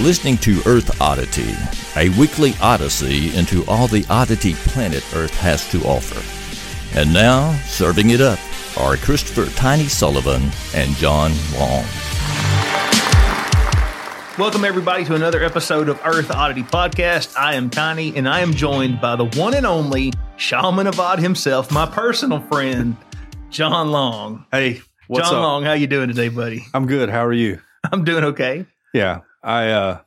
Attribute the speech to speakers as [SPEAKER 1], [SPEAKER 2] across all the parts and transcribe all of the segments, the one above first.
[SPEAKER 1] listening to Earth Oddity, a weekly odyssey into all the oddity planet Earth has to offer. And now, serving it up are Christopher Tiny Sullivan and John Long.
[SPEAKER 2] Welcome, everybody, to another episode of Earth Oddity Podcast. I am Tiny, and I am joined by the one and only Shaman of Odd himself, my personal friend, John Long.
[SPEAKER 3] Hey, what's
[SPEAKER 2] John
[SPEAKER 3] up?
[SPEAKER 2] Long, how you doing today, buddy?
[SPEAKER 3] I'm good. How are you?
[SPEAKER 2] I'm doing okay.
[SPEAKER 3] Yeah, I uh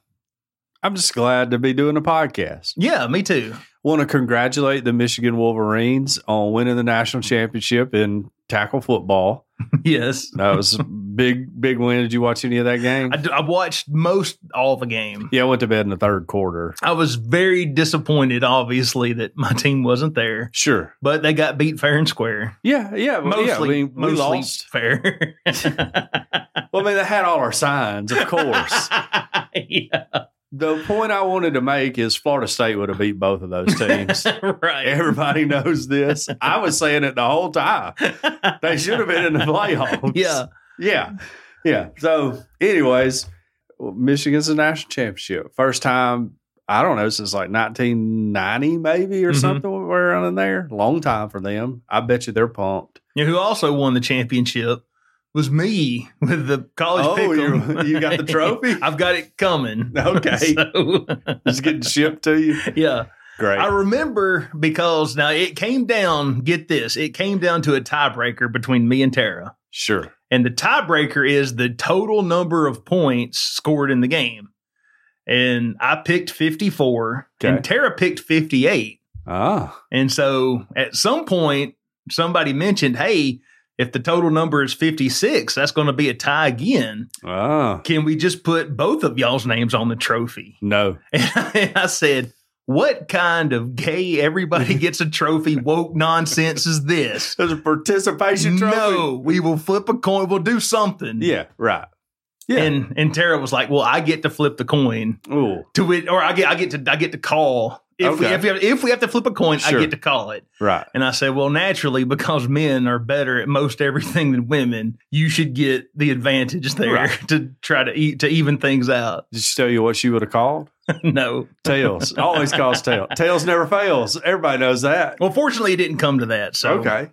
[SPEAKER 3] I'm just glad to be doing a podcast.
[SPEAKER 2] Yeah, me too.
[SPEAKER 3] Want to congratulate the Michigan Wolverines on winning the national championship in tackle football.
[SPEAKER 2] yes.
[SPEAKER 3] That was a big big win. Did you watch any of that game?
[SPEAKER 2] I, d- I watched most all the game.
[SPEAKER 3] yeah, I went to bed in the third quarter.
[SPEAKER 2] I was very disappointed, obviously, that my team wasn't there,
[SPEAKER 3] Sure.
[SPEAKER 2] but they got beat fair and square.
[SPEAKER 3] Yeah, yeah. well,
[SPEAKER 2] Mostly,
[SPEAKER 3] yeah, I mean, we
[SPEAKER 2] mostly
[SPEAKER 3] lost.
[SPEAKER 2] fair.
[SPEAKER 3] Well, I mean, they had all our signs, of course.
[SPEAKER 2] yeah,
[SPEAKER 3] the point I wanted to make is Florida State would have beat both of those teams.
[SPEAKER 2] right.
[SPEAKER 3] Everybody knows this. I was saying it the whole time. They should have been in the playoffs.
[SPEAKER 2] Yeah.
[SPEAKER 3] Yeah. Yeah. So, anyways, Michigan's a national championship. First time, I don't know, since like 1990, maybe, or
[SPEAKER 2] Mhm.
[SPEAKER 3] something, somewhere around in there. Long time for them. I bet you they're pumped.
[SPEAKER 2] You know who also won the championship was me with the college
[SPEAKER 3] Oh,
[SPEAKER 2] pick'em.
[SPEAKER 3] you- you got the trophy?
[SPEAKER 2] I've got it coming.
[SPEAKER 3] Okay.
[SPEAKER 2] So,
[SPEAKER 3] It's getting shipped to you.
[SPEAKER 2] yeah.
[SPEAKER 3] Great.
[SPEAKER 2] I remember because now it came down, get this, it came down to a tiebreaker between me and Tara.
[SPEAKER 3] sure.
[SPEAKER 2] And the tiebreaker is the total number of points scored in the game. And I picked 54
[SPEAKER 3] Okay.
[SPEAKER 2] and Tara picked 58.
[SPEAKER 3] Ah,
[SPEAKER 2] And so at some point, somebody mentioned, hey, if the total number is 56, that's going to be a tie again.
[SPEAKER 3] ah.
[SPEAKER 2] Can we just put both of y'all's names on the trophy?
[SPEAKER 3] No.
[SPEAKER 2] And I, said, what kind of gay everybody gets a trophy woke nonsense is this?
[SPEAKER 3] There's a participation trophy.
[SPEAKER 2] No, we will flip a coin. We'll do something.
[SPEAKER 3] Yeah. Right. Yeah.
[SPEAKER 2] And and Tara was like, "Well, I get to flip the coin
[SPEAKER 3] Ooh.
[SPEAKER 2] to it, or I get I get to I get to call if we
[SPEAKER 3] Okay.
[SPEAKER 2] if we, have, if we have to flip a coin,
[SPEAKER 3] Sure.
[SPEAKER 2] I get to call it."
[SPEAKER 3] Right.
[SPEAKER 2] And I said, well, naturally, because men are better at most everything than women, you should get the advantage there
[SPEAKER 3] Right.
[SPEAKER 2] to try to eat to even things out.
[SPEAKER 3] Did she tell you what she would have called?
[SPEAKER 2] no.
[SPEAKER 3] Tails. Always calls tail. Tails never fails. Everybody knows that.
[SPEAKER 2] Well, fortunately, it didn't come to that. So,
[SPEAKER 3] Okay.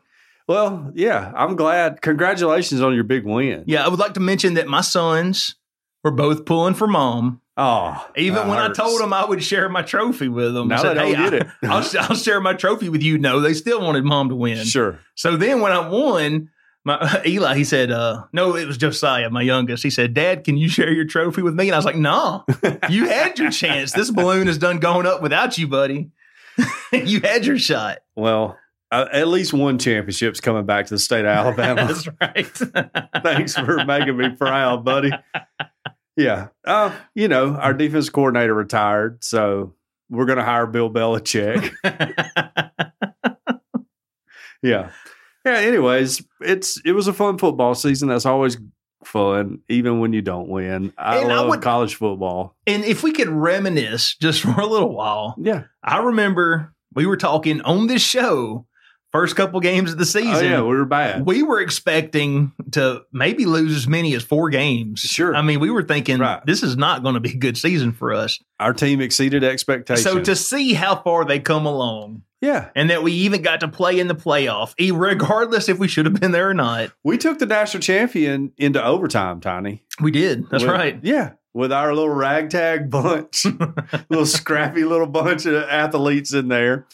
[SPEAKER 3] Well, yeah, I'm glad. Congratulations on your big win.
[SPEAKER 2] yeah, I would like to mention that my sons were both pulling for mom.
[SPEAKER 3] Oh,
[SPEAKER 2] Even
[SPEAKER 3] that
[SPEAKER 2] when
[SPEAKER 3] hurts.
[SPEAKER 2] I told them I would share my trophy with them,
[SPEAKER 3] Now
[SPEAKER 2] I
[SPEAKER 3] they don't
[SPEAKER 2] "Hey,
[SPEAKER 3] get
[SPEAKER 2] I, will I'll share my trophy with you. No, they still wanted mom to win.
[SPEAKER 3] sure,
[SPEAKER 2] So then when I won, my Eli, he said, uh, no, it was Josiah, my youngest. He said, Dad, can you share your trophy with me? And I was like, No, you had your chance. This balloon is done going up without you, buddy. you had your shot.
[SPEAKER 3] well, uh, at least one championship's coming back to the state of Alabama.
[SPEAKER 2] That's right.
[SPEAKER 3] Thanks for making me proud, buddy. Yeah, uh, you know, our defense coordinator retired, so we're going to hire Bill Belichick. yeah, yeah. Anyways, it's it was a fun football season. That's always fun, even when you don't win. I
[SPEAKER 2] And I
[SPEAKER 3] love
[SPEAKER 2] would-
[SPEAKER 3] college football.
[SPEAKER 2] and if we could reminisce just for a little while,
[SPEAKER 3] Yeah.
[SPEAKER 2] I remember we were talking on this show, first couple games of the
[SPEAKER 3] Oh
[SPEAKER 2] season.
[SPEAKER 3] yeah, we were bad.
[SPEAKER 2] we were expecting to maybe lose as many as four games.
[SPEAKER 3] Sure.
[SPEAKER 2] I mean, we were thinking
[SPEAKER 3] Right.
[SPEAKER 2] this is not going to be a good season for us.
[SPEAKER 3] Our team exceeded expectations.
[SPEAKER 2] So to see how far they come along
[SPEAKER 3] yeah,
[SPEAKER 2] and that we even got to play in the playoff, e- regardless if we should have been there or not,
[SPEAKER 3] we took the national champion into overtime, Tiny.
[SPEAKER 2] we did. That's
[SPEAKER 3] With-
[SPEAKER 2] right.
[SPEAKER 3] Yeah, with our little ragtag bunch, little scrappy little bunch of athletes in there.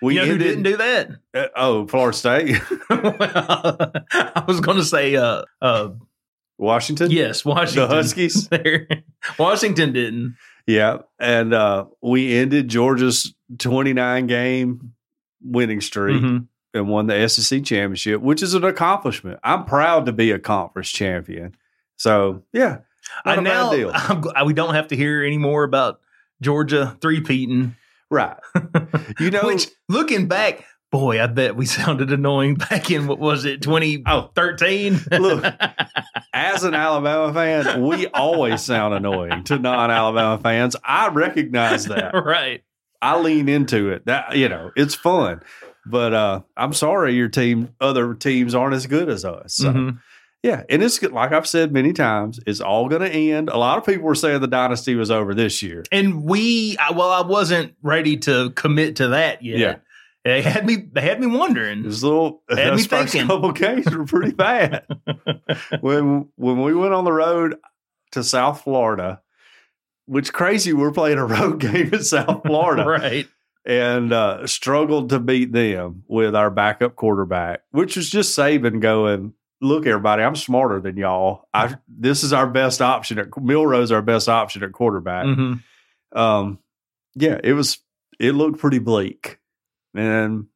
[SPEAKER 3] We
[SPEAKER 2] you know who
[SPEAKER 3] ended-
[SPEAKER 2] didn't do that?
[SPEAKER 3] uh, oh, Florida State,
[SPEAKER 2] well, I was going to say, uh, uh,
[SPEAKER 3] Washington.
[SPEAKER 2] yes, Washington.
[SPEAKER 3] the Huskies.
[SPEAKER 2] there. Washington didn't.
[SPEAKER 3] yeah, and uh, we ended Georgia's twenty-nine game winning streak.
[SPEAKER 2] Mhm.
[SPEAKER 3] and won the SEC championship, which is an accomplishment. I'm proud to be a conference champion. So yeah,
[SPEAKER 2] I
[SPEAKER 3] not a
[SPEAKER 2] now
[SPEAKER 3] bad deal.
[SPEAKER 2] I'm gl- I- we don't have to hear any more about Georgia three peating.
[SPEAKER 3] Right. You know,
[SPEAKER 2] Which, looking back, boy, I bet we sounded annoying back in what was it, 2013?
[SPEAKER 3] oh, look, as an Alabama fan, we always sound annoying to non-Alabama fans. I recognize that.
[SPEAKER 2] right.
[SPEAKER 3] I lean into it. That you know, it's fun. But uh, I'm sorry your team other teams aren't as good as us. So
[SPEAKER 2] Mhm.
[SPEAKER 3] Yeah, and it's like I've said many times, it's all going to end. A lot of people were saying the dynasty was over this year.
[SPEAKER 2] And we, I, well, I wasn't ready to commit to that yet.
[SPEAKER 3] Yeah.
[SPEAKER 2] They had me. They had me wondering.
[SPEAKER 3] This little
[SPEAKER 2] Had me
[SPEAKER 3] those first
[SPEAKER 2] thinking.
[SPEAKER 3] couple games were pretty bad. when when we went on the road to South Florida, which crazy we're playing a road game in South Florida
[SPEAKER 2] right.
[SPEAKER 3] and uh, struggled to beat them with our backup quarterback, which was just Saban going. Look, everybody, I'm smarter than y'all. I this is our best option at Milrose, our best option at quarterback.
[SPEAKER 2] Mhm.
[SPEAKER 3] um yeah it was it looked pretty bleak and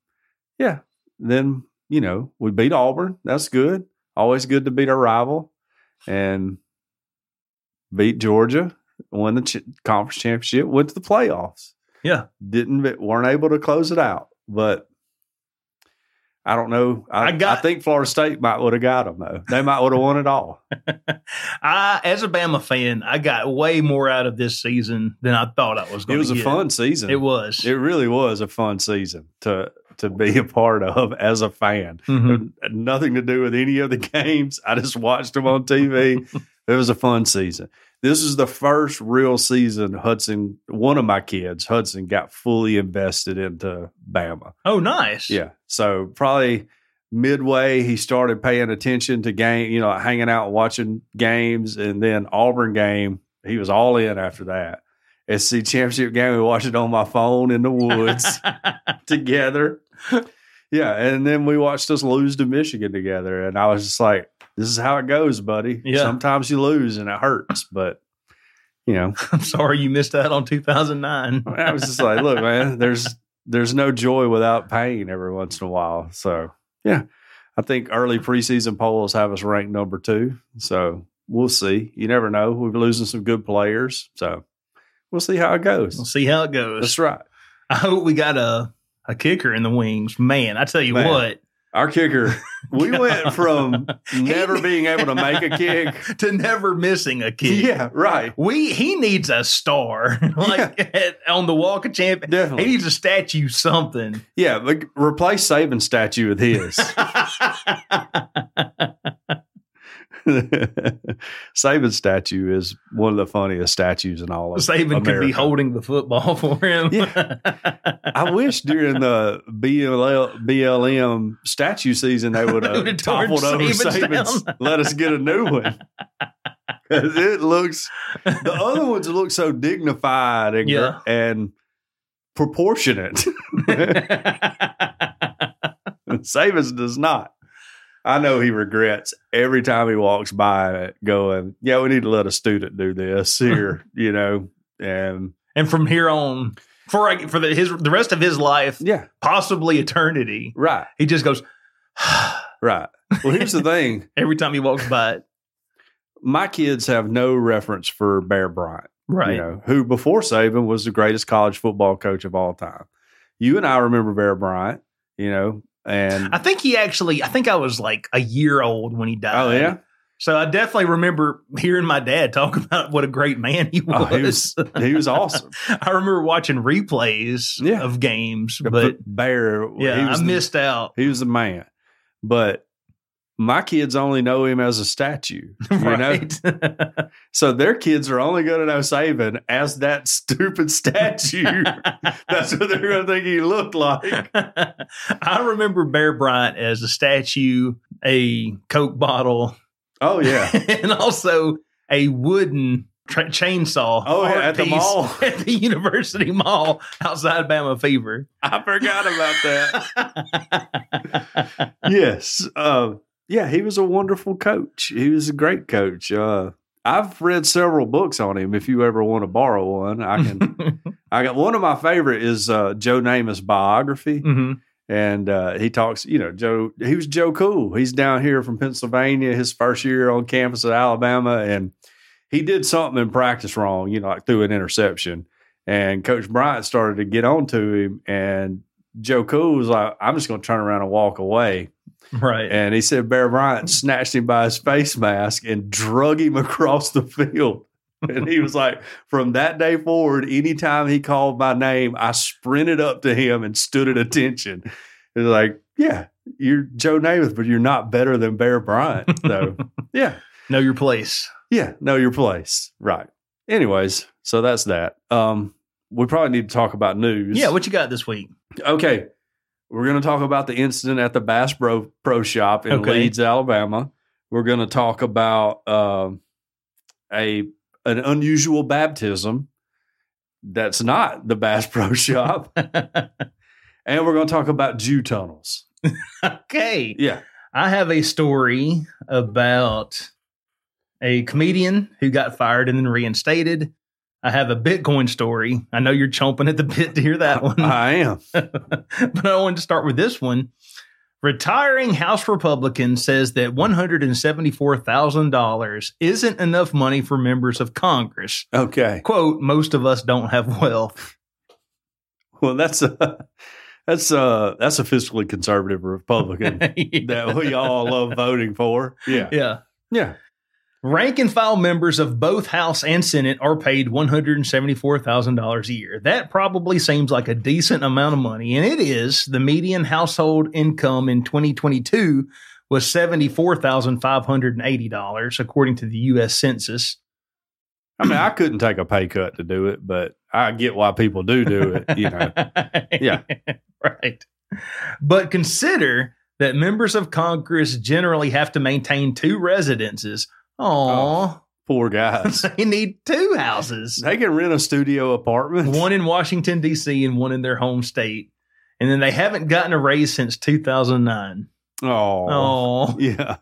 [SPEAKER 3] yeah then you know we beat auburn that's good always good to beat our rival and beat georgia won the ch- conference championship went to the playoffs
[SPEAKER 2] Yeah.
[SPEAKER 3] didn't but weren't able to close it out but I don't know. I,
[SPEAKER 2] I
[SPEAKER 3] I,
[SPEAKER 2] got-
[SPEAKER 3] think Florida State might would have got them though. They might would have won it all.
[SPEAKER 2] I, as a Bama fan, I got way more out of this season than I thought I was
[SPEAKER 3] It
[SPEAKER 2] going to.
[SPEAKER 3] was a fun season.
[SPEAKER 2] Oh, It was.
[SPEAKER 3] It really was a fun season to to be a part of as a fan.
[SPEAKER 2] Mhm.
[SPEAKER 3] It had Nothing to do with any of the games. I just watched them on TV. it was a fun season. This is the first real season Hudson, one of my kids, Hudson, got fully invested into Bama.
[SPEAKER 2] Oh, nice.
[SPEAKER 3] Yeah. So probably midway he started paying attention to game, you know, hanging out and watching games and then Auburn game, he was all in after that. SC championship game, we watched it on my phone in the woods together. Yeah, and then we watched us lose to Michigan together and I was just like, this is how it goes, buddy.
[SPEAKER 2] Yeah.
[SPEAKER 3] Sometimes you lose and it hurts, but you know,
[SPEAKER 2] I'm sorry you missed out on 2009.
[SPEAKER 3] I was just like, look, man, there's there's no joy without pain every once in a while. So yeah. I think early preseason polls have us ranked number two. So we'll see. You never know. We're losing some good players. So we'll see how it
[SPEAKER 2] We'll
[SPEAKER 3] goes.
[SPEAKER 2] see how it goes.
[SPEAKER 3] That's right.
[SPEAKER 2] I hope we got a a kicker in the wings. Man, I tell you
[SPEAKER 3] Man.
[SPEAKER 2] what,
[SPEAKER 3] Our kicker. We went from never
[SPEAKER 2] He-
[SPEAKER 3] being able to make a kick.
[SPEAKER 2] to never missing a kick.
[SPEAKER 3] Yeah, right.
[SPEAKER 2] We he needs a star like at- on the Walk of Champion. He
[SPEAKER 3] Definitely.
[SPEAKER 2] needs a statue, something.
[SPEAKER 3] Yeah, but replace Saban's statue with his. Saban's statue is one of the funniest statues in all of
[SPEAKER 2] Saban could be
[SPEAKER 3] America.
[SPEAKER 2] holding the football for him.
[SPEAKER 3] I wish during the BLL, BLM statue season they would
[SPEAKER 2] They
[SPEAKER 3] have
[SPEAKER 2] would've torn
[SPEAKER 3] toppled over
[SPEAKER 2] Saban's
[SPEAKER 3] Saban's. Let us get a new one. 'Cause it looks the other ones look so dignified and
[SPEAKER 2] Yeah.
[SPEAKER 3] and proportionate. Saban's does not. I know he regrets every time he walks by it, going, "Yeah, we need to let a student do this here," you know, and
[SPEAKER 2] and from here on, for like, for the, his the rest of his life,
[SPEAKER 3] yeah,
[SPEAKER 2] possibly eternity,
[SPEAKER 3] right,
[SPEAKER 2] he just goes
[SPEAKER 3] right. Well, here's the thing.
[SPEAKER 2] every time he walks by it.
[SPEAKER 3] my kids have no reference for Bear Bryant,
[SPEAKER 2] Right.
[SPEAKER 3] you know, who before Saban was the greatest college football coach of all time. You and I remember Bear Bryant, you know, and
[SPEAKER 2] I think he actually, I think I was like a year old when he died.
[SPEAKER 3] oh yeah,
[SPEAKER 2] So I definitely remember hearing my dad talk about what a great man he
[SPEAKER 3] oh,
[SPEAKER 2] was.
[SPEAKER 3] he was he was awesome.
[SPEAKER 2] I remember watching replays
[SPEAKER 3] Yeah.
[SPEAKER 2] of games, but
[SPEAKER 3] Bear, he
[SPEAKER 2] yeah,
[SPEAKER 3] was
[SPEAKER 2] I
[SPEAKER 3] the-
[SPEAKER 2] missed out.
[SPEAKER 3] he was the man, but my kids only know him as a statue, you know.
[SPEAKER 2] Right.
[SPEAKER 3] So their kids are only going to know Saban as that stupid statue. That's what they're going to think he looked like.
[SPEAKER 2] I remember Bear Bryant as a statue, a Coke bottle,
[SPEAKER 3] Oh yeah,
[SPEAKER 2] and also a wooden tra- chainsaw.
[SPEAKER 3] oh yeah,
[SPEAKER 2] art
[SPEAKER 3] at the
[SPEAKER 2] piece
[SPEAKER 3] mall.
[SPEAKER 2] At the University Mall outside Bama Fever.
[SPEAKER 3] I forgot about that. yes. Uh, yeah, he was a wonderful coach. He was a great coach. Uh, I've read several books on him. If you ever want to borrow one, I can.
[SPEAKER 2] Mm-hmm.
[SPEAKER 3] I got one of my favorite is uh, Joe Namath's biography,
[SPEAKER 2] Mhm.
[SPEAKER 3] and uh, he talks. You know, Joe. He was Joe Cool. He's down here from Pennsylvania. His first year on campus at Alabama, and he did something in practice wrong. You know, like threw an interception, and Coach Bryant started to get on to him, and Joe Cool was like, "I'm just going to turn around and walk away."
[SPEAKER 2] Right.
[SPEAKER 3] And he said Bear Bryant snatched him by his face mask and drug him across the field. And he was like, from that day forward, anytime he called my name, I sprinted up to him and stood at attention. It was like, Yeah, you're Joe Namath, but you're not better than Bear Bryant, though. yeah,
[SPEAKER 2] Know your place.
[SPEAKER 3] yeah, know your place, right? Anyways, so that's that. Um, we probably need to talk about news.
[SPEAKER 2] Yeah, what you got this week?
[SPEAKER 3] okay. We're going to talk about the incident at the Bass Pro, Pro Shop in
[SPEAKER 2] Okay.
[SPEAKER 3] Leeds, Alabama. We're going to talk about um a an unusual baptism that's not the Bass Pro Shop, and we're going to talk about Jew tunnels.
[SPEAKER 2] okay.
[SPEAKER 3] Yeah,
[SPEAKER 2] I have a story about a comedian who got fired and then reinstated. I have a Bitcoin story. I know you're chomping at the bit to hear that one,
[SPEAKER 3] I am.
[SPEAKER 2] but I wanted to start with this one. Retiring House Republican says that $174,000 isn't enough money for members of Congress.
[SPEAKER 3] Okay.
[SPEAKER 2] Quote, most of us don't have wealth.
[SPEAKER 3] Well, that's a that's a that's a fiscally conservative Republican that we all love voting for. Yeah,
[SPEAKER 2] yeah.
[SPEAKER 3] yeah.
[SPEAKER 2] Rank and file members of both House and Senate are paid $174,000 a year. That probably seems like a decent amount of money, and it is. The median household income in 2022 was $74,580, according to the U.S. Census.
[SPEAKER 3] I mean, I couldn't take a pay cut to do it, but I get why people do do it. You know, Yeah.
[SPEAKER 2] right. But consider that members of Congress generally have to maintain two residences.
[SPEAKER 3] Oh.
[SPEAKER 2] Aww,
[SPEAKER 3] poor guys.
[SPEAKER 2] they need two houses.
[SPEAKER 3] They can rent a studio apartment.
[SPEAKER 2] one in Washington D.C. and one in their home state. And then they haven't gotten a raise since 2009.
[SPEAKER 3] Oh,
[SPEAKER 2] Oh,
[SPEAKER 3] yeah,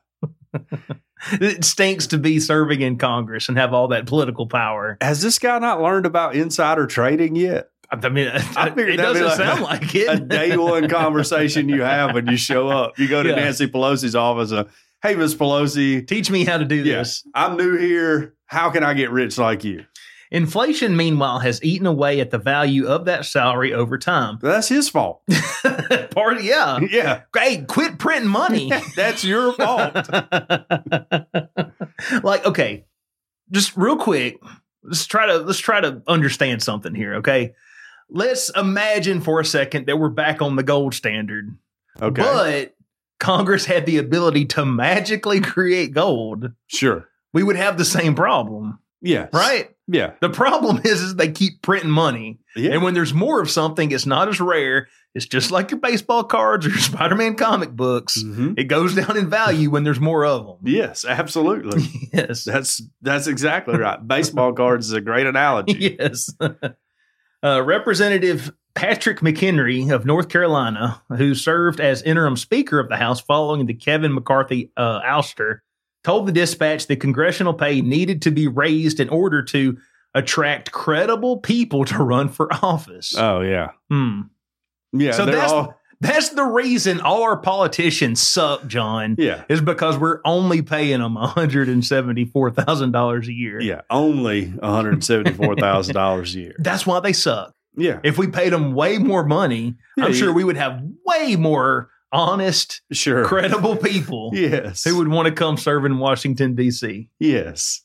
[SPEAKER 2] it stinks to be serving in Congress and have all that political power.
[SPEAKER 3] has this guy not learned about insider trading yet?
[SPEAKER 2] I mean,
[SPEAKER 3] figured
[SPEAKER 2] it
[SPEAKER 3] that'd be
[SPEAKER 2] doesn't
[SPEAKER 3] like
[SPEAKER 2] sound like
[SPEAKER 3] A
[SPEAKER 2] it.
[SPEAKER 3] day one conversation you have when you show up, you go to
[SPEAKER 2] Yeah.
[SPEAKER 3] Nancy Pelosi's office. Uh, hey, Miss Pelosi,
[SPEAKER 2] Teach me how to do
[SPEAKER 3] Yeah.
[SPEAKER 2] this.
[SPEAKER 3] I'm new here. How can I get rich like you?
[SPEAKER 2] Inflation, meanwhile, has eaten away at the value of that salary over time.
[SPEAKER 3] That's his fault.
[SPEAKER 2] Part, yeah.
[SPEAKER 3] yeah,
[SPEAKER 2] Hey, quit printing money.
[SPEAKER 3] that's your fault.
[SPEAKER 2] like okay just real quick let's try to let's try to understand something here okay let's imagine for a second that we're back on the gold standard
[SPEAKER 3] Okay,
[SPEAKER 2] but congress had the ability to magically create gold
[SPEAKER 3] sure.
[SPEAKER 2] we would have the same problem
[SPEAKER 3] Yes.
[SPEAKER 2] right
[SPEAKER 3] Yeah.
[SPEAKER 2] the problem is, is they keep printing money
[SPEAKER 3] Yeah.
[SPEAKER 2] and when there's more of something it's not as rare it's just like your baseball cards or your spider-man comic books
[SPEAKER 3] Mhm.
[SPEAKER 2] it goes down in value when there's more of them
[SPEAKER 3] Yes, absolutely.
[SPEAKER 2] yes
[SPEAKER 3] That's that's exactly right. Baseball cards is a great analogy.
[SPEAKER 2] yes. uh, Representative Patrick McHenry of North Carolina, who served as interim Speaker of the House following the Kevin McCarthy uh, ouster, told the dispatch the congressional pay needed to be raised in order to attract credible people to run for office.
[SPEAKER 3] Oh yeah,
[SPEAKER 2] Hmm.
[SPEAKER 3] yeah.
[SPEAKER 2] So
[SPEAKER 3] they're
[SPEAKER 2] that's-
[SPEAKER 3] all-
[SPEAKER 2] That's the reason our politicians suck, John.
[SPEAKER 3] yeah,
[SPEAKER 2] Is because we're only paying them one hundred and seventy-four thousand dollars a year.
[SPEAKER 3] yeah. Only one hundred seventy four thousand dollars a year.
[SPEAKER 2] that's why they suck.
[SPEAKER 3] Yeah,
[SPEAKER 2] If we paid them way more money,
[SPEAKER 3] Yeah,
[SPEAKER 2] I'm sure
[SPEAKER 3] you-
[SPEAKER 2] we would have way more honest,
[SPEAKER 3] sure.
[SPEAKER 2] credible people
[SPEAKER 3] Yes,
[SPEAKER 2] who would want to come serve in Washington, D.C.
[SPEAKER 3] yes,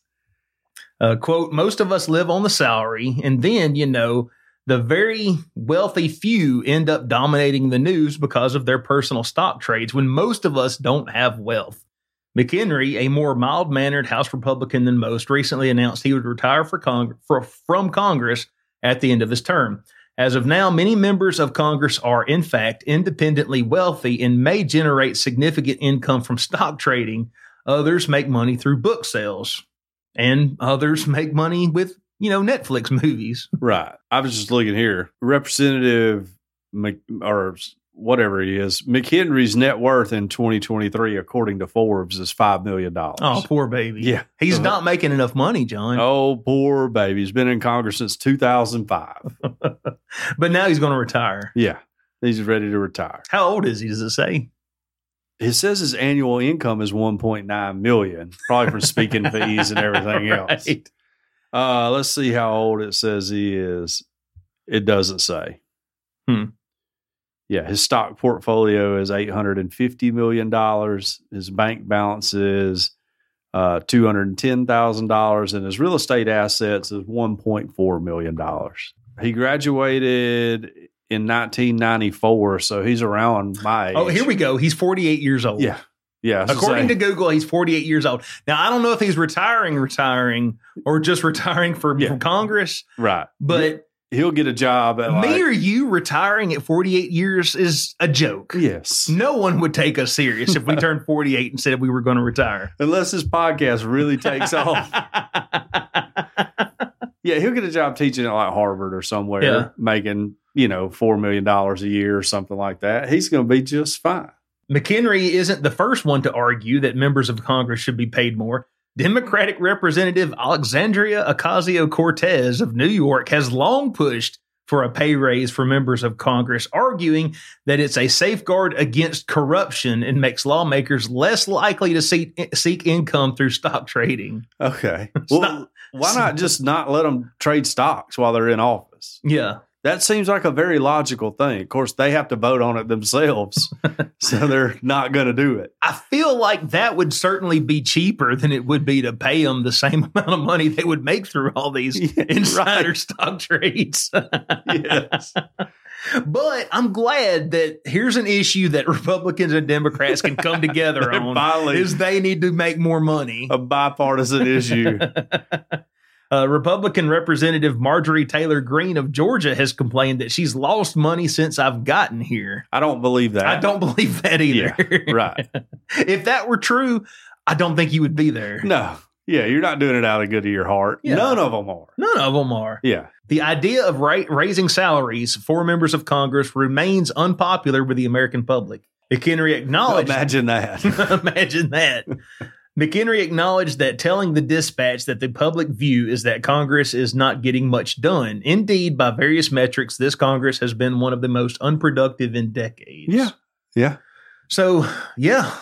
[SPEAKER 2] Uh, quote, most of us live on the salary, and then, you know, the very wealthy few end up dominating the news because of their personal stock trades when most of us don't have wealth. McHenry, a more mild mannered House Republican than most, recently announced he would retire for Cong- for, from Congress at the end of his term. As of now, many members of Congress are, in fact, independently wealthy and may generate significant income from stock trading. Others make money through book sales, and others make money with, you know, Netflix movies.
[SPEAKER 3] right. I was just looking here. Representative Mc, or whatever he is, McHenry's net worth in twenty twenty three, according to Forbes, is five million dollars.
[SPEAKER 2] Oh, poor baby.
[SPEAKER 3] yeah. Uh-huh.
[SPEAKER 2] He's not making enough money, John.
[SPEAKER 3] Oh, poor baby. He's been in Congress since two thousand five.
[SPEAKER 2] But now he's going to retire.
[SPEAKER 3] Yeah, he's ready to retire.
[SPEAKER 2] How old is he? Does it say?
[SPEAKER 3] It says his annual income is 1.9 million, probably from speaking fees and everything else.
[SPEAKER 2] Right.
[SPEAKER 3] Uh, let's see how old it says he is. It doesn't say.
[SPEAKER 2] Hmm.
[SPEAKER 3] Yeah, his stock portfolio is 850 million dollars. His bank balance is uh, 210,000 dollars, and his real estate assets is 1.4 million dollars. He graduated in 1994, so he's around my age.
[SPEAKER 2] Oh, here we go. He's 48 years old.
[SPEAKER 3] Yeah. Yeah.
[SPEAKER 2] According to Google, he's 48 years old. Now, I don't know if he's retiring, retiring, or just retiring from,
[SPEAKER 3] Yeah.
[SPEAKER 2] from Congress,
[SPEAKER 3] to right,
[SPEAKER 2] but
[SPEAKER 3] he'll get a job at like,
[SPEAKER 2] me or you retiring at 48 years is a joke.
[SPEAKER 3] yes,
[SPEAKER 2] No one would take us serious if we turned 48 and said we were going to retire.
[SPEAKER 3] unless this podcast really takes off. Yeah, he'll get a job teaching at like Harvard or somewhere,
[SPEAKER 2] Yeah.
[SPEAKER 3] making you know four million dollars a year or something like that. He's going to be just fine.
[SPEAKER 2] McHenry isn't the first one to argue that members of Congress should be paid more. Democratic Representative Alexandria Ocasio Cortez of New York has long pushed for a pay raise for members of Congress, arguing that it's a safeguard against corruption and makes lawmakers less likely to seek, seek income through stock trading.
[SPEAKER 3] Okay, well,
[SPEAKER 2] Stop.
[SPEAKER 3] why not just not let them trade stocks while they're in office?
[SPEAKER 2] Yeah.
[SPEAKER 3] That seems like a very logical thing. Of course, they have to vote on it themselves, so they're not going to do it.
[SPEAKER 2] I feel like that would certainly be cheaper than it would be to pay them the same amount of money they would make through all these
[SPEAKER 3] Yeah,
[SPEAKER 2] insider stock trades.
[SPEAKER 3] Yes.
[SPEAKER 2] But I'm glad that here's an issue that Republicans and Democrats can come together
[SPEAKER 3] They're
[SPEAKER 2] on
[SPEAKER 3] finally Oh.
[SPEAKER 2] is they need to make more money.
[SPEAKER 3] a bipartisan issue.
[SPEAKER 2] Uh, Republican Representative Marjorie Taylor Greene of Georgia has complained that she's lost money since I've gotten here.
[SPEAKER 3] I don't believe that.
[SPEAKER 2] I don't believe that either.
[SPEAKER 3] Right.
[SPEAKER 2] if that were true, I don't think you would be there.
[SPEAKER 3] No. Yeah, you're not doing it out of the good of your heart.
[SPEAKER 2] Yeah.
[SPEAKER 3] None of them are.
[SPEAKER 2] None of them are.
[SPEAKER 3] Yeah.
[SPEAKER 2] The idea of ra- raising salaries for members of Congress remains unpopular with the American public. McHenry acknowledged.
[SPEAKER 3] Imagine that.
[SPEAKER 2] Imagine that. McHenry acknowledged that telling the dispatch that the public view is that Congress is not getting much done. Indeed, by various metrics, this Congress has been one of the most unproductive in decades.
[SPEAKER 3] yeah. Yeah.
[SPEAKER 2] So, yeah.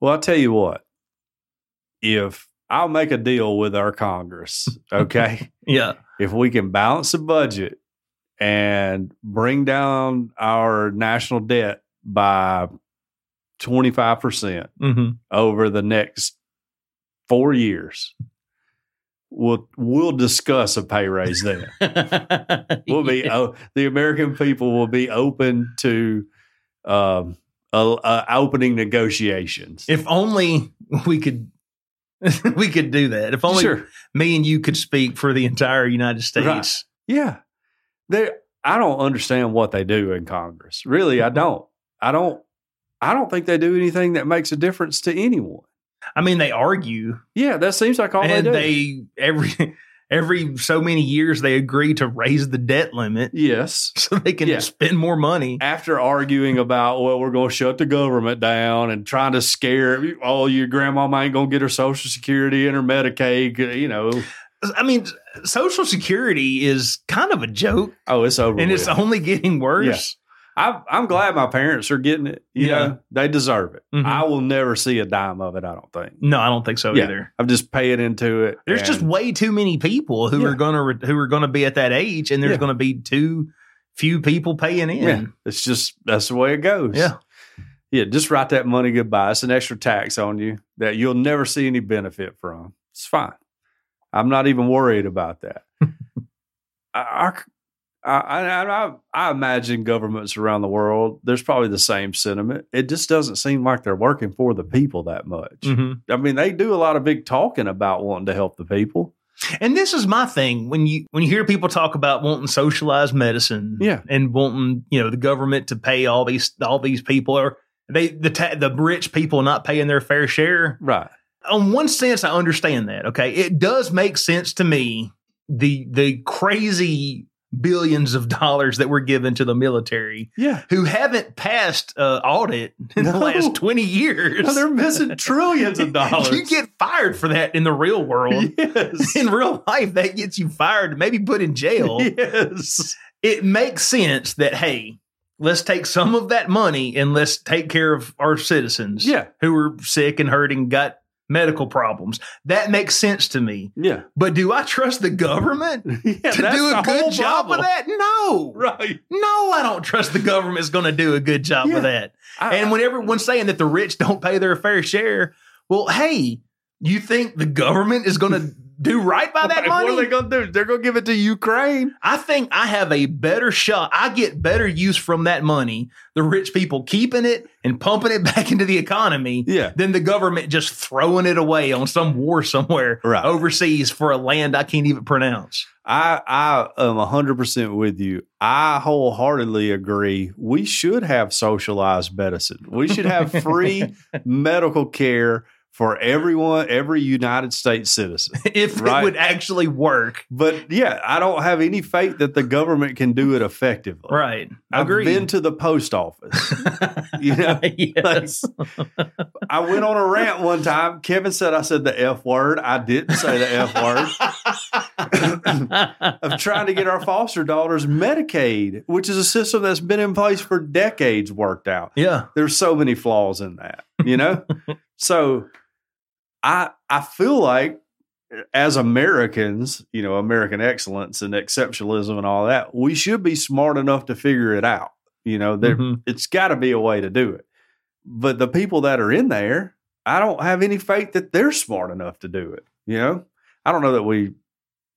[SPEAKER 3] Well, I'll tell you what. If I'll make a deal with our Congress, okay?
[SPEAKER 2] Yeah.
[SPEAKER 3] if we can balance the budget and bring down our national debt by 25%
[SPEAKER 2] hmm
[SPEAKER 3] over the next four years, we'll, we'll discuss a pay raise then. we'll be oh, the American people will be open to um, a, a opening negotiations.
[SPEAKER 2] If only we could. we could do that if only
[SPEAKER 3] sure,
[SPEAKER 2] me and you could speak for the entire United States.
[SPEAKER 3] Right. yeah. They, I don't understand what they do in Congress. Really, I don't. I don't. I don't think they do anything that makes a difference to anyone.
[SPEAKER 2] I mean, they argue,
[SPEAKER 3] Yeah, that seems like all
[SPEAKER 2] and
[SPEAKER 3] they do.
[SPEAKER 2] they every every so many years they agree to raise the debt limit
[SPEAKER 3] yes.
[SPEAKER 2] so they can
[SPEAKER 3] Yeah.
[SPEAKER 2] spend more money.
[SPEAKER 3] After arguing about, well, we're going to shut the government down and trying to scare, oh, your grandmama ain't going to get her Social Security and her Medicaid, you know.
[SPEAKER 2] I mean, Social Security is kind of a joke,
[SPEAKER 3] Oh, it's over.
[SPEAKER 2] and
[SPEAKER 3] with.
[SPEAKER 2] it's only getting worse.
[SPEAKER 3] I'm, I'm glad my parents are getting it. You
[SPEAKER 2] Yeah.
[SPEAKER 3] know, they deserve it.
[SPEAKER 2] Mhm.
[SPEAKER 3] I will never see a dime of it. I don't think.
[SPEAKER 2] No, I don't think so
[SPEAKER 3] Yeah.
[SPEAKER 2] either.
[SPEAKER 3] I'm just paying into it.
[SPEAKER 2] There's just
[SPEAKER 3] and-
[SPEAKER 2] way too many people who
[SPEAKER 3] Yeah.
[SPEAKER 2] are gonna re- who are gonna be at that age, and there's
[SPEAKER 3] Yeah.
[SPEAKER 2] gonna be too few people paying in.
[SPEAKER 3] yeah, it's just that's the way it goes.
[SPEAKER 2] Yeah.
[SPEAKER 3] yeah. Just write that money goodbye. It's an extra tax on you that you'll never see any benefit from. It's fine. I'm not even worried about that. I, I, I, I, I imagine governments around the world. There's probably the same sentiment. It just doesn't seem like they're working for the people that much.
[SPEAKER 2] Mhm.
[SPEAKER 3] I mean, they do a lot of big talking about wanting to help the people.
[SPEAKER 2] And this is my thing when you when you hear people talk about wanting socialized medicine,
[SPEAKER 3] Yeah.
[SPEAKER 2] and wanting you know the government to pay all these all these people or they the ta- the rich people not paying their fair share.
[SPEAKER 3] Right.
[SPEAKER 2] On one sense, I understand that. Okay, it does make sense to me the the crazy billions of dollars that were given to the military
[SPEAKER 3] Yeah.
[SPEAKER 2] who haven't passed uh, audit in the
[SPEAKER 3] No.
[SPEAKER 2] last twenty years.
[SPEAKER 3] they're missing trillions of dollars.
[SPEAKER 2] you get fired for that in the real world
[SPEAKER 3] yes.
[SPEAKER 2] in real life that gets you fired, maybe put in jail.
[SPEAKER 3] yes.
[SPEAKER 2] It makes sense that hey, let's take some of that money and let's take care of our citizens
[SPEAKER 3] Yeah.
[SPEAKER 2] who are sick and hurting, got medical problems. That makes sense to me.
[SPEAKER 3] Yeah.
[SPEAKER 2] But do I trust the government
[SPEAKER 3] yeah
[SPEAKER 2] to do a good job with that? No.
[SPEAKER 3] Right.
[SPEAKER 2] No, I don't trust the government's going to do a good job
[SPEAKER 3] Yeah.
[SPEAKER 2] with that.
[SPEAKER 3] I,
[SPEAKER 2] And when everyone's saying that the rich don't pay their fair share, well, hey, You think the government is going to do right by that
[SPEAKER 3] Like, What are
[SPEAKER 2] money?
[SPEAKER 3] they gonna do? They're gonna give it to Ukraine.
[SPEAKER 2] I think I have a better shot. I get better use from that money, the rich people keeping it and pumping it back into the economy,
[SPEAKER 3] Yeah.
[SPEAKER 2] than the government just throwing it away on some war somewhere
[SPEAKER 3] Right.
[SPEAKER 2] overseas for a land I can't even pronounce.
[SPEAKER 3] I I am hundred percent with you. I wholeheartedly agree. We should have socialized medicine. We should have free medical care for everyone, every United States citizen.
[SPEAKER 2] If
[SPEAKER 3] Right.
[SPEAKER 2] it would actually work.
[SPEAKER 3] But yeah, I don't have any faith that the government can do it effectively.
[SPEAKER 2] Right.
[SPEAKER 3] I've
[SPEAKER 2] Agreed.
[SPEAKER 3] been to the post office. You know,
[SPEAKER 2] yes.
[SPEAKER 3] I went on a rant one time. Kevin said I said the F word. I didn't say the F word. of trying to get our foster daughters Medicaid, which is a system that's been in place for decades, worked out.
[SPEAKER 2] yeah.
[SPEAKER 3] There's so many flaws in that, you know? so I I feel like as Americans, you know, American excellence and exceptionalism and all that, we should be smart enough to figure it out. You know, there
[SPEAKER 2] Mhm.
[SPEAKER 3] it's got to be a way to do it. But the people that are in there, I don't have any faith that they're smart enough to do it. You know, I don't know that we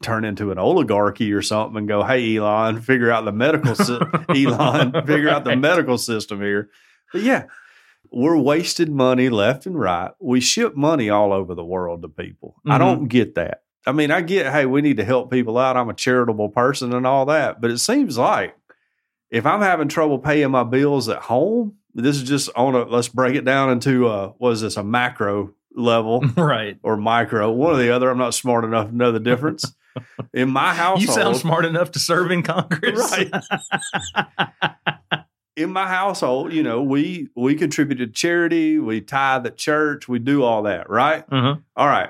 [SPEAKER 3] turn into an oligarchy or something and go, "Hey, Elon, figure out the medical, sy- Elon, figure out the
[SPEAKER 2] Right.
[SPEAKER 3] medical system here." But yeah, we're wasting money left and right. We ship money all over the world to people. I
[SPEAKER 2] Mhm.
[SPEAKER 3] don't get that. I mean, I get, hey, we need to help people out. I'm a charitable person and all that. But it seems like if I'm having trouble paying my bills at home, this is just on a, let's break it down into a, what is this, a macro level
[SPEAKER 2] Mm. Right.
[SPEAKER 3] or micro, one or the other. I'm not smart enough to know the difference. In my household,
[SPEAKER 2] You sound smart enough to serve in Congress.
[SPEAKER 3] Right. in my household, you know, we we contribute to charity, we tie the church, we do all that, right?
[SPEAKER 2] Mhm.
[SPEAKER 3] all right,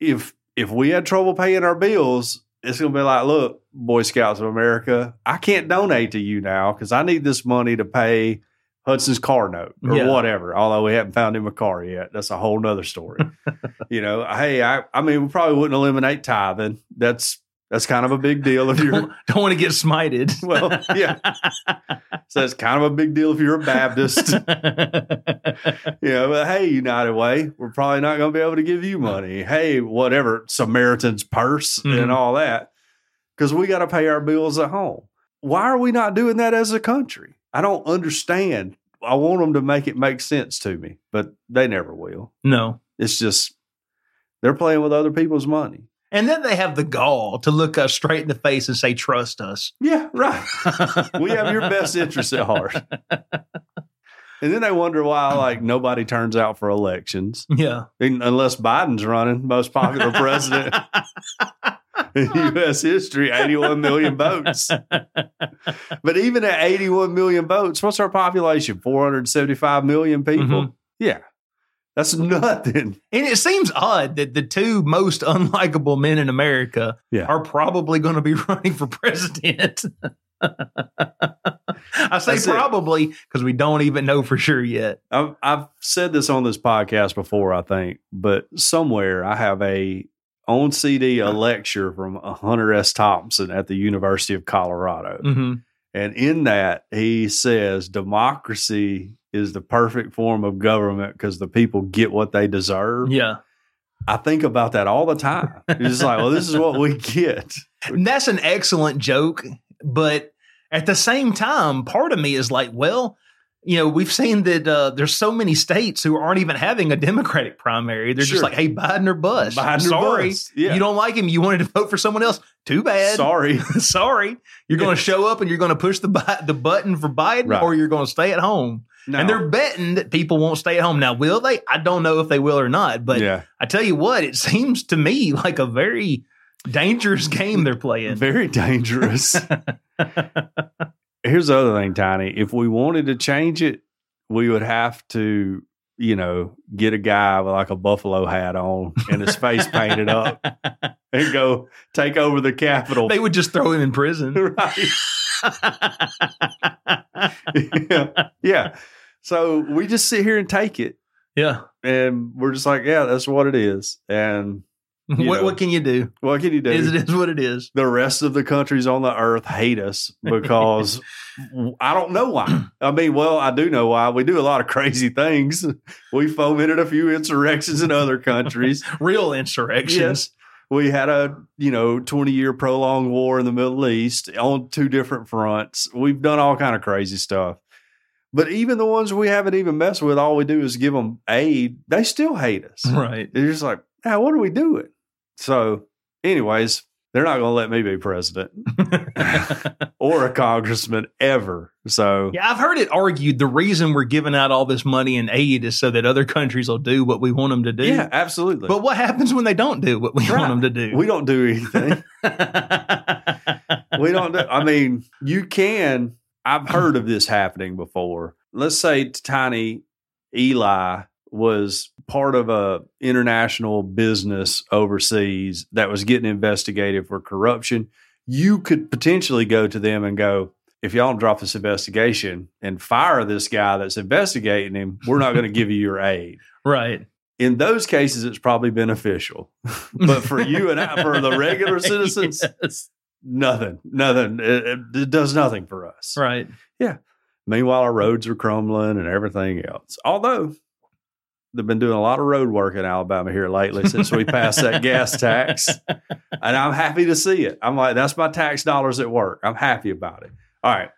[SPEAKER 3] if if we had trouble paying our bills, it's gonna be like, look, Boy Scouts of America, I can't donate to you now because I need this money to pay Hudson's car note or
[SPEAKER 2] Yeah.
[SPEAKER 3] whatever. Although we haven't found him a car yet, that's a whole nother story. you know, hey, I I mean, we probably wouldn't eliminate tithing. That's that's kind of a big deal if you're
[SPEAKER 2] Don't, don't want to get smited.
[SPEAKER 3] well, yeah. So it's kind of a big deal if you're a Baptist. You know, but hey, United Way, we're probably not going to be able to give you money. Hey, whatever, Samaritan's purse
[SPEAKER 2] Mhm.
[SPEAKER 3] and all that, because we got to pay our bills at home. Why are we not doing that as a country? I don't understand. I want them to make it make sense to me, but they never will.
[SPEAKER 2] no.
[SPEAKER 3] It's just they're playing with other people's money.
[SPEAKER 2] And then they have the gall to look us straight in the face and say, trust us.
[SPEAKER 3] Yeah, right. we have your best interest at heart. And then they wonder why, like, nobody turns out for elections
[SPEAKER 2] Yeah.
[SPEAKER 3] And unless Biden's running, most popular president in U.S. history, 81 million votes. But even at 81 million votes, what's our population? 475 million people.
[SPEAKER 2] Mhm.
[SPEAKER 3] Yeah, that's nothing.
[SPEAKER 2] And it seems odd that the two most unlikable men in America
[SPEAKER 3] Yeah.
[SPEAKER 2] are probably going to be running for president. I say
[SPEAKER 3] That's it.
[SPEAKER 2] probably because we don't even know for sure yet.
[SPEAKER 3] I've, I've said this on this podcast before, I think, but somewhere I have a on CD a lecture from Hunter S. Thompson at the University of Colorado.
[SPEAKER 2] Mm-hmm.
[SPEAKER 3] And in that, he says democracy is the perfect form of government because the people get what they deserve.
[SPEAKER 2] Yeah.
[SPEAKER 3] I think about that all the time. It's just like, well, this is what we get.
[SPEAKER 2] And that's an excellent joke. But at the same time, part of me is like, well, you know, we've seen that uh, there's so many states who aren't even having a Democratic primary. They're
[SPEAKER 3] Sure.
[SPEAKER 2] just like, hey, Biden or bust.
[SPEAKER 3] Biden or
[SPEAKER 2] Sorry.
[SPEAKER 3] bust. Yeah.
[SPEAKER 2] You don't like him. You wanted to vote for someone else. Too bad.
[SPEAKER 3] Sorry.
[SPEAKER 2] sorry, you're going to show up and you're going to push the bu- the button for Biden,
[SPEAKER 3] Right.
[SPEAKER 2] or you're going to stay at home.
[SPEAKER 3] No.
[SPEAKER 2] And they're betting that people won't stay at home. Now, will they? I don't know if they will or not. But
[SPEAKER 3] yeah,
[SPEAKER 2] I tell you what, it seems to me like a very dangerous game they're playing.
[SPEAKER 3] very dangerous. Here's the other thing, Tiny. If we wanted to change it, we would have to, you know, get a guy with like a buffalo hat on and his face painted up and go take over the Capitol.
[SPEAKER 2] They would just throw him in prison.
[SPEAKER 3] right. yeah. yeah. So we just sit here and take it.
[SPEAKER 2] yeah.
[SPEAKER 3] And we're just like, yeah, that's what it is. And You
[SPEAKER 2] what,
[SPEAKER 3] know.
[SPEAKER 2] what can you do?
[SPEAKER 3] What can you do?
[SPEAKER 2] Is it is what it is.
[SPEAKER 3] the rest of the countries on the earth hate us because I don't know why. I mean, well, I do know why. We do a lot of crazy things. We fomented a few insurrections in other countries.
[SPEAKER 2] Real insurrections.
[SPEAKER 3] We had a, you know, 20 year prolonged war in the Middle East on two different fronts. We've done all kind of crazy stuff. But even the ones we haven't even messed with, all we do is give them aid. They still hate us.
[SPEAKER 2] Right.
[SPEAKER 3] They're just like, now what are we doing? So, anyways, they're not going to let me be president or a congressman ever. So,
[SPEAKER 2] Yeah, I've heard it argued the reason we're giving out all this money and aid is so that other countries will do what we want them to do.
[SPEAKER 3] yeah, absolutely.
[SPEAKER 2] But what happens when they don't do what we
[SPEAKER 3] Right.
[SPEAKER 2] want them to do?
[SPEAKER 3] we don't do anything. we don't do, I mean, you can, I've heard of this happening before. Let's say Tiny Eli was part of a international business overseas that was getting investigated for corruption. You could potentially go to them and go, if y'all don't drop this investigation and fire this guy that's investigating him, we're not going to give you your aid.
[SPEAKER 2] right.
[SPEAKER 3] in those cases, it's probably beneficial. But for you and I, for the regular citizens,
[SPEAKER 2] Yes.
[SPEAKER 3] nothing, nothing. It, it, it does nothing for us.
[SPEAKER 2] Right.
[SPEAKER 3] Meanwhile, our roads are crumbling and everything else. Although they've been doing a lot of road work in Alabama here lately since we passed that gas tax. And I'm happy to see it. I'm like, that's my tax dollars at work. I'm happy about it. All right.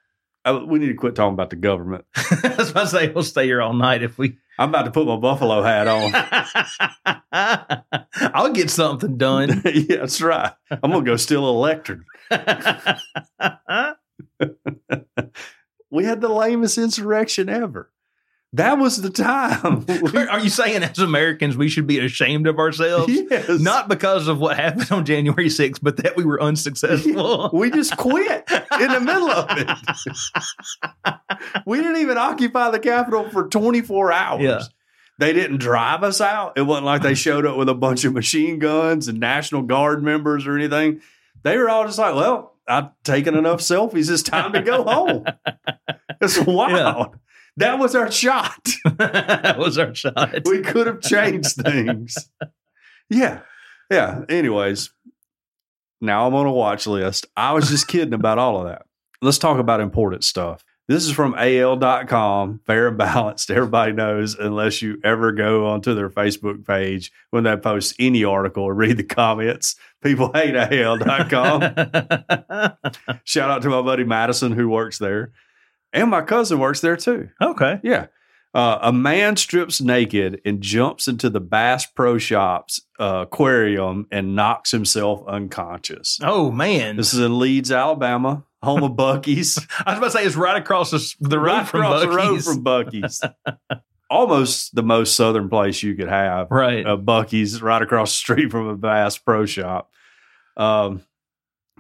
[SPEAKER 3] I- we need to quit talking about the government.
[SPEAKER 2] That's why I say we'll stay here all night if we.
[SPEAKER 3] I'm about to put my buffalo hat on.
[SPEAKER 2] I'll get something done.
[SPEAKER 3] yeah, that's right. I'm gonna go steal an electric. We had the lamest insurrection ever. That was the time.
[SPEAKER 2] Are are you saying as Americans we should be ashamed of ourselves?
[SPEAKER 3] yes.
[SPEAKER 2] Not because of what happened on January 6th, but that we were unsuccessful.
[SPEAKER 3] we just quit in the middle of it. we didn't even occupy the Capitol for 24 hours.
[SPEAKER 2] Yeah.
[SPEAKER 3] They didn't drive us out. It wasn't like they showed up with a bunch of machine guns and National Guard members or anything. They were all just like, well, I've taken enough selfies. It's time to go home. It's wild. That was our shot.
[SPEAKER 2] that was our shot.
[SPEAKER 3] we could have changed things. Yeah. Yeah. Anyways, now I'm on a watch list. I was just kidding about all of that. Let's talk about important stuff. This is from AL.com, fair and balanced. Everybody knows, unless you ever go onto their Facebook page when they post any article or read the comments. People hate AL.com. Shout out to my buddy Madison, who works there. And my cousin works there too.
[SPEAKER 2] okay.
[SPEAKER 3] Yeah. Uh, a man strips naked and jumps into the Bass Pro Shops uh, aquarium and knocks himself unconscious.
[SPEAKER 2] Oh, man.
[SPEAKER 3] This is in Leeds, Alabama, home of Bucky's.
[SPEAKER 2] I was about to say it's right across the, s- the road
[SPEAKER 3] right
[SPEAKER 2] from
[SPEAKER 3] across the road
[SPEAKER 2] Buc-ee's.
[SPEAKER 3] from Bucky's. Almost the most southern place you could have.
[SPEAKER 2] right.
[SPEAKER 3] A Bucky's right across the street from a Bass Pro Shop. Um,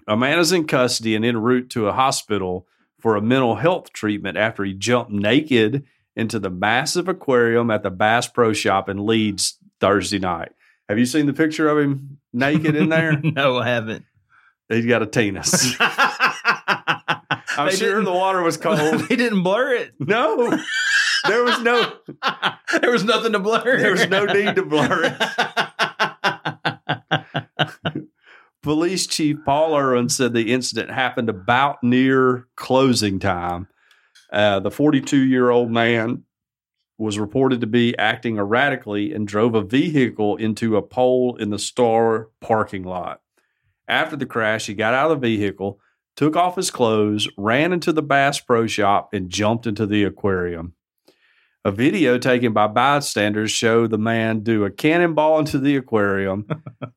[SPEAKER 3] a man is in custody and en route to a hospital for a mental health treatment after he jumped naked into the massive aquarium at the Bass Pro Shop in Leeds Thursday night. Have you seen the picture of him naked in there?
[SPEAKER 2] no, I haven't.
[SPEAKER 3] He's got a penis. I'm
[SPEAKER 2] They
[SPEAKER 3] sure
[SPEAKER 2] didn't-
[SPEAKER 3] the water was cold.
[SPEAKER 2] they didn't blur it.
[SPEAKER 3] No, there was no
[SPEAKER 2] there was nothing to blur.
[SPEAKER 3] there was no need to blur it. Police Chief Paul Irwin said the incident happened about near closing time. Uh, the 42 year old man was reported to be acting erratically and drove a vehicle into a pole in the Star parking lot. After the crash, he got out of the vehicle, took off his clothes, ran into the Bass Pro Shop, and jumped into the aquarium. A video taken by bystanders showed the man do a cannonball into the aquarium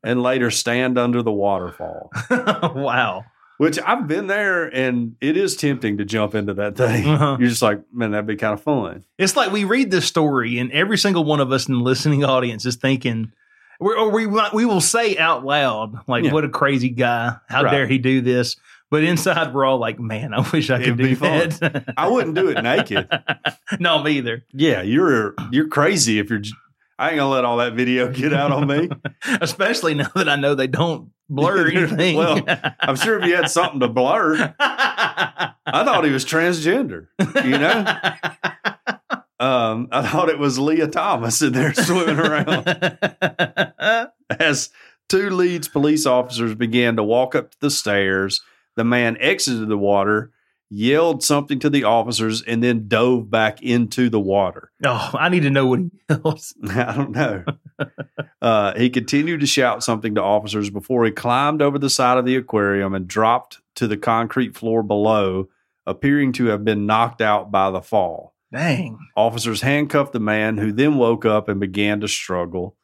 [SPEAKER 3] and later stand under the waterfall.
[SPEAKER 2] wow.
[SPEAKER 3] Which I've been there, and it is tempting to jump into that thing.
[SPEAKER 2] Uh-huh.
[SPEAKER 3] You're just like, man, that'd be kind of fun.
[SPEAKER 2] It's like we read this story, and every single one of us in the listening audience is thinking, we or we might- we will say out loud, like,
[SPEAKER 3] Yeah.
[SPEAKER 2] "What a crazy guy! How
[SPEAKER 3] Right.
[SPEAKER 2] dare he do this?" But inside, we're all like, "Man, I wish I could
[SPEAKER 3] It'd be
[SPEAKER 2] do
[SPEAKER 3] fun.
[SPEAKER 2] that."
[SPEAKER 3] I wouldn't do it naked.
[SPEAKER 2] no, me either.
[SPEAKER 3] Yeah, you're you're crazy if you're. j- I ain't gonna let all that video get out on me.
[SPEAKER 2] Especially now that I know they don't blur anything.
[SPEAKER 3] Well, I'm sure if he had something to blur, I thought he was transgender. You know, um, I thought it was Leah Thomas in there swimming around as Two Leeds police officers began to walk up the stairs. The man exited the water, yelled something to the officers, and then dove back into the water.
[SPEAKER 2] Oh, I need to know what he yells.
[SPEAKER 3] I don't know. uh, he continued to shout something to officers before he climbed over the side of the aquarium and dropped to the concrete floor below, appearing to have been knocked out by the fall.
[SPEAKER 2] Dang.
[SPEAKER 3] Officers handcuffed the man, who then woke up and began to struggle.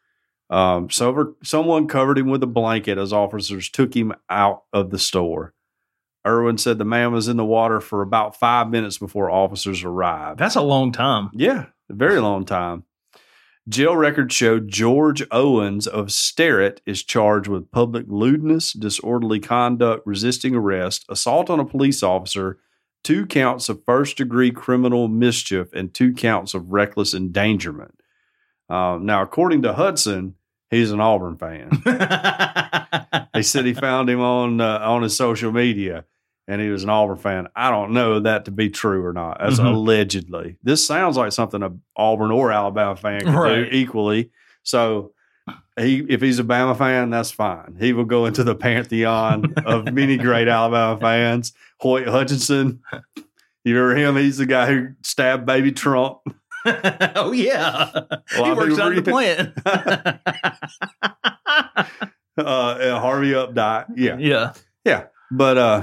[SPEAKER 3] Um, sober, someone covered him with a blanket as officers took him out of the store. Irwin said the man was in the water for about five minutes before officers arrived.
[SPEAKER 2] That's a long time.
[SPEAKER 3] Yeah, a very long time. Jail records show George Owens of Sterrett is charged with public lewdness, disorderly conduct, resisting arrest, assault on a police officer, two counts of first degree criminal mischief, and two counts of reckless endangerment. Um, now, according to Hudson, he's an Auburn fan.
[SPEAKER 2] Oh,
[SPEAKER 3] they said he found him on uh, on his social media, and he was an Auburn fan. I don't know that to be true or not. That's
[SPEAKER 2] Mhm.
[SPEAKER 3] allegedly. This sounds like something a Auburn or Alabama fan could
[SPEAKER 2] Right.
[SPEAKER 3] do equally. So. He, if he's a Bama fan, that's fine. He will go into the pantheon of many great Alabama fans. Hoyt Hutchinson, you remember him? He's the guy who stabbed baby Trump.
[SPEAKER 2] oh yeah.
[SPEAKER 3] A lot
[SPEAKER 2] he
[SPEAKER 3] of
[SPEAKER 2] works
[SPEAKER 3] people
[SPEAKER 2] out of the
[SPEAKER 3] read-
[SPEAKER 2] plant.
[SPEAKER 3] uh, and Harvey Updike. Yeah,
[SPEAKER 2] yeah.
[SPEAKER 3] but uh,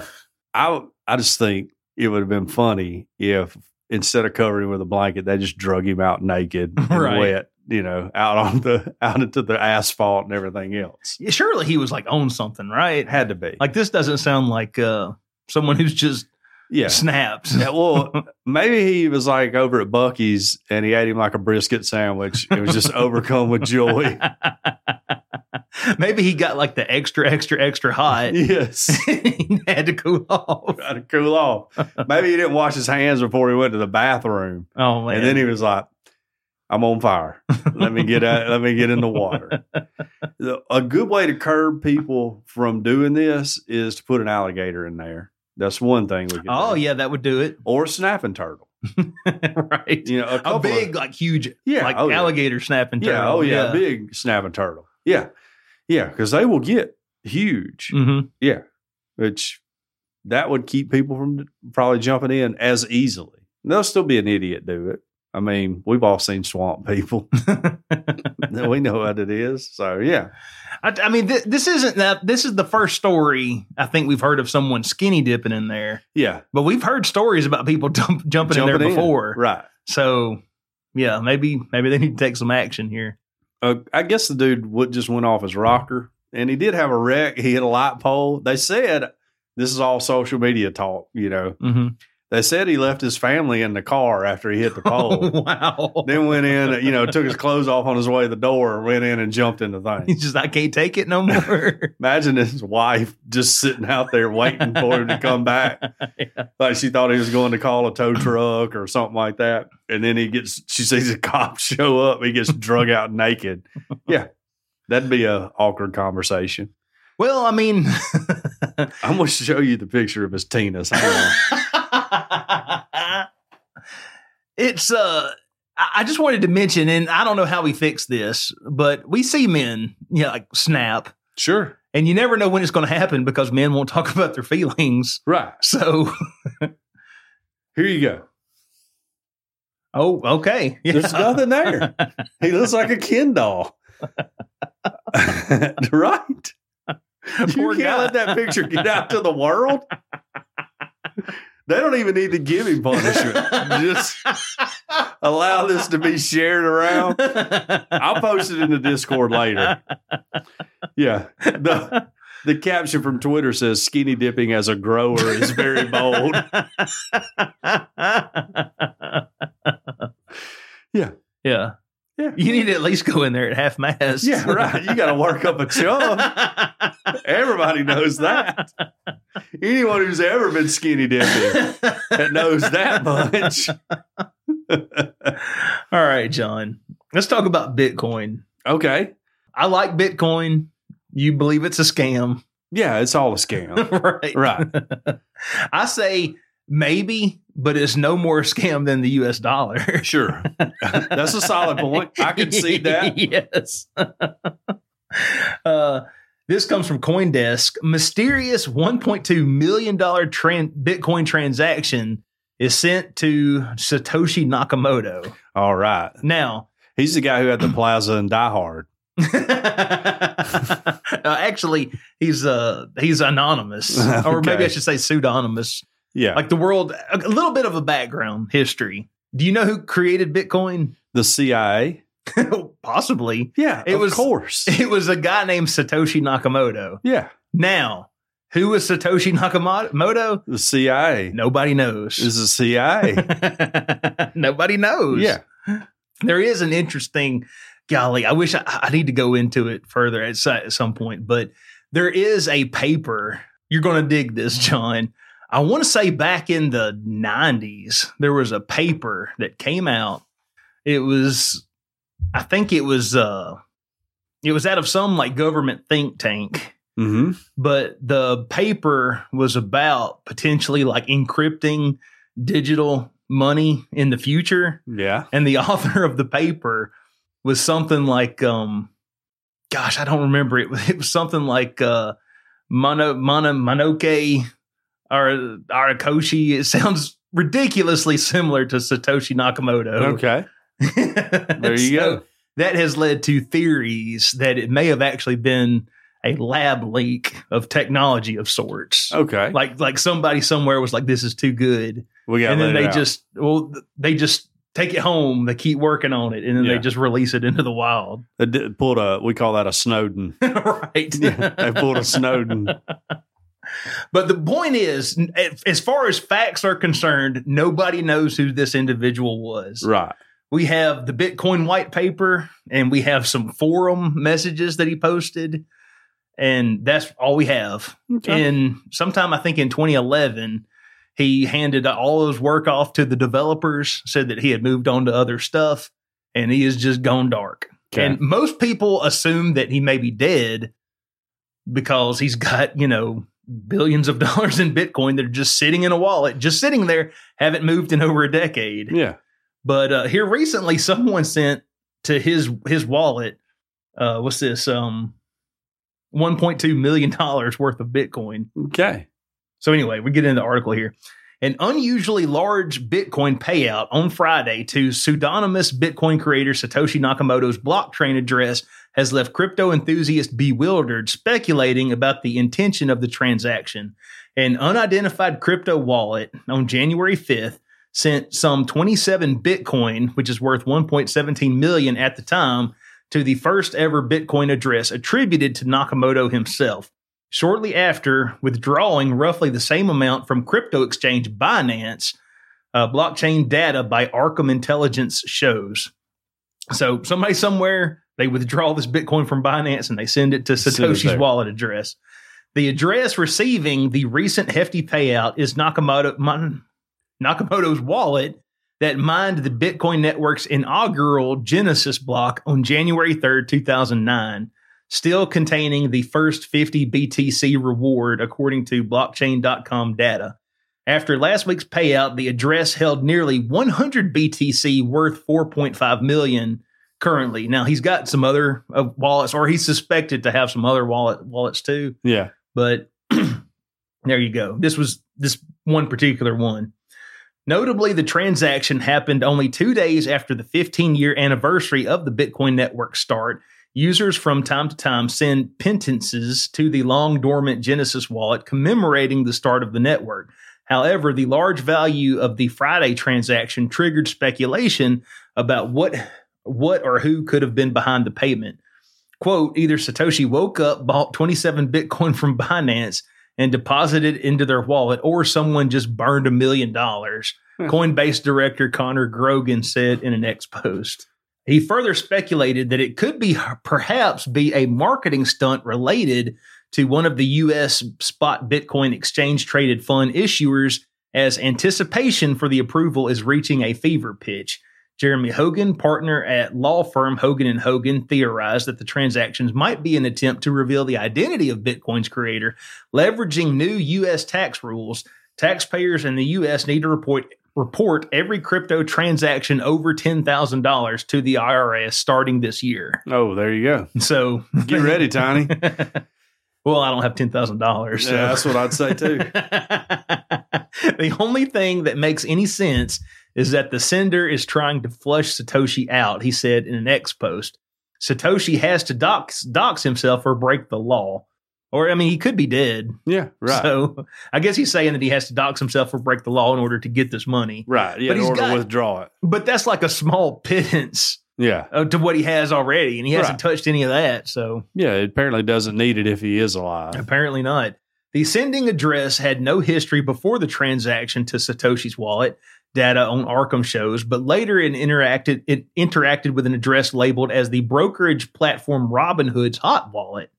[SPEAKER 3] I I just think it would have been funny if instead of covering him with a blanket, they just drug him out naked and
[SPEAKER 2] Right.
[SPEAKER 3] wet, you know, out on the out into the asphalt and everything else.
[SPEAKER 2] Yeah, Surely he was like on something, right?
[SPEAKER 3] It had to be
[SPEAKER 2] Like this doesn't sound like uh, someone who's just
[SPEAKER 3] yeah.
[SPEAKER 2] snaps.
[SPEAKER 3] Yeah, well, maybe he was like over at Bucky's and he ate him like a brisket sandwich. It was just overcome with joy.
[SPEAKER 2] Maybe he got like the extra, extra, extra hot.
[SPEAKER 3] Yes.
[SPEAKER 2] he had to cool off.
[SPEAKER 3] Got to cool off. Maybe he didn't wash his hands before he went to the bathroom.
[SPEAKER 2] Oh man.
[SPEAKER 3] And then he was like, "I'm on fire. Let me get out. let me get in the water." The- A good way to curb people from doing this is to put an alligator in there. That's one thing we could.
[SPEAKER 2] oh
[SPEAKER 3] do.
[SPEAKER 2] yeah, that would do it.
[SPEAKER 3] or a snapping turtle.
[SPEAKER 2] right.
[SPEAKER 3] You know, a, couple
[SPEAKER 2] a
[SPEAKER 3] of-
[SPEAKER 2] big, like huge,
[SPEAKER 3] yeah,
[SPEAKER 2] like
[SPEAKER 3] oh, yeah.
[SPEAKER 2] alligator snapping turtle.
[SPEAKER 3] Yeah, oh yeah, a big snapping turtle. Yeah, yeah, because they will get huge,
[SPEAKER 2] Mhm.
[SPEAKER 3] which that would keep people from probably jumping in as easily. They'll still be an idiot do it. I mean, we've all seen swamp people. we know what it is. So yeah,
[SPEAKER 2] I, I mean, th- this isn't that. This is the first story I think we've heard of someone skinny dipping in there,
[SPEAKER 3] yeah,
[SPEAKER 2] but we've heard stories about people dump, jumping, in
[SPEAKER 3] Jumping
[SPEAKER 2] there
[SPEAKER 3] in.
[SPEAKER 2] before.
[SPEAKER 3] right.
[SPEAKER 2] So, yeah, maybe maybe they need to take some action here.
[SPEAKER 3] Uh, I guess the dude would just went off his rocker, and he did have a wreck. He hit a light pole. They said this is all social media talk. You know,
[SPEAKER 2] Mm-hmm.
[SPEAKER 3] they said he left his family in the car after he hit the pole.
[SPEAKER 2] wow.
[SPEAKER 3] then went in, you know, took his clothes off on his way to the door, went in and jumped in the thing.
[SPEAKER 2] He's just, I can't take it no more.
[SPEAKER 3] Imagine his wife just sitting out there waiting for him to come back. Like she thought he was going to call a tow truck or something like that. And then he gets, she sees a cop show up. He gets drug out naked. Yeah. That'd be a awkward conversation.
[SPEAKER 2] well, I mean,
[SPEAKER 3] I'm going to show you the picture of his penis. Hang on.
[SPEAKER 2] it's, uh, I I just wanted to mention, and I don't know how we fix this, but we see men, yeah, like snap,
[SPEAKER 3] Sure.
[SPEAKER 2] and you never know when it's going to happen because men won't talk about their feelings.
[SPEAKER 3] Right.
[SPEAKER 2] So,
[SPEAKER 3] Here you go.
[SPEAKER 2] oh, okay. Yeah.
[SPEAKER 3] There's nothing there. He looks like a Ken doll. right.
[SPEAKER 2] Poor
[SPEAKER 3] you can't let that picture get out to the world. They don't even need to give him punishment. Just allow this to be shared around. I'll post it in the Discord later. Yeah. The, the caption from Twitter says skinny dipping as a grower is very bold. Yeah.
[SPEAKER 2] Yeah.
[SPEAKER 3] Yeah.
[SPEAKER 2] You need to at least go in there at half mast.
[SPEAKER 3] Yeah, right. You got to work up a chub. Everybody knows that. Anyone who's ever been skinny dipping that knows that much.
[SPEAKER 2] All right, John. Let's talk about Bitcoin.
[SPEAKER 3] Okay.
[SPEAKER 2] I like Bitcoin. You believe it's a scam,
[SPEAKER 3] Yeah, it's all a scam.
[SPEAKER 2] right?
[SPEAKER 3] Right.
[SPEAKER 2] I say maybe, but it's no more scam than the US dollar.
[SPEAKER 3] Sure. That's a solid point. I can see that.
[SPEAKER 2] yes. uh, This comes from CoinDesk. Mysterious $1.2 million tran- Bitcoin transaction is sent to Satoshi Nakamoto.
[SPEAKER 3] All right.
[SPEAKER 2] Now,
[SPEAKER 3] He's the guy who had the plaza and Die Hard.
[SPEAKER 2] Uh, actually, he's uh he's anonymous, or maybe
[SPEAKER 3] Okay.
[SPEAKER 2] I should say pseudonymous.
[SPEAKER 3] Yeah.
[SPEAKER 2] Like the world, a little bit of a background history. Do you know who created Bitcoin?
[SPEAKER 3] the CIA.
[SPEAKER 2] Possibly,
[SPEAKER 3] Yeah.
[SPEAKER 2] It
[SPEAKER 3] of
[SPEAKER 2] was-
[SPEAKER 3] course.
[SPEAKER 2] it was a guy named Satoshi Nakamoto.
[SPEAKER 3] yeah.
[SPEAKER 2] Now, who is Satoshi Nakamoto?
[SPEAKER 3] The CIA
[SPEAKER 2] Nobody knows.
[SPEAKER 3] is the CIA.
[SPEAKER 2] Nobody knows.
[SPEAKER 3] yeah.
[SPEAKER 2] there is an interesting golly i wish i, I need to go into it further at, so- at some point but there is a paper you're going to dig this john i want to say back in the 90s there was a paper that came out it was i think it was uh it was out of some like government think tank
[SPEAKER 3] Mm-hmm.
[SPEAKER 2] but the paper was about potentially like encrypting digital money in the future
[SPEAKER 3] Yeah.
[SPEAKER 2] and the author of the paper was something like um gosh i don't remember it was- it was something like uh mono mono monoke or arakoshi it sounds ridiculously similar to satoshi nakamoto
[SPEAKER 3] Okay. There you
[SPEAKER 2] So
[SPEAKER 3] go.
[SPEAKER 2] that has led to theories that it may have actually been a lab leak of technology of sorts
[SPEAKER 3] Okay.
[SPEAKER 2] like like somebody somewhere was like this is too good
[SPEAKER 3] we got
[SPEAKER 2] and then
[SPEAKER 3] let it
[SPEAKER 2] they
[SPEAKER 3] out.
[SPEAKER 2] just well th- they just take it home they keep working on it and then
[SPEAKER 3] Yeah.
[SPEAKER 2] they just release it into the wild
[SPEAKER 3] They did- pulled a, we call that a Snowden.
[SPEAKER 2] right
[SPEAKER 3] they pulled a Snowden.
[SPEAKER 2] but the point is n- a- as far as facts are concerned nobody knows who this individual was
[SPEAKER 3] Right.
[SPEAKER 2] we have the bitcoin white paper and we have some forum messages that he posted and that's all we have
[SPEAKER 3] Okay.
[SPEAKER 2] in sometime I think in 2011, he handed all his work off to the developers, said that he had moved on to other stuff, and he has just gone dark.
[SPEAKER 3] Okay.
[SPEAKER 2] And most people assume that he may be dead because he's got, you know, billions of dollars in Bitcoin that are just sitting in a wallet, just sitting there, haven't moved in over a decade.
[SPEAKER 3] yeah.
[SPEAKER 2] But uh, here recently, someone sent to his his wallet. Uh, what's this? Um, one point two million dollars worth of Bitcoin.
[SPEAKER 3] Okay.
[SPEAKER 2] So anyway, we get into the article here. An unusually large Bitcoin payout on Friday to pseudonymous Bitcoin creator Satoshi Nakamoto's blockchain address has left crypto enthusiasts bewildered, speculating about the intention of the transaction. An unidentified crypto wallet on January 5th sent some 27 Bitcoin, which is worth 1.17 million at the time, to the first ever Bitcoin address attributed to Nakamoto himself shortly after withdrawing roughly the same amount from crypto exchange Binance, uh, blockchain data by Arkham Intelligence shows. So somebody somewhere they withdraw this Bitcoin from Binance and they send it to
[SPEAKER 3] Send it
[SPEAKER 2] Satoshi's
[SPEAKER 3] there.
[SPEAKER 2] wallet address. The address receiving the recent hefty payout is Nakamoto, Mon- Nakamoto's wallet that mined the Bitcoin network's inaugural Genesis block on January 3rd, 2009 still containing the first 50 BTC reward, according to blockchain.com data. After last week's payout, the address held nearly 100 BTC worth 4.5 million currently. Now he's got some other uh, wallets, or he's suspected to have some other wallet wallets too.
[SPEAKER 3] Yeah.
[SPEAKER 2] But there you go. This was this one particular one. Notably, the transaction happened only two days after the 15 year anniversary of the Bitcoin network start. Users from time to time send penances to the long dormant Genesis wallet commemorating the start of the network. However, the large value of the Friday transaction triggered speculation about what what or who could have been behind the payment. Quote, either Satoshi woke up, bought 27 Bitcoin from Binance, and deposited it into their wallet, or someone just burned a million dollars.
[SPEAKER 3] Hmm.
[SPEAKER 2] Coinbase director Connor Grogan said in an ex post. He further speculated that it could be perhaps be a marketing stunt related to one of the U.S. spot Bitcoin exchange traded fund issuers as anticipation for the approval is reaching a fever pitch. Jeremy Hogan, partner at law firm Hogan and Hogan, theorized that the transactions might be an attempt to reveal the identity of Bitcoin's creator, leveraging new U.S. tax rules. Taxpayers in the U.S. need to report report every crypto transaction over ten thousand dollars to the IRS starting this year.
[SPEAKER 3] Oh, there you go.
[SPEAKER 2] So
[SPEAKER 3] Get ready, Tiny.
[SPEAKER 2] Well, I don't have ten thousand dollars.
[SPEAKER 3] Yeah, that's what I'd say too.
[SPEAKER 2] the only thing that makes any sense is that the sender is trying to flush Satoshi out, he said in an X post. Satoshi has to dox, dox himself or break the law. Or, I mean, he could be dead.
[SPEAKER 3] Yeah, right.
[SPEAKER 2] So I guess he's saying that he has to dox himself or break the law in order to get this money.
[SPEAKER 3] right. Yeah,
[SPEAKER 2] But
[SPEAKER 3] in
[SPEAKER 2] he's
[SPEAKER 3] order
[SPEAKER 2] got-
[SPEAKER 3] to withdraw it.
[SPEAKER 2] But that's like a small pittance
[SPEAKER 3] Yeah.
[SPEAKER 2] uh, to what he has already. And he hasn't
[SPEAKER 3] Right.
[SPEAKER 2] touched any of that. So
[SPEAKER 3] Yeah, it apparently doesn't need it if he is alive.
[SPEAKER 2] Uh, Apparently not. The sending address had no history before the transaction to Satoshi's wallet. Data on Arkham shows, but later it interacted it interacted with an address labeled as the brokerage platform Robinhood's hot wallet.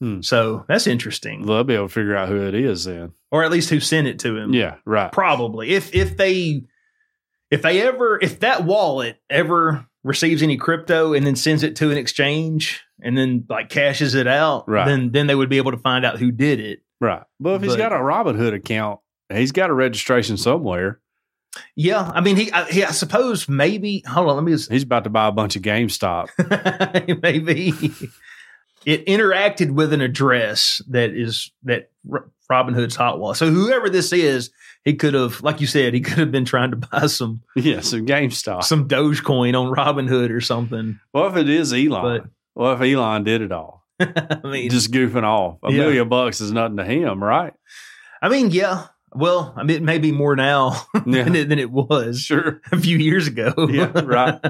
[SPEAKER 3] Hmm.
[SPEAKER 2] So that's interesting,
[SPEAKER 3] They'll be able to figure out who it is then.
[SPEAKER 2] or at least who sent it to him.
[SPEAKER 3] Yeah, right.
[SPEAKER 2] probably. If if they if they ever if that wallet ever receives any crypto and then sends it to an exchange and then like cashes it out,
[SPEAKER 3] Right.
[SPEAKER 2] then then they would be able to find out who did it.
[SPEAKER 3] Right. But if he's
[SPEAKER 2] But-
[SPEAKER 3] got a Robinhood account, he's got a registration somewhere.
[SPEAKER 2] Yeah, I mean, he, I, he, I suppose maybe. Hold on, let me. Just,
[SPEAKER 3] He's about to buy a bunch of GameStop.
[SPEAKER 2] maybe it interacted with an address that is that R- Robin Hood's hot wallet. So whoever this is, he could have, like you said, he could have been trying to buy some
[SPEAKER 3] yeah, some GameStop.
[SPEAKER 2] some Dogecoin on Robin Hood or something.
[SPEAKER 3] Well, if it is Elon?
[SPEAKER 2] But-
[SPEAKER 3] well, if Elon did it all?
[SPEAKER 2] I mean,
[SPEAKER 3] Just goofing off. A
[SPEAKER 2] Yeah.
[SPEAKER 3] million bucks is nothing to him, right?
[SPEAKER 2] I mean, yeah. Well, I mean, it may be more now than,
[SPEAKER 3] Yeah.
[SPEAKER 2] it, than it was
[SPEAKER 3] sure.
[SPEAKER 2] a few years ago.
[SPEAKER 3] Yeah, right.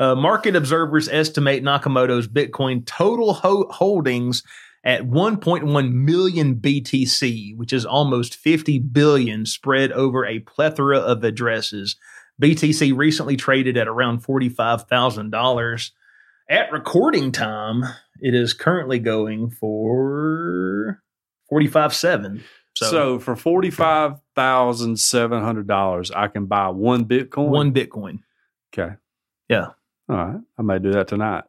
[SPEAKER 2] Uh, market observers estimate Nakamoto's Bitcoin total ho- holdings at 1.1 million BTC, which is almost 50 billion spread over a plethora of addresses. BTC recently traded at around $45,000. At recording time, it is currently going for 45.7.
[SPEAKER 3] So,
[SPEAKER 2] So,
[SPEAKER 3] for forty five thousand seven hundred dollars, I can buy one Bitcoin.
[SPEAKER 2] one Bitcoin.
[SPEAKER 3] Okay.
[SPEAKER 2] Yeah.
[SPEAKER 3] All right. I may do that tonight.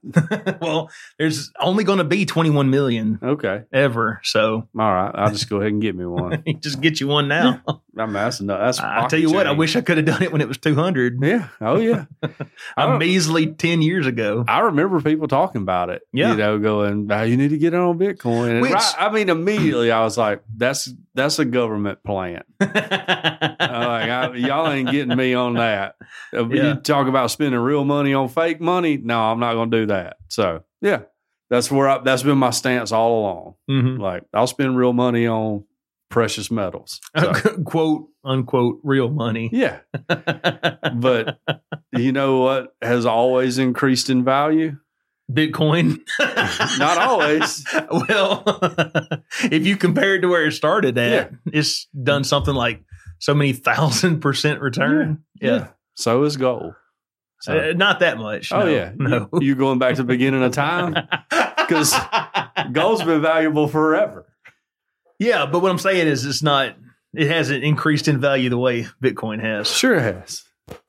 [SPEAKER 2] well, there's only going to be 21 million
[SPEAKER 3] okay.
[SPEAKER 2] ever. So
[SPEAKER 3] All right. I'll just go ahead and get me one.
[SPEAKER 2] just get you one now.
[SPEAKER 3] I mean, that's enough. That's
[SPEAKER 2] I I
[SPEAKER 3] pocket
[SPEAKER 2] tell you what, I
[SPEAKER 3] change.
[SPEAKER 2] wish I could have done it when it was 200.
[SPEAKER 3] Yeah. Oh yeah. I
[SPEAKER 2] A
[SPEAKER 3] don't-
[SPEAKER 2] measly 10 years ago.
[SPEAKER 3] I remember people talking about it.
[SPEAKER 2] Yeah.
[SPEAKER 3] You know, going, "Now you need to get on Bitcoin. And
[SPEAKER 2] Which-
[SPEAKER 3] right- I mean, immediately I was like, that's that's a government plan. I'm like, I, y'all ain't getting me on that. Uh,
[SPEAKER 2] Yeah.
[SPEAKER 3] You talk about spending real money on fake money. No, I'm not going to do that. So, yeah, that's where I, that's been my stance all along.
[SPEAKER 2] Mhm.
[SPEAKER 3] Like, I'll spend real money on precious metals.
[SPEAKER 2] Oh,
[SPEAKER 3] So,
[SPEAKER 2] Quote unquote real money.
[SPEAKER 3] yeah, but you know what has always increased in value?
[SPEAKER 2] Bitcoin.
[SPEAKER 3] Not always.
[SPEAKER 2] Well, if you compare it to where it started at, it's done something like so many thousand percent return. Yeah.
[SPEAKER 3] So is gold. So-
[SPEAKER 2] Uh, not that much.
[SPEAKER 3] oh
[SPEAKER 2] no.
[SPEAKER 3] yeah,
[SPEAKER 2] No.
[SPEAKER 3] You, you going back to the beginning of time? Because gold's been valuable forever.
[SPEAKER 2] yeah, but what I'm saying is it's not it hasn't increased in value the way Bitcoin has.
[SPEAKER 3] Sure has.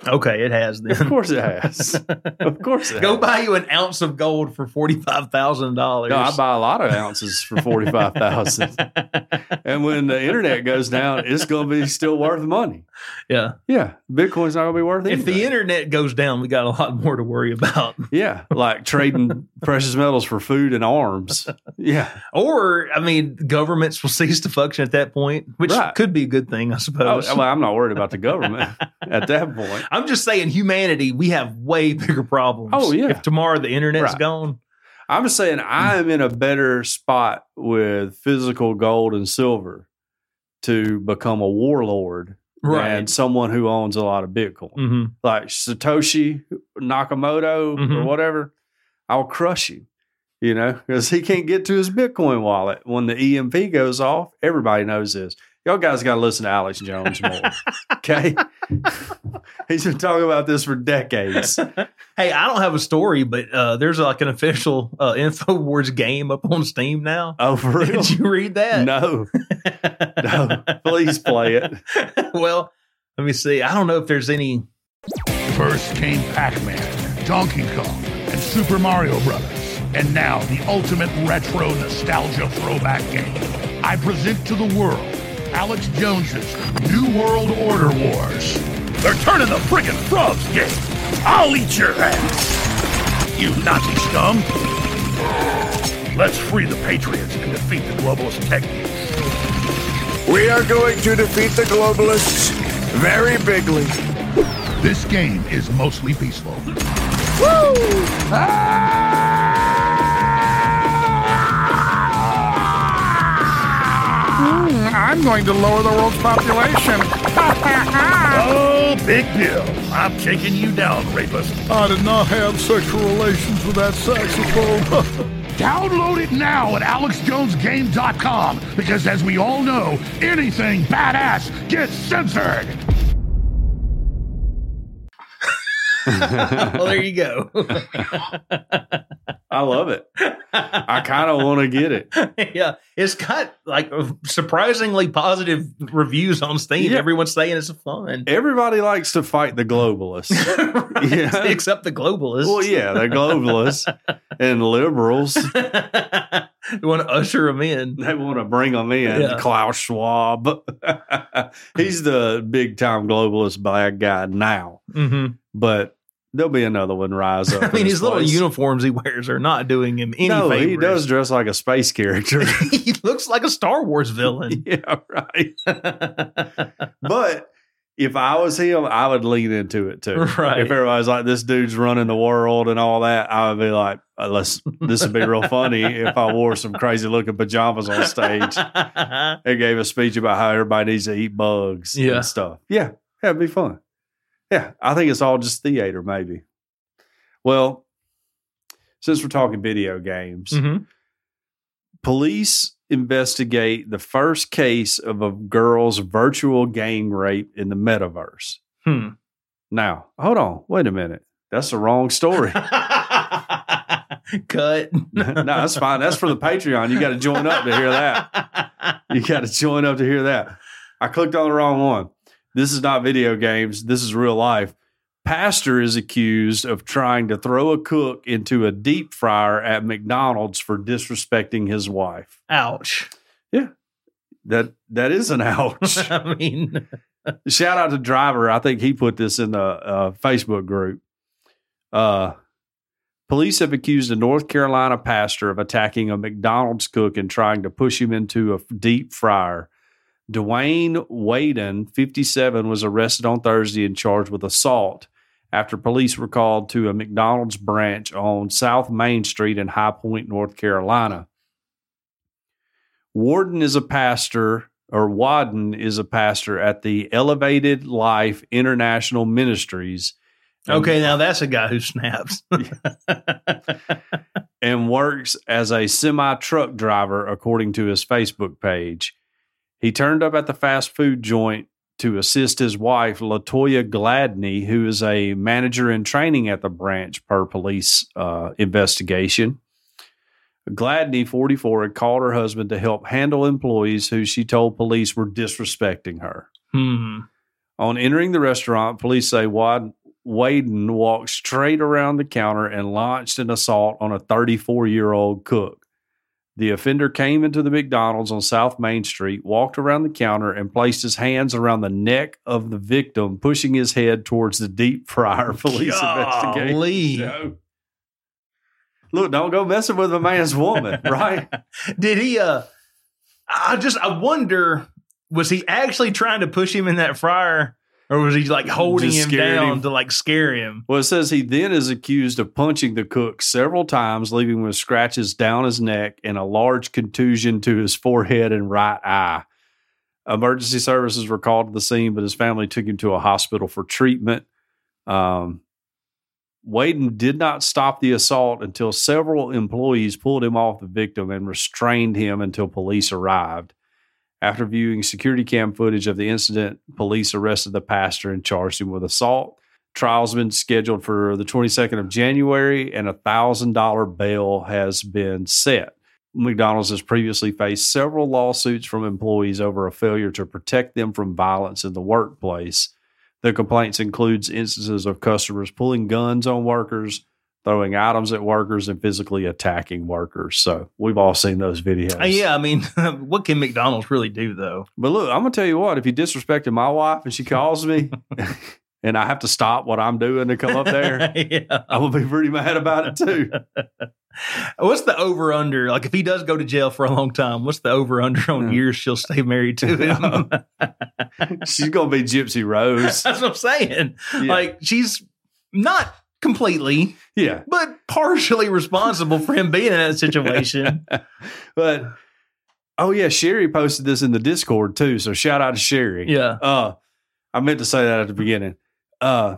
[SPEAKER 2] Okay, it has
[SPEAKER 3] Of
[SPEAKER 2] then.
[SPEAKER 3] course it has. Of course it
[SPEAKER 2] Go
[SPEAKER 3] has.
[SPEAKER 2] buy you an ounce of gold for forty five thousand dollars.
[SPEAKER 3] No, I buy a lot of ounces for forty five thousand, and when the internet goes down, it's going to be still worth money.
[SPEAKER 2] yeah.
[SPEAKER 3] Yeah, Bitcoin's not going to be worth
[SPEAKER 2] If
[SPEAKER 3] anything.
[SPEAKER 2] the internet goes down, we got a lot more to worry about.
[SPEAKER 3] yeah, like trading precious metals for food and arms. Yeah,
[SPEAKER 2] Or, I mean, governments will cease to function at that point, which
[SPEAKER 3] Right.
[SPEAKER 2] could be a good thing, I
[SPEAKER 3] Oh,
[SPEAKER 2] suppose.
[SPEAKER 3] well, I'm not worried about the government at that point.
[SPEAKER 2] I'm just saying, humanity, we have way bigger problems.
[SPEAKER 3] Oh, yeah.
[SPEAKER 2] If tomorrow the internet's
[SPEAKER 3] Right.
[SPEAKER 2] gone,
[SPEAKER 3] I'm just saying I am in a better spot with physical gold and silver to become a warlord than someone who owns a lot of Bitcoin.
[SPEAKER 2] hmm
[SPEAKER 3] like Satoshi Nakamoto or
[SPEAKER 2] Mhm.
[SPEAKER 3] whatever, I'll crush you. You know, because he can't get to his Bitcoin wallet when the EMP goes off. Everybody knows this. Y'all guys got to listen to Alex Jones more. okay, he's been talking about this for decades.
[SPEAKER 2] Hey, I don't have a story, but uh, there's like an official uh, InfoWars game up on Steam now.
[SPEAKER 3] Oh, for real?
[SPEAKER 2] Did you read that?
[SPEAKER 3] No, no. Please play it.
[SPEAKER 2] well, let me see. I don't know if there's any.
[SPEAKER 4] First came Pac-Man, Donkey Kong, and Super Mario Brothers, and now the ultimate retro nostalgia throwback game. I present to the world Alex Jones's New World Order Wars. They're turning the friggin' frogs gay. I'll eat your ass, you Nazi scum. Let's free the Patriots and defeat the globalist techniques.
[SPEAKER 5] We are going to defeat the globalists very bigly.
[SPEAKER 4] This game is mostly peaceful.
[SPEAKER 5] Hmm, I'm going to lower the world's population.
[SPEAKER 4] Oh, big deal. I'm taking you down, rapist.
[SPEAKER 5] I did not have sexual relations with that saxophone.
[SPEAKER 4] Download it now at alexjonesgame.com because, as we all know, anything badass gets censored.
[SPEAKER 2] well, there you go.
[SPEAKER 3] I love it. I kind of want to get it.
[SPEAKER 2] yeah, it's got like surprisingly positive reviews on Steam.
[SPEAKER 3] Yeah.
[SPEAKER 2] Everyone's saying it's fun,
[SPEAKER 3] Everybody likes to fight the globalists. Yeah.
[SPEAKER 2] except the globalists.
[SPEAKER 3] Well, yeah, the globalists and liberals.
[SPEAKER 2] you want to usher them in.
[SPEAKER 3] They want to bring them in.
[SPEAKER 2] Yeah.
[SPEAKER 3] Klaus Schwab. He's the big time globalist bad guy now,
[SPEAKER 2] hmm
[SPEAKER 3] but there'll be another one rise up.
[SPEAKER 2] I
[SPEAKER 3] in
[SPEAKER 2] mean,
[SPEAKER 3] his
[SPEAKER 2] his little
[SPEAKER 3] place.
[SPEAKER 2] uniforms he wears are not doing him any
[SPEAKER 3] No,
[SPEAKER 2] favors.
[SPEAKER 3] he does dress like a space character.
[SPEAKER 2] he looks like a Star Wars villain.
[SPEAKER 3] yeah, right. But if I was him, I would lean into it too.
[SPEAKER 2] Right.
[SPEAKER 3] If everybody's like, this dude's running the world and all that, I would be like, uh, let's, this would be real funny if I wore some crazy looking pajamas on stage and gave a speech about how everybody needs to eat bugs
[SPEAKER 2] Yeah.
[SPEAKER 3] and stuff. Yeah. Yeah. It'd be fun. Yeah. I think it's all just theater, maybe. Well, since we're talking video games,
[SPEAKER 2] Mhm.
[SPEAKER 3] police investigate the first case of a girl's virtual gang rape in the metaverse.
[SPEAKER 2] Hmm.
[SPEAKER 3] Now, hold on, wait a minute. That's the wrong story.
[SPEAKER 2] Cut.
[SPEAKER 3] no, that's fine. That's for the Patreon. You got to join up to hear that. You got to join up to hear that. I clicked on the wrong one. This is not video games. This is real life. Pastor is accused of trying to throw a cook into a deep fryer at McDonald's for disrespecting his wife.
[SPEAKER 2] Ouch.
[SPEAKER 3] That that is an ouch.
[SPEAKER 2] I mean,
[SPEAKER 3] shout out to driver i think he put this in the uh, facebook group uh, police have accused a north carolina pastor of attacking a mcdonald's cook and trying to push him into a f- deep fryer dwayne waden 57 was arrested on thursday and charged with assault after police were called to a mcdonald's branch on south main street in high point north carolina Warden is a pastor, or Wadden is a pastor at the Elevated Life International Ministries. and-
[SPEAKER 2] okay, now that's a guy who snaps.
[SPEAKER 3] And works as a semi truck driver, according to his Facebook page. He turned up at the fast food joint to assist his wife, Latoya Gladney, who is a manager in training at the branch per police uh, investigation. Gladney, 44, had called her husband to help handle employees who she told police were disrespecting her.
[SPEAKER 2] hmm.
[SPEAKER 3] On entering the restaurant, police say Wad- Waden walked straight around the counter and launched an assault on a 34 year old cook. The offender came into the McDonald's on South Main Street, walked around the counter, and placed his hands around the neck of the victim, pushing his head towards the deep fryer. Police investigation.
[SPEAKER 2] Golly.
[SPEAKER 3] show. Look, don't go messing with a man's woman, right?
[SPEAKER 2] Did he? Uh, I just I wonder was he actually trying to push him in that fryer, or was he like holding
[SPEAKER 3] Just
[SPEAKER 2] him
[SPEAKER 3] scared
[SPEAKER 2] down
[SPEAKER 3] him.
[SPEAKER 2] to like scare him?
[SPEAKER 3] Well, it says he then is accused of punching the cook several times, leaving him with scratches down his neck and a large contusion to his forehead and right eye. Emergency services were called to the scene, but his family took him to a hospital for treatment. Um, Waden did not stop the assault until several employees pulled him off the victim and restrained him until police arrived. After viewing security cam footage of the incident, police arrested the pastor and charged him with assault. Trial's been scheduled for the 22nd of January, and a $1,000 bail has been set. McDonald's has previously faced several lawsuits from employees over a failure to protect them from violence in the workplace. The complaints includes instances of customers pulling guns on workers, throwing items at workers, and physically attacking workers. So we've all seen those videos.
[SPEAKER 2] Uh, yeah, I mean, what can McDonald's really do though?
[SPEAKER 3] But look, I'm gonna tell you what. If you disrespected my wife and she calls me and I have to stop what I'm doing to come up there,
[SPEAKER 2] yeah.
[SPEAKER 3] I would be pretty mad about it too.
[SPEAKER 2] What's the over under? Like, if he does go to jail for a long time, what's the over under on
[SPEAKER 3] Yeah.
[SPEAKER 2] years she'll stay married to him?
[SPEAKER 3] She's gonna be Gypsy Rose.
[SPEAKER 2] That's what I'm saying.
[SPEAKER 3] Yeah.
[SPEAKER 2] Like, she's not completely,
[SPEAKER 3] yeah,
[SPEAKER 2] but partially responsible for him being in that situation.
[SPEAKER 3] but oh yeah, Sherry posted this in the Discord too. So shout out to Sherry.
[SPEAKER 2] yeah.
[SPEAKER 3] Uh, I meant to say that at the beginning. Uh,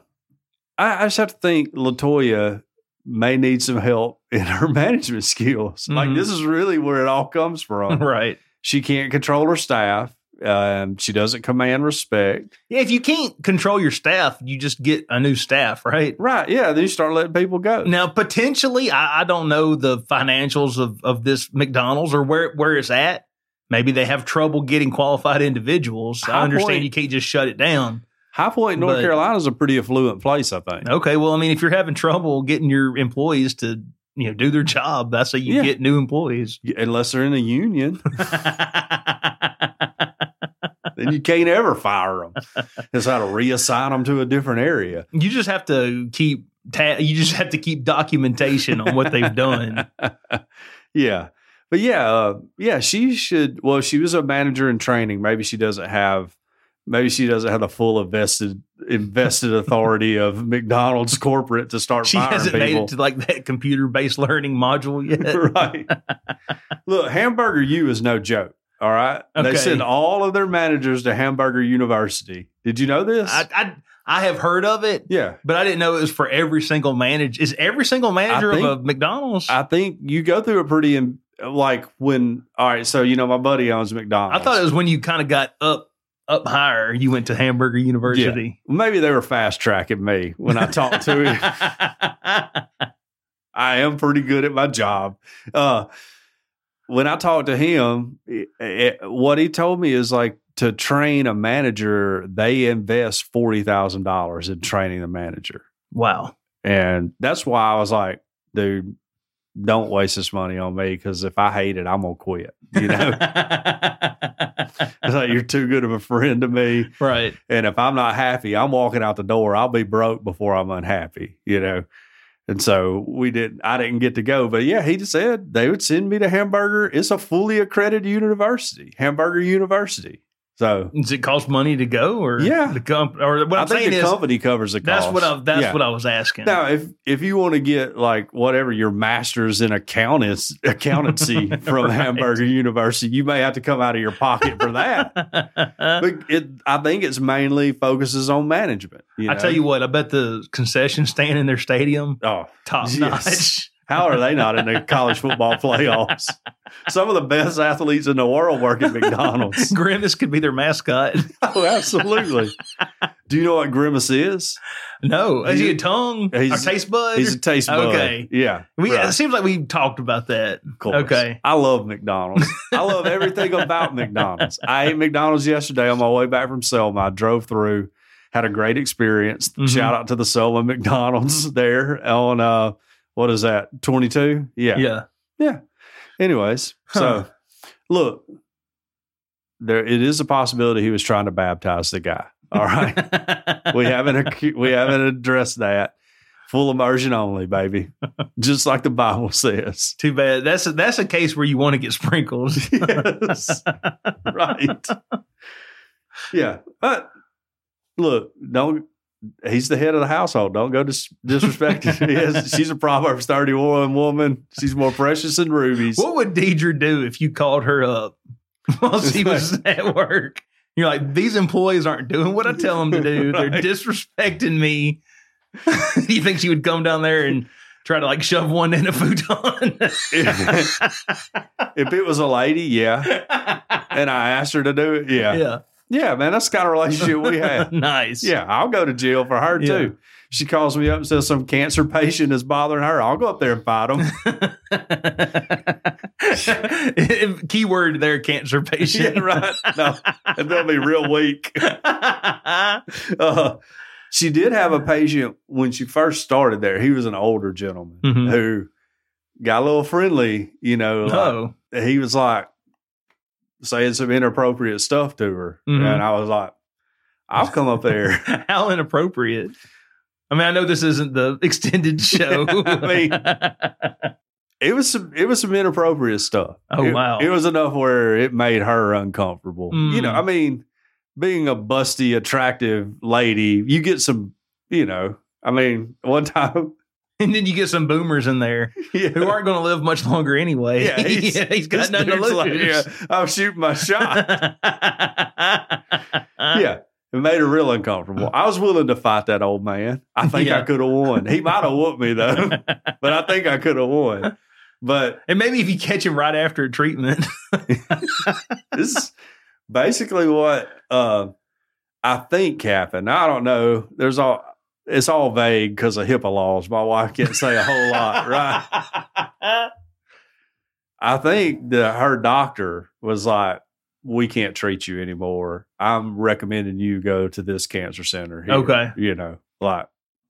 [SPEAKER 3] I, I just have to think Latoya may need some help in her management skills. Like
[SPEAKER 2] Mhm.
[SPEAKER 3] this is really where it all comes from.
[SPEAKER 2] Right.
[SPEAKER 3] She can't control her staff. Um, she doesn't command respect.
[SPEAKER 2] Yeah. If you can't control your staff, you just get a new staff, right?
[SPEAKER 3] Right? Yeah. Then you start letting people go.
[SPEAKER 2] Now, potentially, I, I don't know the financials of, of this McDonald's or where, where it's at. Maybe they have trouble getting qualified individuals.
[SPEAKER 3] High
[SPEAKER 2] I understand
[SPEAKER 3] point.
[SPEAKER 2] you can't just shut it down.
[SPEAKER 3] High Point, North
[SPEAKER 2] But-
[SPEAKER 3] Carolina is a pretty affluent place, I think.
[SPEAKER 2] Okay, well, I mean, if you're having trouble getting your employees to you know do their job, that's how you
[SPEAKER 3] Yeah.
[SPEAKER 2] get new employees.
[SPEAKER 3] Unless they're in a union, then you can't ever fire them. It's how to reassign them to a different area.
[SPEAKER 2] you just have to keep ta- you just have to keep documentation on what they've done.
[SPEAKER 3] yeah. But yeah, uh, yeah, she should. Well, she was a manager in training. Maybe she doesn't have, maybe she doesn't have the full invested invested authority of McDonald's corporate to start
[SPEAKER 2] She
[SPEAKER 3] firing
[SPEAKER 2] hasn't made
[SPEAKER 3] people.
[SPEAKER 2] it to like that computer based learning module yet.
[SPEAKER 3] right. Look, Hamburger U is no joke. All right. They
[SPEAKER 2] Okay.
[SPEAKER 3] send all of their managers to Hamburger University. Did you know this?
[SPEAKER 2] I, I I have heard of it,
[SPEAKER 3] yeah.
[SPEAKER 2] but I didn't know it was for every single manager. Is every single manager of a
[SPEAKER 3] think-
[SPEAKER 2] McDonald's? I,
[SPEAKER 3] I think you go through a pretty, in- like, when, all right. So, you know, my buddy owns McDonald's.
[SPEAKER 2] thought it was when you kind of got up up higher, you went to Hamburger University.
[SPEAKER 3] Maybe they were fast tracking me when I talked to him. I am pretty good at my job. Uh, when I talked to him, it- it- what he told me is like to train a manager, they invest forty thousand dollars in training the manager,
[SPEAKER 2] wow.
[SPEAKER 3] and that's why I was like, dude, don't waste this money on me because if I hate it, I'm gonna quit. You know, It's like you're too good of a friend to me,
[SPEAKER 2] right.
[SPEAKER 3] and if I'm not happy, I'm walking out the door. I'll be broke before I'm unhappy, you know. And so we didn't. I didn't get to go, but yeah, he just said they would send me to Hamburger. It's a fully accredited university, Hamburger University. So
[SPEAKER 2] Does it cost money to go or
[SPEAKER 3] Yeah.
[SPEAKER 2] the comp or what
[SPEAKER 3] I
[SPEAKER 2] I'm
[SPEAKER 3] think
[SPEAKER 2] saying
[SPEAKER 3] the
[SPEAKER 2] is
[SPEAKER 3] company covers the
[SPEAKER 2] that's
[SPEAKER 3] cost.
[SPEAKER 2] what I that's
[SPEAKER 3] Yeah.
[SPEAKER 2] what I was asking.
[SPEAKER 3] Now, if if you want to get like whatever your master's in accountants accountancy from
[SPEAKER 2] Right.
[SPEAKER 3] Hamburger University, you may have to come out of your pocket for that. but it, I think it's mainly focuses on management.
[SPEAKER 2] I tell
[SPEAKER 3] know?
[SPEAKER 2] you what, I bet the concession stand in their stadium
[SPEAKER 3] oh,
[SPEAKER 2] top
[SPEAKER 3] Yes. How are they not in the college football playoffs? Some of the best athletes in the world work at
[SPEAKER 2] notch.
[SPEAKER 3] McDonald's.
[SPEAKER 2] Grimace could be their mascot.
[SPEAKER 3] oh, absolutely. Do you know what Grimace is?
[SPEAKER 2] No, is he a tongue or
[SPEAKER 3] He's-
[SPEAKER 2] taste bud?
[SPEAKER 3] He's a taste bud.
[SPEAKER 2] Okay.
[SPEAKER 3] Yeah.
[SPEAKER 2] we,
[SPEAKER 3] right,
[SPEAKER 2] It seems like we talked about that.
[SPEAKER 3] of course.
[SPEAKER 2] okay.
[SPEAKER 3] I love McDonald's. I love everything about McDonald's. I ate McDonald's yesterday on my way back from Selma. I drove through, had a great experience.
[SPEAKER 2] Mhm.
[SPEAKER 3] Shout out to the Selma McDonald's
[SPEAKER 2] Mm-hmm.
[SPEAKER 3] there on uh what is that? 22?
[SPEAKER 2] Yeah.
[SPEAKER 3] Anyways,
[SPEAKER 2] Huh.
[SPEAKER 3] so look, there it is a possibility he was trying to baptize the guy. All right, we haven't ac- we haven't addressed that. Full immersion only, baby, just like the Bible says.
[SPEAKER 2] Too bad. That's a, that's a case where you want to get sprinkles.
[SPEAKER 3] Yes, right. Yeah, but look, don't. He's the head of the household. Don't go dis- disrespected. yes, she's a Proverbs thirty-one woman. She's more precious than rubies.
[SPEAKER 2] What would Deidre do if you called her up while she was at work? You're like, these employees aren't doing what I tell them to do. They're
[SPEAKER 3] Right.
[SPEAKER 2] disrespecting me. you think she would come down there and try to like shove one in a futon?
[SPEAKER 3] if it was a lady, yeah. And I asked her to do it, yeah. Yeah,
[SPEAKER 2] yeah.
[SPEAKER 3] man, that's the kind of relationship we had.
[SPEAKER 2] nice.
[SPEAKER 3] Yeah, I'll go to jail for her
[SPEAKER 2] Yeah.
[SPEAKER 3] too. She calls me up and says some cancer patient is bothering her. I'll go up there and fight him.
[SPEAKER 2] Keyword there, cancer patient.
[SPEAKER 3] yeah, right. No, and they'll be real weak. Uh, she did have a patient when she first started there. He was an older gentleman
[SPEAKER 2] Mhm.
[SPEAKER 3] who got a little friendly, you know, like,
[SPEAKER 2] oh,
[SPEAKER 3] he was like saying some inappropriate stuff to her.
[SPEAKER 2] Mhm.
[SPEAKER 3] And I was like, I'll come up there.
[SPEAKER 2] How inappropriate. I mean, I know this isn't the extended show.
[SPEAKER 3] I mean, it was some it was some inappropriate stuff.
[SPEAKER 2] Oh,
[SPEAKER 3] It-
[SPEAKER 2] wow.
[SPEAKER 3] It was enough where it made her uncomfortable. You know,
[SPEAKER 2] Mm.
[SPEAKER 3] I mean, being a busty, attractive lady, you get some. You know, I mean, one time,
[SPEAKER 2] and then you get some boomers in there
[SPEAKER 3] yeah,
[SPEAKER 2] who aren't going to live much longer anyway.
[SPEAKER 3] Yeah, he's-
[SPEAKER 2] Yeah, he's
[SPEAKER 3] this
[SPEAKER 2] got nothing to
[SPEAKER 3] dude's
[SPEAKER 2] lose.
[SPEAKER 3] like, yeah, I'll shoot my shot. yeah. It made her real uncomfortable. I was willing to fight that old man. I think I
[SPEAKER 2] Yeah.
[SPEAKER 3] could have won. He might have whooped me though, but I think I could have won. But
[SPEAKER 2] And maybe if you catch him right after treatment.
[SPEAKER 3] this is basically what uh, I think happened. I don't know. There's all it's all vague because of HIPAA laws. My wife can't say a whole lot, right? I think that her doctor was like, "We can't treat you anymore. I'm recommending you go to this cancer center." here."
[SPEAKER 2] Okay.
[SPEAKER 3] you know, like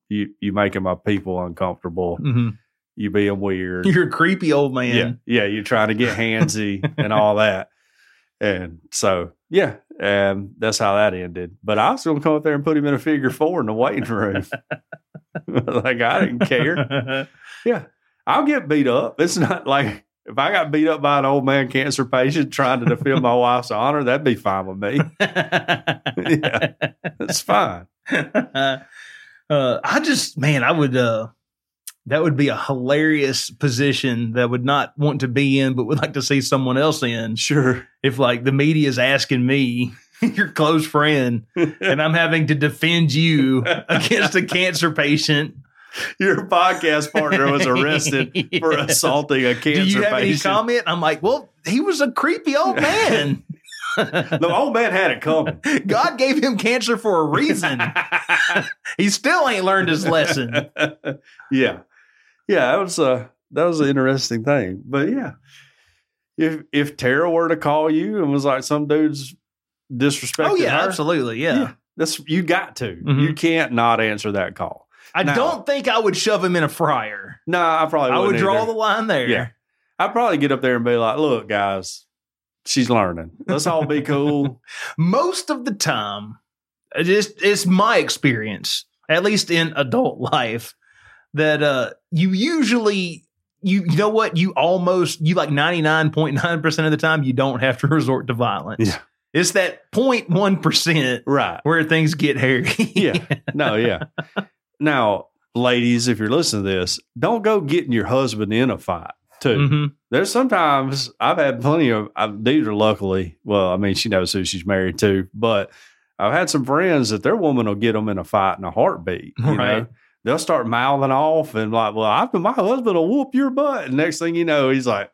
[SPEAKER 3] you you making my people uncomfortable.
[SPEAKER 2] Mhm.
[SPEAKER 3] You being weird.
[SPEAKER 2] You're a creepy old man.
[SPEAKER 3] Yeah, yeah, you're trying to get handsy and all that. And so, yeah, um, that's how that ended. But I was going to come up there and put him in a figure four in the waiting room. like I didn't care. I'll get beat up. It's not like if I got beat up by an old man cancer patient trying to defend my wife's honor, that'd be fine with me. yeah, that's fine.
[SPEAKER 2] uh, I just, man, I would, uh, that would be a hilarious position that I would not want to be in, but would like to see someone else in.
[SPEAKER 3] Sure.
[SPEAKER 2] If like the media is asking me, your close friend, and I'm having to defend you against a cancer patient.
[SPEAKER 3] Your podcast partner was arrested for
[SPEAKER 2] Yeah.
[SPEAKER 3] assaulting a cancer
[SPEAKER 2] Do you have any
[SPEAKER 3] patient.
[SPEAKER 2] comment? I'm like, well, he was a creepy old man.
[SPEAKER 3] the old man had it coming.
[SPEAKER 2] God gave him cancer for a reason. he still ain't learned his lesson.
[SPEAKER 3] yeah, yeah, that was a that was an interesting thing. But yeah, if if Tara were to call you and was like some dude's disrespecting,
[SPEAKER 2] Oh yeah,
[SPEAKER 3] her,
[SPEAKER 2] absolutely. Yeah.
[SPEAKER 3] that's you got to.
[SPEAKER 2] Mhm.
[SPEAKER 3] You can't not answer that call.
[SPEAKER 2] I
[SPEAKER 3] Now-
[SPEAKER 2] don't think I would shove him in a fryer.
[SPEAKER 3] No, I probably
[SPEAKER 2] I would
[SPEAKER 3] wouldn't
[SPEAKER 2] draw
[SPEAKER 3] either.
[SPEAKER 2] the line there.
[SPEAKER 3] Yeah. I'd probably get up there and be like, "Look, guys, she's learning. Let's all be cool."
[SPEAKER 2] Most of the time, it is it's my experience, at least in adult life, that uh you usually you, you know what you almost you like 99.9% of the time you don't have to resort to violence.
[SPEAKER 3] Yeah.
[SPEAKER 2] It's that 0.1%
[SPEAKER 3] right.
[SPEAKER 2] where things get hairy.
[SPEAKER 3] yeah. No, yeah. Now, ladies, if you're listening to this, don't go getting your husband in a fight too.
[SPEAKER 2] Mhm.
[SPEAKER 3] There's sometimes I've had plenty of I've dude are luckily, well, I mean, she knows who she's married to, but I've had some friends that their woman will get them in a fight in a heartbeat. You know?
[SPEAKER 2] Right.
[SPEAKER 3] They'll start mouthing off and like, well, I, my husband will whoop your butt. And next thing you know, he's like,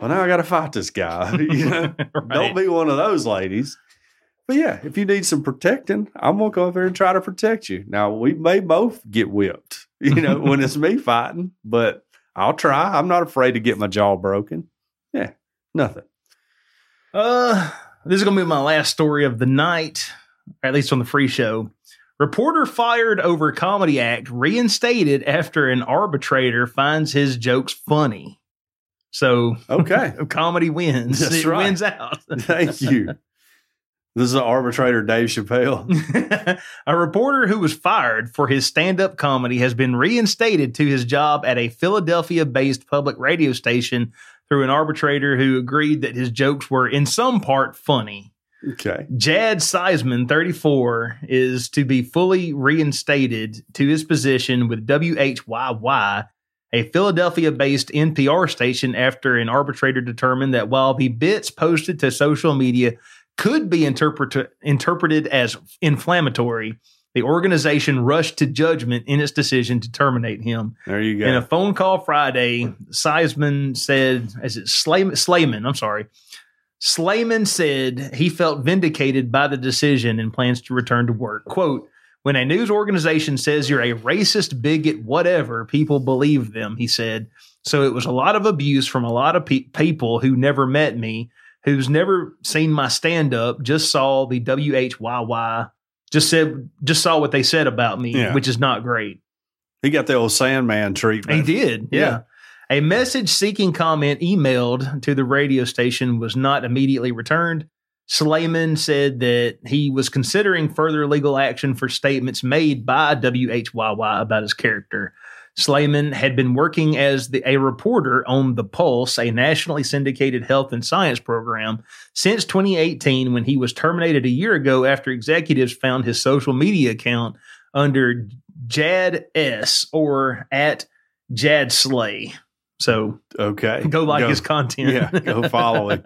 [SPEAKER 3] well, now I got to fight this guy. you know? Don't
[SPEAKER 2] Right.
[SPEAKER 3] be one of those ladies. But yeah, if you need some protecting, I'm gonna go over there and try to protect you. Now we may both get whipped, you know, when it's me fighting, but I'll try. I'm not afraid to get my jaw broken. Yeah, nothing.
[SPEAKER 2] Uh, this is going to be my last story of the night, or at least on the free show. Reporter fired over Comedy Act reinstated after an arbitrator finds his jokes funny. So
[SPEAKER 3] Okay,
[SPEAKER 2] comedy wins.
[SPEAKER 3] That's
[SPEAKER 2] it
[SPEAKER 3] right.
[SPEAKER 2] wins out.
[SPEAKER 3] thank you. This is arbitrator Dave Chappelle.
[SPEAKER 2] a reporter who was fired for his stand up comedy has been reinstated to his job at a Philadelphia based public radio station through an arbitrator who agreed that his jokes were in some part funny.
[SPEAKER 3] Okay,
[SPEAKER 2] Jad Seisman, 34, is to be fully reinstated to his position with WHYY, a Philadelphia based NPR station, after an arbitrator determined that while the bits posted to social media could be interpret- interpreted as inflammatory, the organization rushed to judgment in its decision to terminate him.
[SPEAKER 3] there you go.
[SPEAKER 2] In a phone call Friday, Seisman said, "Is it Slayman? Slayman? I'm sorry." Slayman said he felt vindicated by the decision and plans to return to work. "Quote: When a news organization says you're a racist, bigot, whatever, people believe them," he said. So it was a lot of abuse from a lot of pe- people who never met me, who's never seen my stand up, just saw the WHYY, just said, just saw what they said about me,
[SPEAKER 3] Yeah.
[SPEAKER 2] which is not great.
[SPEAKER 3] he got the old Sandman
[SPEAKER 2] He
[SPEAKER 3] treatment.
[SPEAKER 2] did, yeah.
[SPEAKER 3] Yeah.
[SPEAKER 2] A message seeking comment emailed to the radio station was not immediately returned. Slayman said that he was considering further legal action for statements made by WHYY about his character. Slayman had been working as the, a reporter on The Pulse, a nationally syndicated health and science program, since 2018 when he was terminated a year ago after executives found his social media account under Jad S or at Jad Slay. So
[SPEAKER 3] Okay.
[SPEAKER 2] go like his content.
[SPEAKER 3] Yeah, go follow him.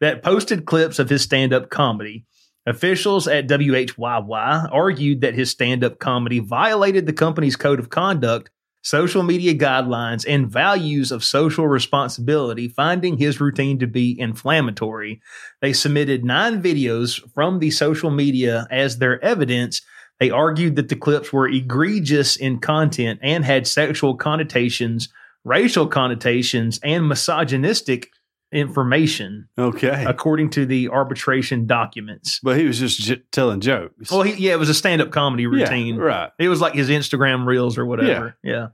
[SPEAKER 2] that posted clips of his stand up comedy. Officials at WHYY argued that his stand up comedy violated the company's code of conduct, social media guidelines, and values of social responsibility, finding his routine to be inflammatory. They submitted nine videos from the social media as their evidence. They argued that the clips were egregious in content and had sexual connotations, racial connotations, and misogynistic information
[SPEAKER 3] Okay.
[SPEAKER 2] according to the arbitration documents.
[SPEAKER 3] But he was just j- telling jokes.
[SPEAKER 2] Well, he, yeah, it was a stand up comedy
[SPEAKER 3] Yeah,
[SPEAKER 2] routine.
[SPEAKER 3] right.
[SPEAKER 2] It was like his Instagram reels or whatever. Yeah.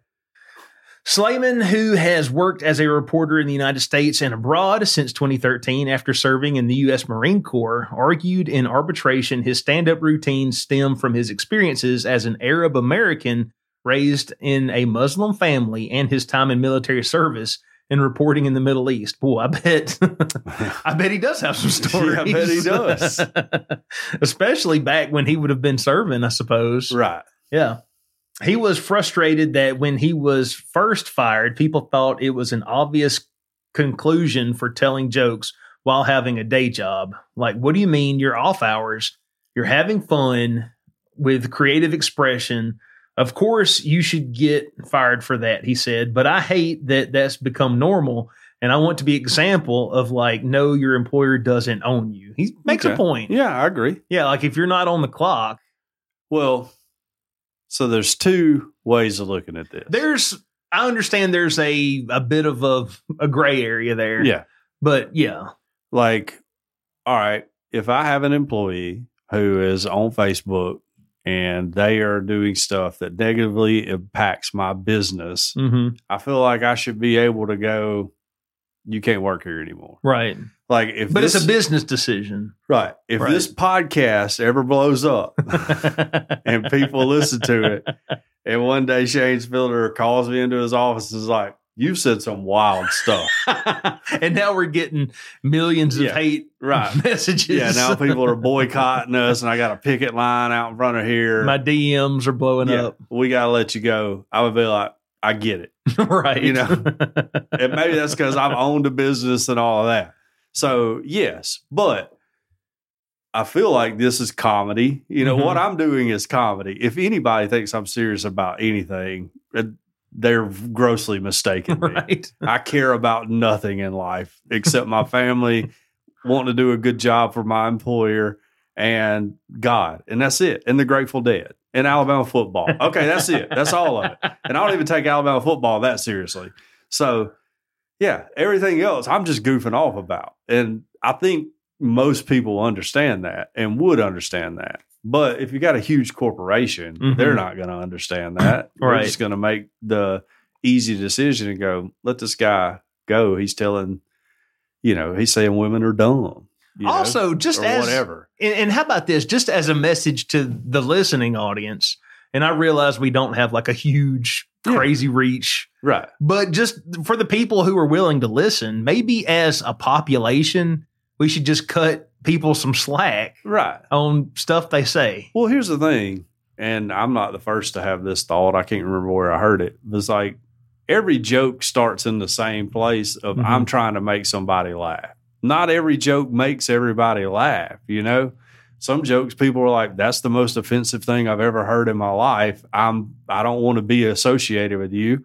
[SPEAKER 2] Slayman, who has worked as a reporter in the United States and abroad since 2013 after serving in the U.S. Marine Corps, argued in arbitration his stand up routines stem from his experiences as an Arab American raised in a Muslim family and his time in military service and reporting in the Middle East. Boy, I bet, I bet he does have some stories.
[SPEAKER 3] Yeah, I bet he does.
[SPEAKER 2] Especially back when he would have been serving, I suppose.
[SPEAKER 3] Right.
[SPEAKER 2] Yeah. He was frustrated that when he was first fired, people thought it was an obvious conclusion for telling jokes while having a day job. Like, what do you mean you're off hours? You're having fun with creative expression. Of course, you should get fired for that, he said. But I hate that that's become normal. And I want to be example of like, no, your employer doesn't own you. He makes a
[SPEAKER 3] Okay.
[SPEAKER 2] point.
[SPEAKER 3] Yeah, I agree.
[SPEAKER 2] yeah, like if you're not on the clock,
[SPEAKER 3] Well, so there's two ways of looking at this.
[SPEAKER 2] there's I understand there's a a bit of a, a gray area there.
[SPEAKER 3] Yeah.
[SPEAKER 2] But yeah.
[SPEAKER 3] Like, all right, if I have an employee who is on Facebook and they are doing stuff that negatively impacts my business,
[SPEAKER 2] Mm-hmm.
[SPEAKER 3] I feel like I should be able to go, you can't work here anymore.
[SPEAKER 2] Right.
[SPEAKER 3] Like if
[SPEAKER 2] But
[SPEAKER 3] this-
[SPEAKER 2] it's a business decision.
[SPEAKER 3] Right. If
[SPEAKER 2] Right.
[SPEAKER 3] this podcast ever blows up and people listen to it, and one day Shane Spilder calls me into his office and is like, You've said some wild stuff.
[SPEAKER 2] and now we're getting millions of
[SPEAKER 3] Yeah.
[SPEAKER 2] hate
[SPEAKER 3] right.
[SPEAKER 2] messages.
[SPEAKER 3] Yeah. Now people are boycotting us, and I got a picket line out in front of here.
[SPEAKER 2] my DMs are blowing
[SPEAKER 3] Yeah,
[SPEAKER 2] up.
[SPEAKER 3] We got to let you go. I would be like, I get it.
[SPEAKER 2] right.
[SPEAKER 3] You know. And maybe that's because I've owned a business and all of that. So, yes, but I feel like this is comedy. You know,
[SPEAKER 2] Mhm.
[SPEAKER 3] what I'm doing is comedy. If anybody thinks I'm serious about anything, uh, they're grossly mistaken. me.
[SPEAKER 2] right.
[SPEAKER 3] I care about nothing in life except my family, wanting to do a good job for my employer, and God. And that's it. And the Grateful Dead and Alabama football. Okay, that's it. That's all of it. And I don't even take Alabama football that seriously. So, yeah, everything else I'm just goofing off about. And I think most people understand that and would understand that. But if you got a huge corporation,
[SPEAKER 2] Mhm.
[SPEAKER 3] they're not going to understand that. They're
[SPEAKER 2] Right.
[SPEAKER 3] just going to make the easy decision and go, let this guy go. He's telling, you know, he's saying women are dumb. you know,
[SPEAKER 2] also, just
[SPEAKER 3] or
[SPEAKER 2] as
[SPEAKER 3] whatever.
[SPEAKER 2] And, and how about this? Just as a message to the listening audience, and I realize we don't have like a huge,
[SPEAKER 3] Yeah.
[SPEAKER 2] crazy reach
[SPEAKER 3] Right.
[SPEAKER 2] But just for the people who are willing to listen, maybe as a population, we should just cut people some slack
[SPEAKER 3] Right.
[SPEAKER 2] on stuff they say.
[SPEAKER 3] Well, here's the thing, and I'm not the first to have this thought. I can't remember where I heard it. But it's like every joke starts in the same place of
[SPEAKER 2] Mhm.
[SPEAKER 3] I'm trying to make somebody laugh. Not every joke makes everybody laugh, you know? Some jokes people are like, that's the most offensive thing I've ever heard in my life. I'm I don't want to be associated with you.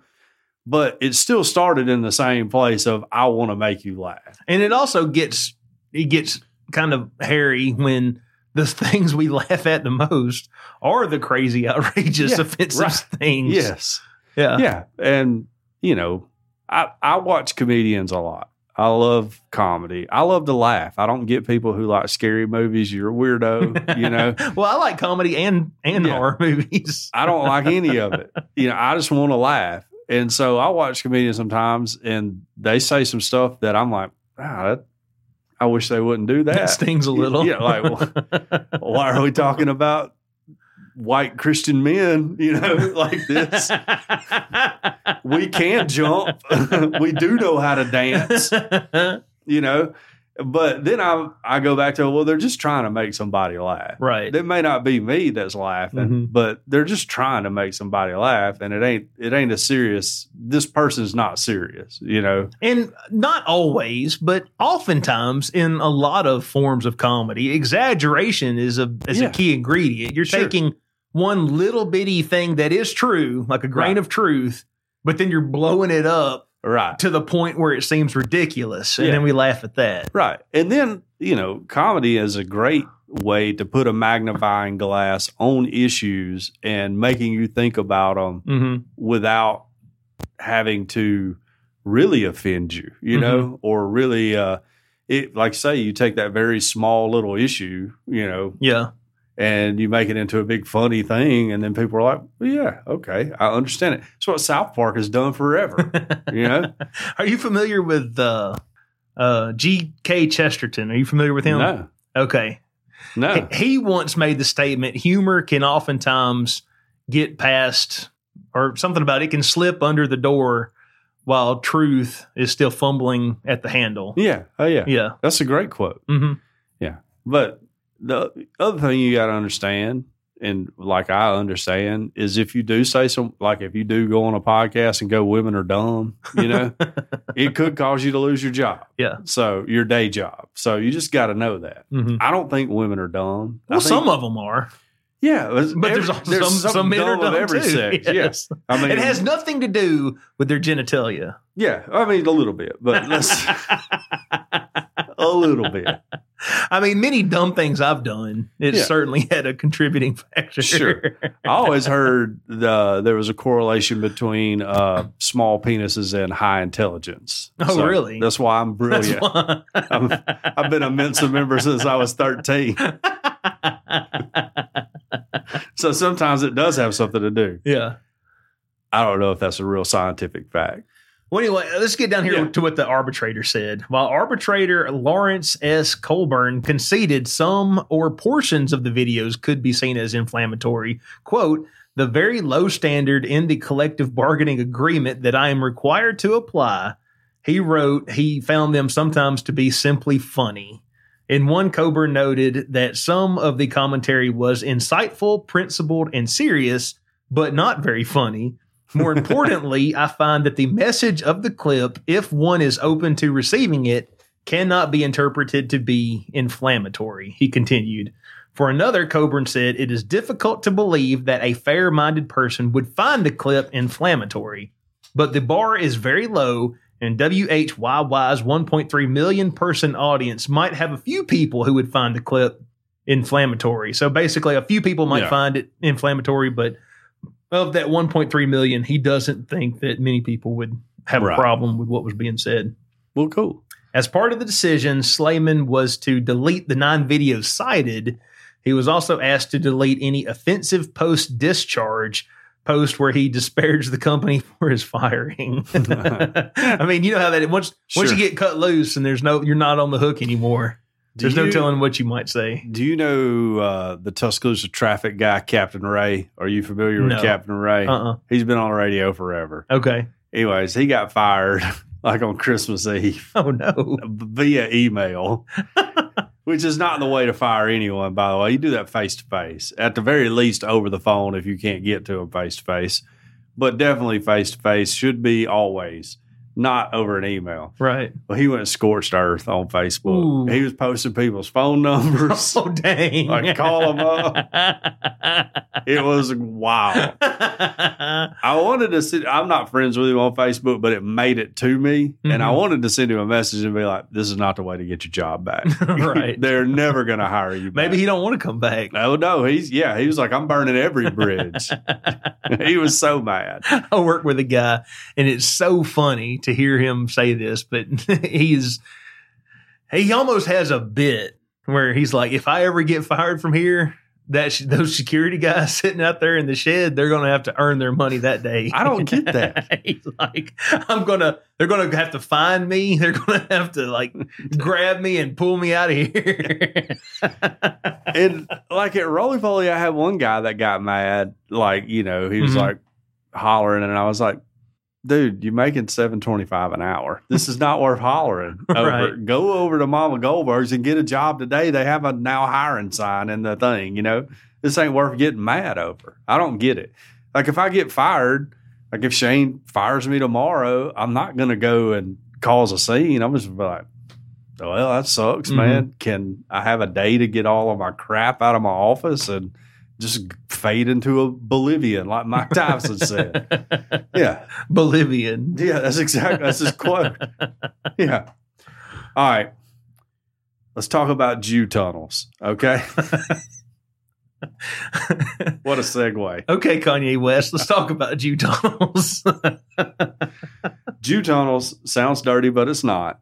[SPEAKER 3] But it still started in the same place of I want to make you laugh.
[SPEAKER 2] And it also gets it gets kind of hairy when the things we laugh at the most are the crazy, outrageous,
[SPEAKER 3] Yeah,
[SPEAKER 2] offensive
[SPEAKER 3] right.
[SPEAKER 2] things.
[SPEAKER 3] Yes.
[SPEAKER 2] Yeah.
[SPEAKER 3] yeah and you know i i watch comedians a lot i love comedy i love to laugh i don't get people who like scary movies you're a weirdo you know
[SPEAKER 2] well, I like comedy and and
[SPEAKER 3] Yeah.
[SPEAKER 2] horror movies.
[SPEAKER 3] i don't like any of it you know i just want to laugh and so i watch comedians sometimes and they say some stuff that i'm like ah, that I wish they wouldn't do that.
[SPEAKER 2] That stings a little.
[SPEAKER 3] Yeah, like wh- why are we talking about white Christian men? You know, like this. we can jump. we do know how to dance. You know, but then I I go back to well, they're just trying to make somebody laugh.
[SPEAKER 2] right.
[SPEAKER 3] It may not be me that's laughing,
[SPEAKER 6] Mhm.
[SPEAKER 3] but they're just trying to make somebody laugh, and it ain't it ain't a serious. This person's not serious, you know.
[SPEAKER 2] And not always, but oftentimes in a lot of forms of comedy, exaggeration is a is
[SPEAKER 3] Yeah.
[SPEAKER 2] a key ingredient. You're
[SPEAKER 3] Sure.
[SPEAKER 2] taking one little bitty thing that is true, like a grain
[SPEAKER 3] Right.
[SPEAKER 2] of truth, but then you're blowing it up
[SPEAKER 3] Right,
[SPEAKER 2] to the point where it seems ridiculous, and
[SPEAKER 3] Yeah.
[SPEAKER 2] then we laugh at that.
[SPEAKER 3] right, and then you know, comedy is a great way to put a magnifying glass on issues and making you think about them
[SPEAKER 2] Mm-hmm.
[SPEAKER 3] without having to really offend you, you know, or really, uh, it like say you take that very small little issue, you know,
[SPEAKER 2] Yeah,
[SPEAKER 3] and you make it into a big funny thing, and then people are like, well, "Yeah, okay, I understand it." It's what South Park has done forever, you know.
[SPEAKER 2] Are you familiar with uh, uh, G.K. Chesterton? Are you familiar with him?
[SPEAKER 3] No,
[SPEAKER 2] Okay.
[SPEAKER 3] no,
[SPEAKER 2] He, he once made the statement humor can oftentimes get past, or something about it can slip under the door while truth is still fumbling at the handle.
[SPEAKER 3] yeah, oh yeah.
[SPEAKER 2] Yeah.
[SPEAKER 3] That's a great quote.
[SPEAKER 2] hmm
[SPEAKER 3] But the other thing you got to understand, and like I understand, is if you do say some, like if you do go on a podcast and go, "Women are dumb," you know, it could cause you to lose your job.
[SPEAKER 2] Yeah.
[SPEAKER 3] So your day job. So you just got to know that.
[SPEAKER 2] hmm
[SPEAKER 3] I don't think women are dumb. I
[SPEAKER 2] Well,
[SPEAKER 3] think-
[SPEAKER 2] some of them are.
[SPEAKER 3] Yeah, but
[SPEAKER 2] But there's also some- some men are dumb too.
[SPEAKER 3] sex.
[SPEAKER 2] Yes.
[SPEAKER 3] Yes, I mean
[SPEAKER 2] It has nothing to do with their genitalia.
[SPEAKER 3] Yeah, I mean a little bit, but let's, a little bit.
[SPEAKER 2] I mean, many dumb things I've done, it
[SPEAKER 3] Yeah.
[SPEAKER 2] certainly had a contributing factor.
[SPEAKER 3] Sure. I always heard the there was a correlation between uh, small penises and high intelligence.
[SPEAKER 2] Oh, really?
[SPEAKER 3] That's why I'm
[SPEAKER 2] That's
[SPEAKER 3] brilliant.
[SPEAKER 2] why-
[SPEAKER 3] I'm, I've been a Mensa member since I was 13. so sometimes it does have something to do.
[SPEAKER 2] yeah.
[SPEAKER 3] I don't know if that's a real scientific fact.
[SPEAKER 2] Well, anyway, let's get down here
[SPEAKER 3] Yeah.
[SPEAKER 2] to what the arbitrator said. While arbitrator Lawrence S. Colburn conceded some or portions of the videos could be seen as inflammatory, quote, the very low standard in the collective bargaining agreement that I am required to apply, he wrote, he found them sometimes to be simply funny. In one, Coburn noted that some of the commentary was insightful, principled, and serious, but not very funny. More importantly, I find that the message of the clip, if one is open to receiving it, cannot be interpreted to be inflammatory, he continued. For another, Coburn said, it is difficult to believe that a fair minded person would find the clip inflammatory, but the bar is very low, and WHYY's 1.3 million person audience might have a few people who would find the clip inflammatory. So basically, a few people might
[SPEAKER 3] Yeah.
[SPEAKER 2] find it inflammatory, but of that 1.3 million, he doesn't think that many people would have
[SPEAKER 3] Right.
[SPEAKER 2] a problem with what was being said.
[SPEAKER 3] Well, cool.
[SPEAKER 2] As part of the decision, Slayman was to delete the nine videos cited. He was also asked to delete any offensive post discharge post where he disparaged the company for his firing. I mean, you know how that once once you
[SPEAKER 3] Sure.
[SPEAKER 2] get cut loose and there's no you're not on the hook anymore.
[SPEAKER 3] Do
[SPEAKER 2] There's no
[SPEAKER 3] you-
[SPEAKER 2] telling what you might say.
[SPEAKER 3] Do you know uh, the Tuscaloosa traffic guy, Captain Ray? Are you familiar
[SPEAKER 2] No.
[SPEAKER 3] with Captain Ray?
[SPEAKER 2] Uh uh
[SPEAKER 3] He's been on the radio forever.
[SPEAKER 2] Okay.
[SPEAKER 3] Anyways, he got fired like on Christmas Eve
[SPEAKER 2] Oh no.
[SPEAKER 3] via email, which is not the way to fire anyone, by the way. You do that face to face, at the very least over the phone if you can't get to him face to face, but definitely face to face should be always, not over an email.
[SPEAKER 2] Right.
[SPEAKER 3] Well, he went scorched earth on Facebook.
[SPEAKER 2] Ooh.
[SPEAKER 3] He was posting people's phone numbers.
[SPEAKER 2] Oh dang.
[SPEAKER 3] Like call them up. It was wild. I wanted to send. I'm not friends with him on Facebook, but it made it to me, and I
[SPEAKER 2] Mhm.
[SPEAKER 3] wanted to send him a message and be like, "This is not the way to get your job back.
[SPEAKER 2] Right.
[SPEAKER 3] They're never going to hire you.
[SPEAKER 2] Maybe
[SPEAKER 3] back.
[SPEAKER 2] he don't want to come back.
[SPEAKER 3] No, no, he's yeah. He was like, I'm burning every bridge. he was so mad.
[SPEAKER 2] I work with a guy, and it's so funny to hear him say this, but he's he almost has a bit where he's like, if I ever get fired from here, that sh- those security guys sitting out there in the shed, they're going to have to earn their money that day.
[SPEAKER 3] I don't get that.
[SPEAKER 2] He's like, I'm gonna, they're gonna have to find me. They're gonna have to like grab me and pull me out of here.
[SPEAKER 3] and like at Roly Poly, I had one guy that got mad. Like you know, he was
[SPEAKER 2] Mhm.
[SPEAKER 3] like hollering, and I was like, "Dude, you're making seven twenty five an hour. This is not worth hollering. over.
[SPEAKER 2] Right.
[SPEAKER 3] Go over to Mama Goldberg's and get a job today. They have a now hiring sign in the thing. You know, this ain't worth getting mad over. I don't get it. Like if I get fired, like if Shane fires me tomorrow, I'm not gonna go and cause a scene. I'm just gonna be like. Well, that sucks,
[SPEAKER 2] Mhm.
[SPEAKER 3] man. Can I have a day to get all of my crap out of my office and just fade into a Bolivian, like Mike Tyson said? Yeah,
[SPEAKER 2] Bolivian.
[SPEAKER 3] yeah, that's exactly that's his quote. Yeah. All right, let's talk about Jew tunnels. Okay, what a segue.
[SPEAKER 2] Okay, Kanye West, let's talk about Jew tunnels.
[SPEAKER 3] Jew tunnels sounds dirty, but it's not.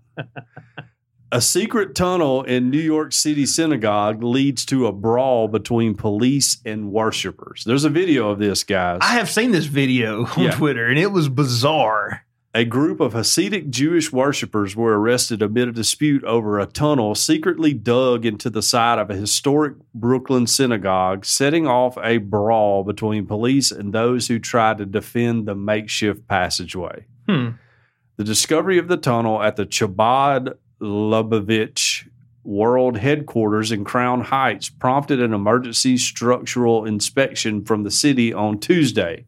[SPEAKER 3] A secret tunnel in New York City synagogue leads to a brawl between police and worshipers. There's a video of this, guys.
[SPEAKER 2] I have seen this video on
[SPEAKER 3] Yeah.
[SPEAKER 2] Twitter and it was bizarre.
[SPEAKER 3] a group of Hasidic Jewish worshipers were arrested amid a dispute over a tunnel secretly dug into the side of a historic Brooklyn synagogue, setting off a brawl between police and those who tried to defend the makeshift passageway.
[SPEAKER 2] Hmm.
[SPEAKER 3] The discovery of the tunnel at the Chabad Lubavitch World Headquarters in Crown Heights prompted an emergency structural inspection from the city on Tuesday.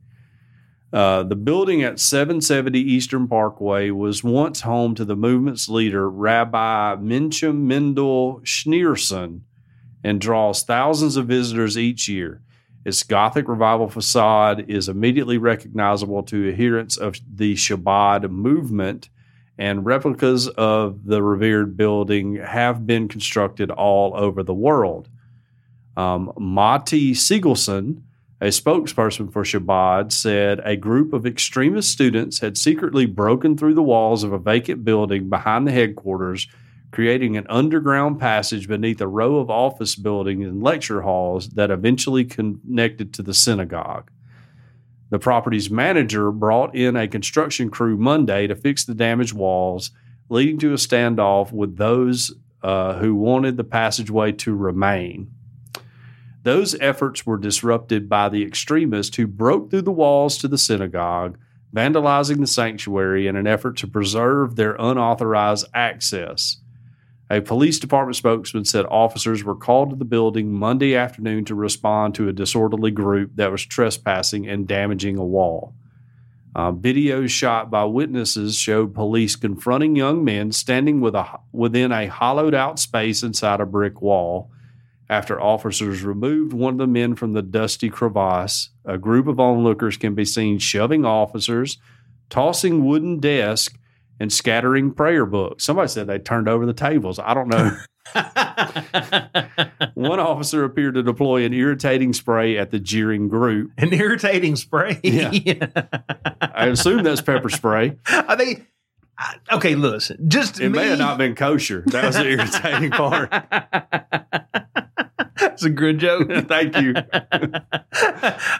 [SPEAKER 3] Uh, the building at 770 Eastern Parkway was once home to the movement's leader, Rabbi Menachem Mendel Schneerson, and draws thousands of visitors each year. Its Gothic revival facade is immediately recognizable to adherents of the Shabbat movement, and replicas of the revered building have been constructed all over the world. Um, Mati Siegelson, a spokesperson for Shabbat, said a group of extremist students had secretly broken through the walls of a vacant building behind the headquarters creating an underground passage beneath a row of office buildings and lecture halls that eventually connected to the synagogue. The property's manager brought in a construction crew Monday to fix the damaged walls, leading to a standoff with those uh, who wanted the passageway to remain. Those efforts were disrupted by the extremists who broke through the walls to the synagogue, vandalizing the sanctuary in an effort to preserve their unauthorized access. A police department spokesman said officers were called to the building Monday afternoon to respond to a disorderly group that was trespassing and damaging a wall. Uh, videos shot by witnesses showed police confronting young men standing with a, within a hollowed out space inside a brick wall. After officers removed one of the men from the dusty crevasse, a group of onlookers can be seen shoving officers, tossing wooden desks, and scattering prayer books. Somebody said they turned over the tables. I don't know.
[SPEAKER 2] An
[SPEAKER 3] One officer appeared to deploy an irritating spray at the jeering group.
[SPEAKER 2] irritating spray.
[SPEAKER 3] Yeah. I assume that's pepper spray.
[SPEAKER 2] Are they I, okay? Listen, just
[SPEAKER 3] It
[SPEAKER 2] me,
[SPEAKER 3] may have not been kosher. That was the irritating part.
[SPEAKER 2] That's a good joke.
[SPEAKER 3] Thank you.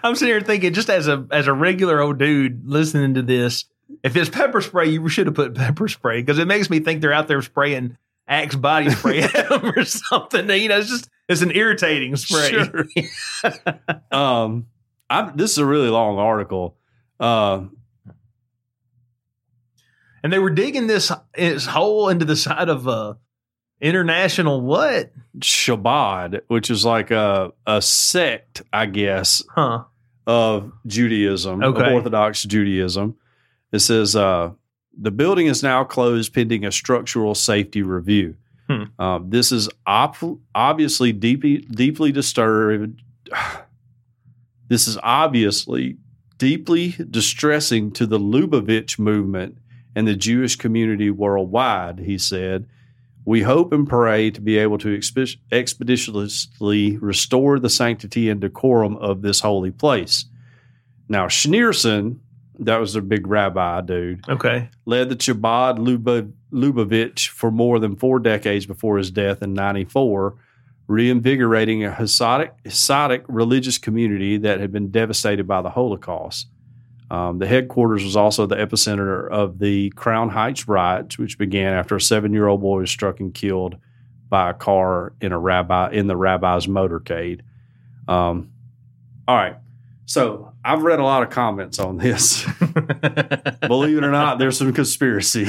[SPEAKER 2] I'm sitting here thinking, just as a as a regular old dude listening to this, if it's pepper spray, you should have put pepper spray because it makes me think they're out there spraying Axe body spray at 'em or something. You know, it's just it's an irritating spray.
[SPEAKER 3] Sure. um, I'm, this is a really long article. Uh,
[SPEAKER 2] And they were digging this this hole into the side of uh international what?
[SPEAKER 3] Shabbat, which is like a, a sect, I guess,
[SPEAKER 2] Huh?
[SPEAKER 3] of Judaism, of
[SPEAKER 2] Okay.
[SPEAKER 3] Orthodox Judaism. It says uh, the building is now closed pending a structural safety review.
[SPEAKER 2] Hmm.
[SPEAKER 3] Uh, this is op- obviously deeply deeply disturbed. This is obviously deeply distressing to the Lubavitch movement and the Jewish community worldwide. He said. We hope and pray to be able to expe- expeditiously restore the sanctity and decorum of this holy place. Now, Schneerson, that was their big rabbi dude,
[SPEAKER 2] Okay.
[SPEAKER 3] led the Chabad Luba- Lubavitch for more than four decades before his death in 94. reinvigorating a Hasidic, Hasidic religious community that had been devastated by the Holocaust. Um, the headquarters was also the epicenter of the Crown Heights riots, which began after a seven-year-old boy was struck and killed by a car in a rabbi in the rabbi's motorcade. Um, all right, so I've read a lot of comments on this. Believe it or not, there's some conspiracy.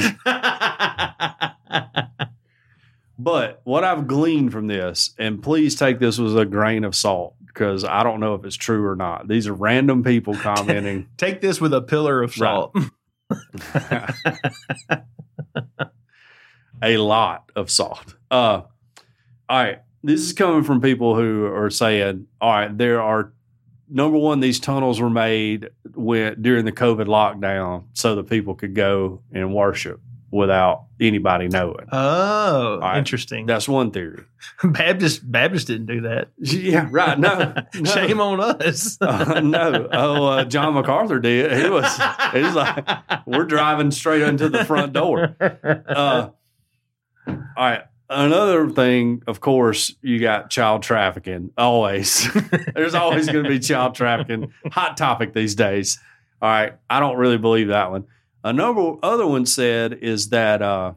[SPEAKER 3] But what I've gleaned from this, and please take this with a grain of salt because I don't know if it's true or not. These are random people commenting.
[SPEAKER 2] Take this with a pillar of salt.
[SPEAKER 3] a lot of salt. Uh, all right. This is coming from people who are saying, all right, there are number one, these tunnels were made when, during the COVID lockdown so that people could go and worship without anybody knowing.
[SPEAKER 2] Oh,
[SPEAKER 3] right.
[SPEAKER 2] interesting.
[SPEAKER 3] That's one theory.
[SPEAKER 2] Baptist Baptist didn't do that.
[SPEAKER 3] Yeah, right. No, no.
[SPEAKER 2] Shame on us.
[SPEAKER 3] Uh, no. Oh, uh, John MacArthur did. He was. He's like, we're driving straight into the front door. Uh, all right. Another thing, of course, you got child trafficking. Always, there's always going to be child trafficking. Hot topic these days. All right, I don't really believe that one. Another other one said is that uh,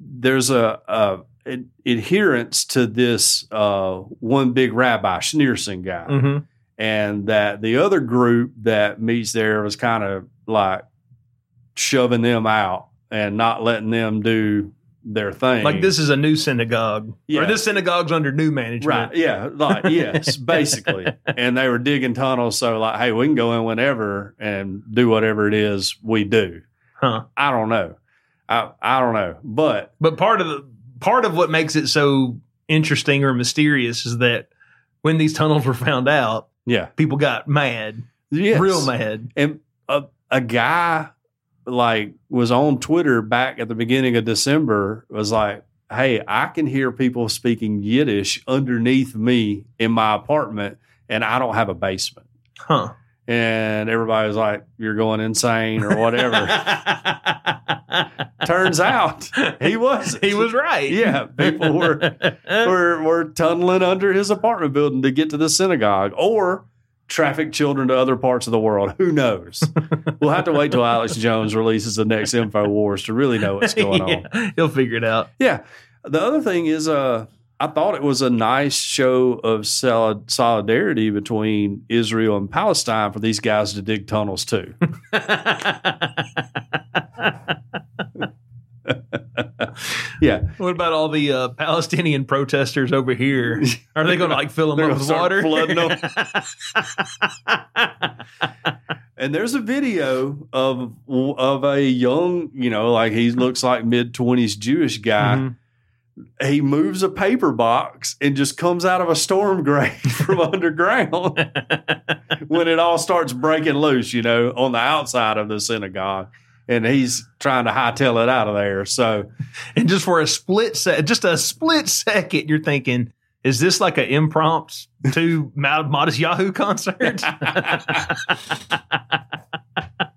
[SPEAKER 3] there's a, a ad- adherence to this uh, one big rabbi Schneerson guy
[SPEAKER 2] hmm
[SPEAKER 3] and that the other group that meets there was kind of like shoving them out and not letting them do their thing.
[SPEAKER 2] Like this is a new synagogue,
[SPEAKER 3] Yeah.
[SPEAKER 2] or this synagogue's under new management.
[SPEAKER 3] Right. Yeah. Like, yes, basically. And they were digging tunnels. So, like, hey, we can go in whenever and do whatever it is we do.
[SPEAKER 2] Huh.
[SPEAKER 3] I don't know. I, I don't know. But
[SPEAKER 2] But part of the part of what makes it so interesting or mysterious is that when these tunnels were found out,
[SPEAKER 3] yeah.
[SPEAKER 2] people got mad,
[SPEAKER 3] Yes.
[SPEAKER 2] real mad.
[SPEAKER 3] and a, a guy like was on Twitter back at the beginning of December was like, "Hey, I can hear people speaking Yiddish underneath me in my apartment, and I don't have a basement."
[SPEAKER 2] Huh.
[SPEAKER 3] And everybody was like, "You're going insane" or whatever. Turns out he was.
[SPEAKER 2] he was right.
[SPEAKER 3] Yeah, people were were were tunneling under his apartment building to get to the synagogue or traffic children to other parts of the world. Who knows? we'll have to wait till Alex Jones releases the next InfoWars to really know what's going on.
[SPEAKER 2] Yeah, He'll figure it out.
[SPEAKER 3] Yeah. The other thing is uh I thought it was a nice show of solid solidarity between Israel and Palestine for these guys to dig tunnels too. yeah,
[SPEAKER 2] What about all the uh, Palestinian protesters over here? Are they going to like fill them
[SPEAKER 3] They're
[SPEAKER 2] up
[SPEAKER 3] gonna
[SPEAKER 2] with
[SPEAKER 3] start
[SPEAKER 2] water?
[SPEAKER 3] flooding them. And there's a video of of a young, you know, like he looks like mid twenties Jewish guy.
[SPEAKER 2] Mhm.
[SPEAKER 3] He moves a paper box and just comes out of a storm grave from underground when it all starts breaking loose, you know, on the outside of the synagogue. And he's trying to hightail it out of there. So
[SPEAKER 2] And just for a split sec, just a split second, you're thinking, is this like an impromptu Mod- Modest Yahoo concert?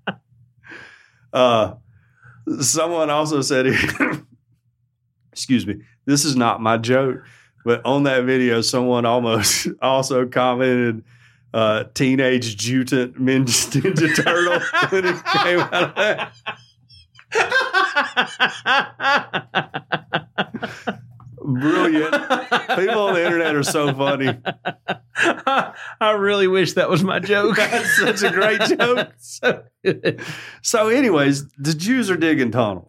[SPEAKER 3] uh someone also said excuse me, this is not my joke. But on that video, someone almost also commented uh, teenage Jutant Ninja, Ninja Turtle when it came out of that. Brilliant. People on the internet are so funny.
[SPEAKER 2] I really wish that was my joke.
[SPEAKER 3] That's such a great joke.
[SPEAKER 2] so good.
[SPEAKER 3] So, anyways, the Jews are digging tunnels.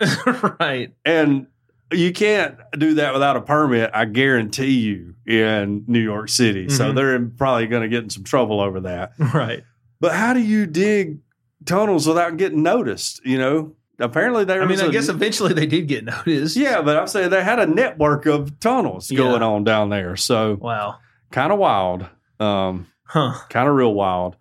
[SPEAKER 2] right.
[SPEAKER 3] And you can't do that without a permit, I guarantee you, in New York City. So
[SPEAKER 2] Mhm.
[SPEAKER 3] they're in- probably going to get in some trouble over that.
[SPEAKER 2] Right.
[SPEAKER 3] But how do you dig tunnels without getting noticed? You know, apparently there
[SPEAKER 2] I mean,
[SPEAKER 3] was
[SPEAKER 2] I
[SPEAKER 3] a-
[SPEAKER 2] guess eventually they did get noticed.
[SPEAKER 3] yeah, but I'm saying they had a network of tunnels
[SPEAKER 2] Yeah.
[SPEAKER 3] going on down there. So
[SPEAKER 2] Wow.
[SPEAKER 3] kind of wild, um,
[SPEAKER 2] Huh.
[SPEAKER 3] kind of real wild.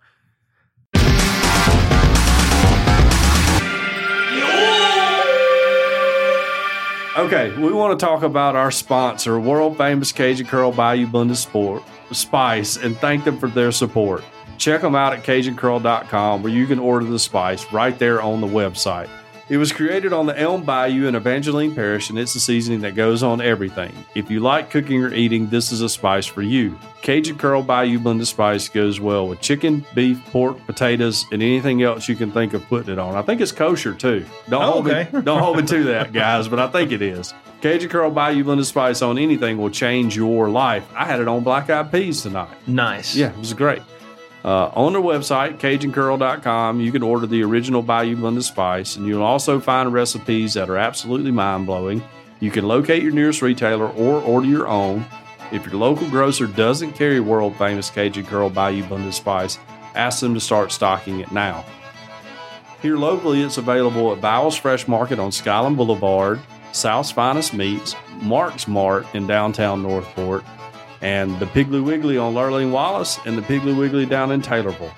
[SPEAKER 3] Okay, we want to talk about our sponsor, world famous Cajun Curl Bayou Blended Sport Spice, and thank them for their support. Check them out at CajunCurl.com where you can order the spice right there on the website. It was created on the Elm Bayou in Evangeline Parish, and it's a seasoning that goes on everything. If you like cooking or eating, this is a spice for you. Cajun Curl Bayou blended spice goes well with chicken, beef, pork, potatoes, and anything else you can think of putting it on. I think it's kosher too. Don't
[SPEAKER 2] Oh,
[SPEAKER 3] hold
[SPEAKER 2] okay.
[SPEAKER 3] me, don't hold me to that, guys, but I think it is. Cajun Curl Bayou blended spice on anything will change your life. I had it on black eyed peas tonight.
[SPEAKER 2] Nice.
[SPEAKER 3] Yeah, it was great. Uh, on their website, CajunCurl.com, you can order the original Bayou Blended Spice, and you'll also find recipes that are absolutely mind blowing. You can locate your nearest retailer or order your own. If your local grocer doesn't carry world famous Cajun Curl Bayou Blended Spice, ask them to start stocking it now. Here locally, it's available at Bowles Fresh Market on Skyland Boulevard, South's Finest Meats, Mark's Mart in downtown Northport, and the Piggly Wiggly on Lurleen Wallace and the Piggly Wiggly down in Taylorville.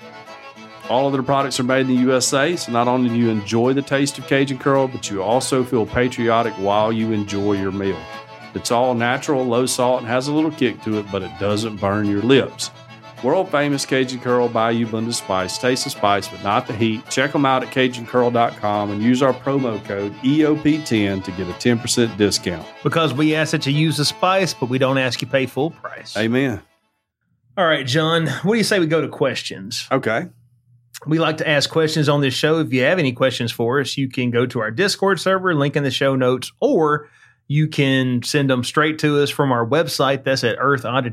[SPEAKER 3] All of their products are made in the USA, so not only do you enjoy the taste of Cajun Curl, but you also feel patriotic while you enjoy your meal. It's all natural, low salt, and has a little kick to it, but it doesn't burn your lips. World famous Cajun Curl Bayou Blended Spice. Taste the spice, but not the heat. Check them out at CajunCurl.com and use our promo code E EOP10 to get a 10% discount.
[SPEAKER 2] Because we ask that you use the spice, but we don't ask you pay full price.
[SPEAKER 3] Amen.
[SPEAKER 2] All right, John. What do you say we go to questions?
[SPEAKER 3] Okay.
[SPEAKER 2] We like to ask questions on this show. If you have any questions for us, you can go to our Discord server, link in the show notes, or you can send them straight to us from our website. That's at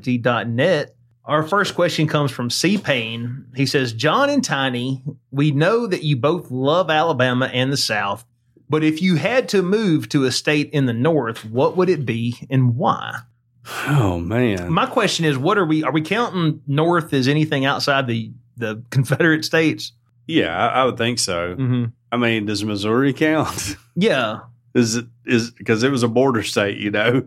[SPEAKER 2] earthoddity.net. Our first question comes from C Payne. He says, John and Tiny, we know that you both love Alabama and the South, but if you had to move to a state in the North, what would it be and why?
[SPEAKER 3] Oh, man.
[SPEAKER 2] My question is, what are we, are we counting North as anything outside the, the Confederate States?
[SPEAKER 3] yeah, I, I would think so.
[SPEAKER 2] Mm-hmm.
[SPEAKER 3] I mean, does Missouri count?
[SPEAKER 2] Yeah.
[SPEAKER 3] is it is because it was a border state, you know?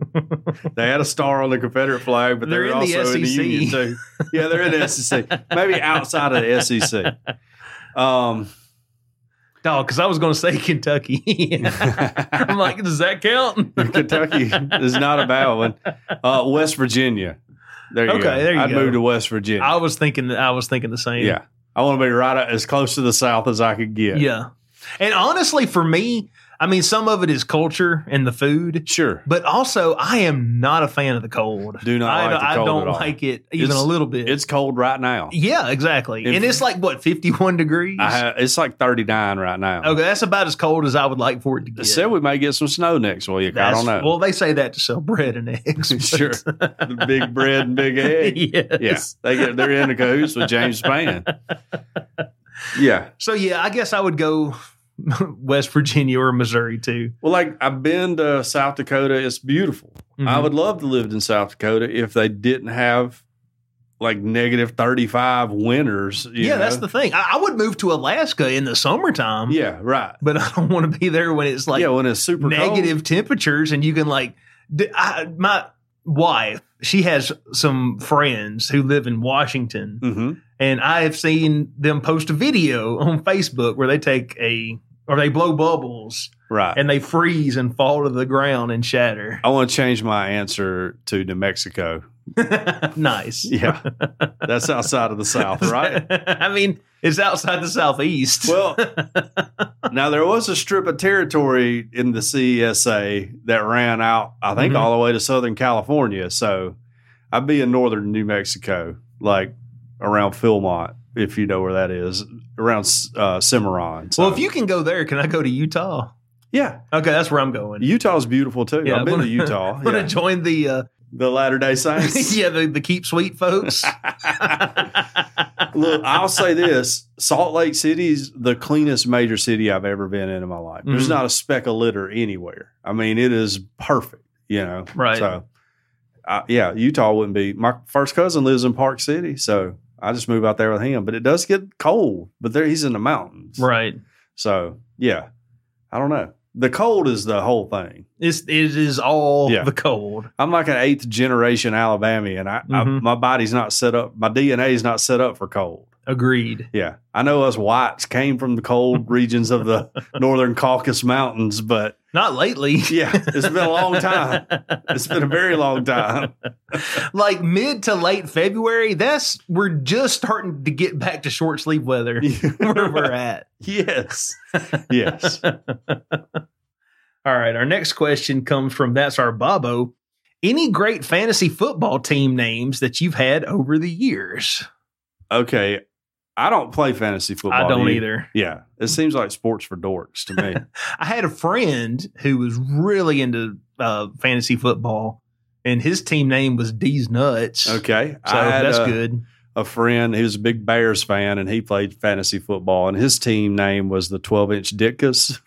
[SPEAKER 3] they had a star on the Confederate flag, but
[SPEAKER 2] They're
[SPEAKER 3] they're,
[SPEAKER 2] in the E
[SPEAKER 3] also in the
[SPEAKER 2] SEC.
[SPEAKER 3] Union too. Yeah, they're in the SEC. Maybe outside of the SEC. Um,
[SPEAKER 2] Oh, because I was going to say Kentucky. I'm like, does that count?
[SPEAKER 3] Kentucky is not a bad one. Uh, West Virginia. There you
[SPEAKER 2] Okay,
[SPEAKER 3] go.
[SPEAKER 2] there you
[SPEAKER 3] I'd
[SPEAKER 2] go.
[SPEAKER 3] move to West Virginia.
[SPEAKER 2] I was thinking that I was thinking the same.
[SPEAKER 3] yeah, I want to be right as close to the South as I could get.
[SPEAKER 2] Yeah. And honestly, for me, I mean, some of it is culture and the food,
[SPEAKER 3] sure.
[SPEAKER 2] but also I am not a fan of the cold.
[SPEAKER 3] Do not
[SPEAKER 2] I,
[SPEAKER 3] like the
[SPEAKER 2] I
[SPEAKER 3] cold
[SPEAKER 2] don't
[SPEAKER 3] at all.
[SPEAKER 2] like it even
[SPEAKER 3] It's-
[SPEAKER 2] a little bit.
[SPEAKER 3] It's cold right now.
[SPEAKER 2] yeah, exactly.
[SPEAKER 3] If-
[SPEAKER 2] and it's like what 51 degrees.
[SPEAKER 3] I ha- it's like thirty nine right now.
[SPEAKER 2] okay, that's about as cold as I would like for it to
[SPEAKER 3] They
[SPEAKER 2] get.
[SPEAKER 3] said we may get some snow next week. I
[SPEAKER 2] That's-
[SPEAKER 3] don't know.
[SPEAKER 2] Well, they say that to sell bread and eggs. but-
[SPEAKER 3] sure, the big bread and big egg. Yeah,
[SPEAKER 2] yes.
[SPEAKER 3] they get they're in the cahoots with James Spann. Yeah,
[SPEAKER 2] So yeah, I guess I would go West Virginia or Missouri too.
[SPEAKER 3] well, like I've been to South Dakota. It's beautiful.
[SPEAKER 2] Mm-hmm.
[SPEAKER 3] I would love to live in South Dakota if they didn't have like negative 35 winters. you
[SPEAKER 2] yeah, that's
[SPEAKER 3] know?
[SPEAKER 2] the thing. I, I would move to Alaska in the summertime,
[SPEAKER 3] Yeah, right.
[SPEAKER 2] but I don't want to be there when it's like
[SPEAKER 3] yeah, when it's super
[SPEAKER 2] negative temperatures and you can like. d I my wife, she has some friends who live in Washington,
[SPEAKER 3] Cold. hmm
[SPEAKER 2] and I have seen them post a video on Facebook where they take a or they blow bubbles
[SPEAKER 3] Right.
[SPEAKER 2] and they freeze and fall to the ground and shatter.
[SPEAKER 3] I want to change my answer to New Mexico.
[SPEAKER 2] nice.
[SPEAKER 3] Yeah, that's outside of the South, right?
[SPEAKER 2] I mean, it's outside the southeast.
[SPEAKER 3] Well, now there was a strip of territory in the CESA that ran out, I think,
[SPEAKER 2] Mhm.
[SPEAKER 3] all the way to Southern California. So I'd be in northern New Mexico, like around Philmont, if you know where that is, around uh, Cimarron. So-
[SPEAKER 2] well, if you can go there, can I go to Utah?
[SPEAKER 3] yeah,
[SPEAKER 2] Okay, that's where I'm going.
[SPEAKER 3] Utah's beautiful too.
[SPEAKER 2] Yeah,
[SPEAKER 3] I've been
[SPEAKER 2] wanna-
[SPEAKER 3] to Utah.
[SPEAKER 2] I'm
[SPEAKER 3] yeah.
[SPEAKER 2] gonna join the uh,
[SPEAKER 3] the Latter Day Saints.
[SPEAKER 2] yeah the, the keep sweet folks.
[SPEAKER 3] Look, I'll say this: Salt Lake City's the cleanest major city I've ever been in in my life. There's
[SPEAKER 2] Mhm.
[SPEAKER 3] not a speck of litter anywhere. I mean, it is perfect. You know,
[SPEAKER 2] Right.
[SPEAKER 3] So, I, yeah, Utah wouldn't be. My first cousin lives in Park City, so I just move out there with him. But it does get cold. But there, he's in the mountains,
[SPEAKER 2] right.
[SPEAKER 3] So, yeah, I don't know. The cold is the whole thing.
[SPEAKER 2] It's, it is all
[SPEAKER 3] Yeah.
[SPEAKER 2] the cold.
[SPEAKER 3] I'm like an eighth generation Alabamian. I, I
[SPEAKER 2] Mhm.
[SPEAKER 3] my body's not set up. My DNA is not set up for cold.
[SPEAKER 2] Agreed.
[SPEAKER 3] Yeah, I know us whites came from the cold regions of the northern Caucasus Mountains, but
[SPEAKER 2] Not lately.
[SPEAKER 3] Yeah, it's been a long time. It's been a very long time.
[SPEAKER 2] like mid to late February, that's we're just starting to get back to short sleeve weather where we're at.
[SPEAKER 3] Yes. Yes.
[SPEAKER 2] All right, our next question comes from That's Our Bobo. Any great fantasy football team names that you've had over the years?
[SPEAKER 3] Okay. I don't play fantasy football.
[SPEAKER 2] I don't
[SPEAKER 3] do you?
[SPEAKER 2] either.
[SPEAKER 3] Yeah. It seems like sports for dorks to me.
[SPEAKER 2] I had a friend who was really into uh, fantasy football, and his team name was D's Nuts.
[SPEAKER 3] Okay.
[SPEAKER 2] So
[SPEAKER 3] I had uh,
[SPEAKER 2] that's
[SPEAKER 3] a,
[SPEAKER 2] good.
[SPEAKER 3] a friend who was a big Bears fan and he played fantasy football and his team name was the 12 inch Dickus.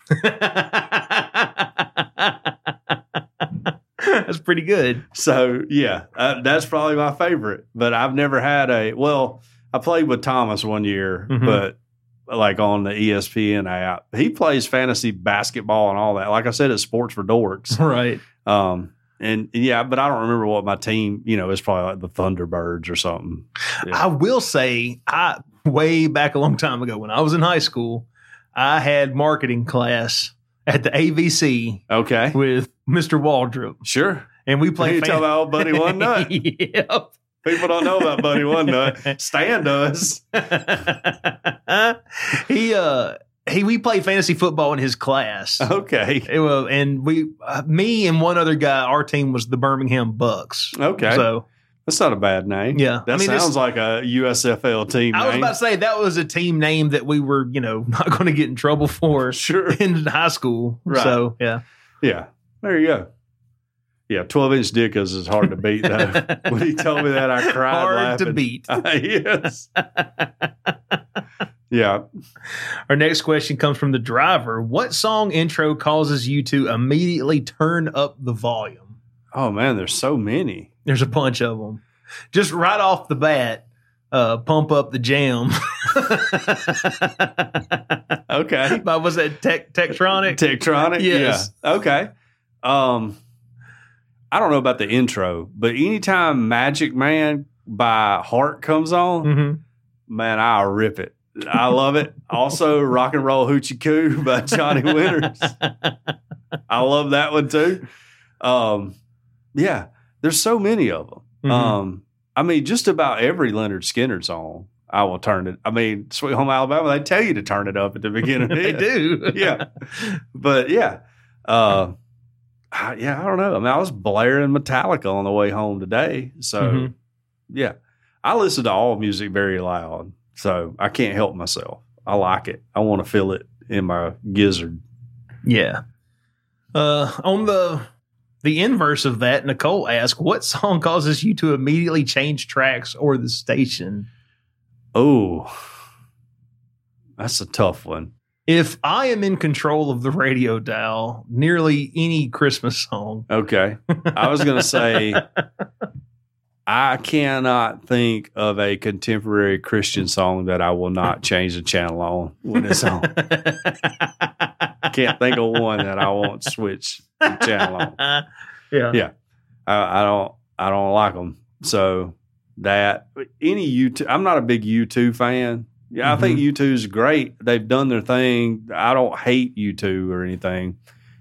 [SPEAKER 2] that's pretty good.
[SPEAKER 3] So yeah, uh, that's probably my favorite. But I've never had a well. I played with Thomas one year,
[SPEAKER 2] Mhm.
[SPEAKER 3] but like on the E ESPN app, he plays fantasy basketball and all that. Like I said, it's sports for dorks.
[SPEAKER 2] Right.
[SPEAKER 3] Um, and yeah, but I don't remember what my team. You know, it's probably like the Thunderbirds or something. Yeah.
[SPEAKER 2] I will say, I way back a long time ago when I was in high school, I had marketing class at the AVC
[SPEAKER 3] Okay,
[SPEAKER 2] with Mr. Waldrop,
[SPEAKER 3] sure.
[SPEAKER 2] and we
[SPEAKER 3] Play you
[SPEAKER 2] played.
[SPEAKER 3] talking about old Buddy One Nut.
[SPEAKER 2] yep.
[SPEAKER 3] People don't know about Buddy One Nut. Stan does.
[SPEAKER 2] he uh he we played fantasy football in his class.
[SPEAKER 3] Oh. Okay,
[SPEAKER 2] It was, and we, uh, me and one other guy, our team was the Birmingham Bucks.
[SPEAKER 3] okay.
[SPEAKER 2] So
[SPEAKER 3] that's not a bad name.
[SPEAKER 2] Yeah.
[SPEAKER 3] that
[SPEAKER 2] I mean, it's-
[SPEAKER 3] sounds like a USFL team.
[SPEAKER 2] I was
[SPEAKER 3] name.
[SPEAKER 2] about to say that was a team name that we were, you know, not going to get in trouble for
[SPEAKER 3] Sure.
[SPEAKER 2] in high school.
[SPEAKER 3] Right.
[SPEAKER 2] So yeah,
[SPEAKER 3] Yeah. There you go. Yeah, twelve inch dick is, is hard to beat though. when he told me that I cried
[SPEAKER 2] hard
[SPEAKER 3] laughing. Ah,
[SPEAKER 2] to beat.
[SPEAKER 3] yes. yeah.
[SPEAKER 2] Our next question comes from the driver. What song intro causes you to immediately turn up the volume?
[SPEAKER 3] Oh man, there's so many.
[SPEAKER 2] There's a bunch of them. Just right off the bat, uh, pump up the jam.
[SPEAKER 3] Okay.
[SPEAKER 2] By was that Tech Tektronic?
[SPEAKER 3] Tektronic.
[SPEAKER 2] Yes.
[SPEAKER 3] Yeah. Okay. Um I don't know about the intro, but anytime Magic Man by Heart comes on,
[SPEAKER 2] Mhm.
[SPEAKER 3] man, I rip it. I love it. also, Rock and Roll Hoochie Coo by Johnny Winters. I love that one too. Um, yeah, there's so many of them.
[SPEAKER 2] Mhm.
[SPEAKER 3] Um, I mean, just about every Leonard Skinner song, I will turn it. I mean, Sweet Home Alabama, they tell you to turn it up at the beginning.
[SPEAKER 2] they
[SPEAKER 3] of it.
[SPEAKER 2] do.
[SPEAKER 3] yeah, but yeah, uh, I- yeah. I don't know. I mean, I was blaring Metallica on the way home today, so
[SPEAKER 2] Mhm.
[SPEAKER 3] yeah, I listen to all music very loud, so I can't help myself. I like it. I want to feel it in my gizzard.
[SPEAKER 2] Yeah. Uh, on the the inverse of that, Nicole asked, "What song causes you to immediately change tracks or the station?"
[SPEAKER 3] Oh, that's a tough one.
[SPEAKER 2] If I am in control of the radio dial, nearly any Christmas song.
[SPEAKER 3] Okay. I was going to say, I cannot think of a contemporary Christian song that I will not change the channel on when it's on. I can't think of one that I won't switch the channel on.
[SPEAKER 2] yeah.
[SPEAKER 3] I, I don't, I don't like them. So that any U2, I'm not a big U2 fan. Yeah, I
[SPEAKER 2] Mm-hmm.
[SPEAKER 3] think U2's great. They've done their thing. I don't hate U2 or anything.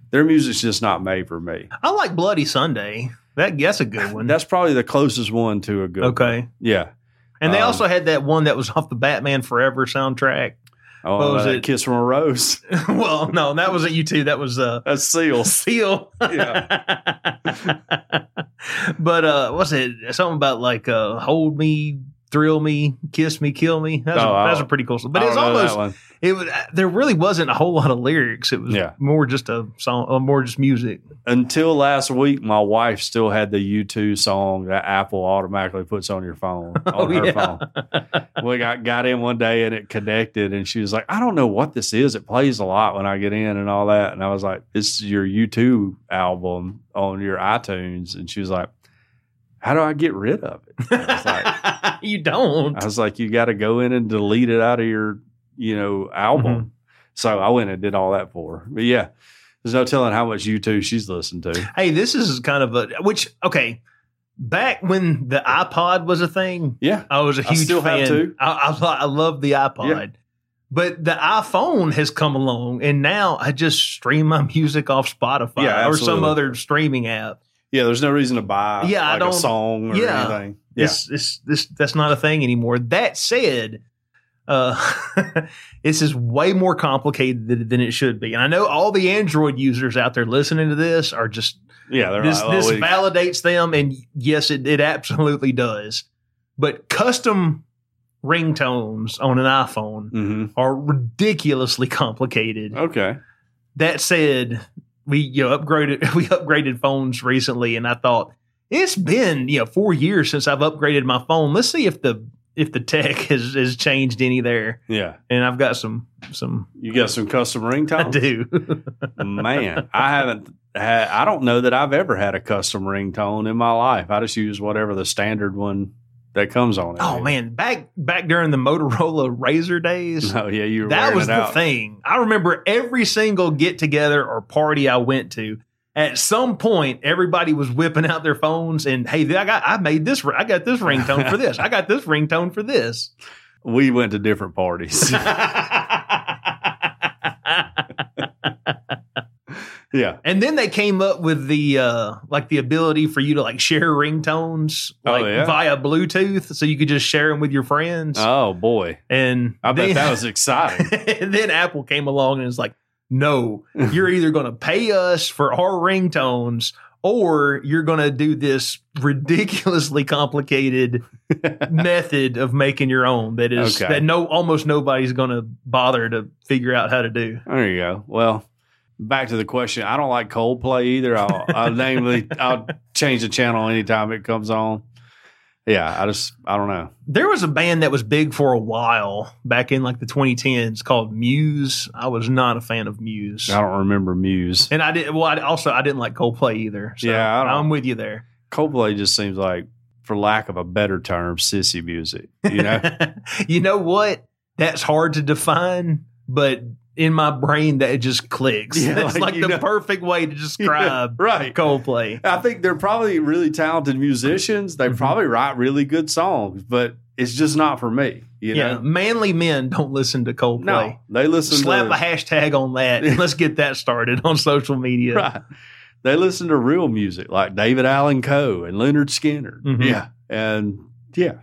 [SPEAKER 3] Their music's just not made for me.
[SPEAKER 2] I like Bloody Sunday. That that's a good one.
[SPEAKER 3] That's probably the closest one to a good.
[SPEAKER 2] okay.
[SPEAKER 3] Yeah.
[SPEAKER 2] And they
[SPEAKER 3] Um,
[SPEAKER 2] also had that one that was off the Batman Forever soundtrack.
[SPEAKER 3] Oh,
[SPEAKER 2] What was
[SPEAKER 3] that
[SPEAKER 2] it?
[SPEAKER 3] Kiss from a Rose.
[SPEAKER 2] well, no, that wasn't you two. That was uh
[SPEAKER 3] That's Seals.
[SPEAKER 2] Seal. but uh was it something about like uh hold me, thrill me, kiss me, kill me? That's,
[SPEAKER 3] Oh, I
[SPEAKER 2] a, that's a
[SPEAKER 3] don't-
[SPEAKER 2] pretty cool song. But
[SPEAKER 3] I
[SPEAKER 2] it's
[SPEAKER 3] don't know that
[SPEAKER 2] almost
[SPEAKER 3] one.
[SPEAKER 2] it was there really wasn't a whole lot of lyrics. It was
[SPEAKER 3] Yeah.
[SPEAKER 2] more just a song uh, more just music.
[SPEAKER 3] until last week. My wife still had the U2 song that Apple automatically puts on your phone on
[SPEAKER 2] Oh,
[SPEAKER 3] her
[SPEAKER 2] yeah.
[SPEAKER 3] phone. we got got in one day and it connected, and she was like, "I don't know what this is. It plays a lot when I get in and all that." And I was like, "This is your U2 album on your iTunes," and she was like. How do I get rid of it? I was like,
[SPEAKER 2] you don't.
[SPEAKER 3] I was like, you got to go in and delete it out of your, you know, album.
[SPEAKER 2] Mm-hmm.
[SPEAKER 3] So I went and did all that for her. But yeah, there's no telling how much you two she's listened to.
[SPEAKER 2] hey, this is kind of a which okay. Back when the iPod was a thing,
[SPEAKER 3] Yeah.
[SPEAKER 2] I was a
[SPEAKER 3] I
[SPEAKER 2] huge
[SPEAKER 3] still have
[SPEAKER 2] fan.
[SPEAKER 3] two.
[SPEAKER 2] I, I, lo- I love the iPod, But the iPhone has come along, and now I just stream my music off Spotify
[SPEAKER 3] Yeah,
[SPEAKER 2] or some
[SPEAKER 3] absolutely.
[SPEAKER 2] other streaming app.
[SPEAKER 3] Yeah, there's no reason to buy
[SPEAKER 2] Yeah, I
[SPEAKER 3] like
[SPEAKER 2] don't-
[SPEAKER 3] a song or
[SPEAKER 2] yeah.
[SPEAKER 3] anything. Yeah.
[SPEAKER 2] It's, it's, this that's not a thing anymore. That said, uh, this is way more complicated than, than it should be. And I know all the Android users out there listening to this are just
[SPEAKER 3] yeah, they're
[SPEAKER 2] this,
[SPEAKER 3] like,
[SPEAKER 2] this
[SPEAKER 3] oh, we-
[SPEAKER 2] validates them, and yes, it, it absolutely does. But custom ringtones on an iPhone
[SPEAKER 3] Mhm.
[SPEAKER 2] are ridiculously complicated.
[SPEAKER 3] Okay.
[SPEAKER 2] That said, we you know, upgraded we upgraded phones recently, and I thought it's been you know four years since I've upgraded my phone. Let's see if the if the tech has, has changed any there.
[SPEAKER 3] Yeah.
[SPEAKER 2] And I've got some some
[SPEAKER 3] You got some custom
[SPEAKER 2] I
[SPEAKER 3] ringtones?
[SPEAKER 2] do.
[SPEAKER 3] Man, I haven't had, I don't know that I've ever had a custom ringtone in my life. I just use whatever the standard one that comes on it.
[SPEAKER 2] oh man, back back during the Motorola Razor days.
[SPEAKER 3] Oh, yeah, you were
[SPEAKER 2] That
[SPEAKER 3] wearing
[SPEAKER 2] was
[SPEAKER 3] it
[SPEAKER 2] the
[SPEAKER 3] out.
[SPEAKER 2] thing. I remember every single get together or party I went to. At some point, everybody was whipping out their phones and hey, I got I made this I got this ringtone for this. I got this ringtone for this.
[SPEAKER 3] We went to different parties. yeah.
[SPEAKER 2] and then they came up with the uh like the ability for you to like share ringtones
[SPEAKER 3] Oh,
[SPEAKER 2] like
[SPEAKER 3] yeah.
[SPEAKER 2] via Bluetooth, so you could just share them with your friends.
[SPEAKER 3] Oh, boy.
[SPEAKER 2] and
[SPEAKER 3] I bet
[SPEAKER 2] then-
[SPEAKER 3] that was exciting.
[SPEAKER 2] and then Apple came along and was like, no, you're either going to pay us for our ringtones or you're going to do this ridiculously complicated method of making your own that is
[SPEAKER 3] Okay.
[SPEAKER 2] that no almost nobody's going to bother to figure out how to do.
[SPEAKER 3] There you go. Well, back to the question. I don't like Coldplay either. I'll, I'll namely, I'll change the channel anytime it comes on. Yeah, I just, I don't know.
[SPEAKER 2] There was a band that was big for a while back in like the 2010s called Muse. I was not a fan of Muse.
[SPEAKER 3] I don't remember Muse.
[SPEAKER 2] And I did well I, also I didn't like Coldplay either. So
[SPEAKER 3] Yeah, I don't-
[SPEAKER 2] I'm with you there.
[SPEAKER 3] Coldplay just seems like, for lack of a better term, sissy music. You know,
[SPEAKER 2] you know what? That's hard to define, but in my brain, that just clicks.
[SPEAKER 3] Yeah,
[SPEAKER 2] That's
[SPEAKER 3] like,
[SPEAKER 2] like,
[SPEAKER 3] you
[SPEAKER 2] the
[SPEAKER 3] know-
[SPEAKER 2] perfect way to describe
[SPEAKER 3] right?
[SPEAKER 2] Coldplay.
[SPEAKER 3] I think they're probably really talented musicians. They
[SPEAKER 2] Mhm.
[SPEAKER 3] probably write really good songs, but it's just not for me. You
[SPEAKER 2] yeah,
[SPEAKER 3] know,
[SPEAKER 2] manly men don't listen to Coldplay.
[SPEAKER 3] no, they listen
[SPEAKER 2] Slap
[SPEAKER 3] to
[SPEAKER 2] a hashtag on that. and let's get that started on social media.
[SPEAKER 3] Right. They listen to real music like David Allen Coe and Leonard Skinner.
[SPEAKER 2] Mhm.
[SPEAKER 3] Yeah. And yeah.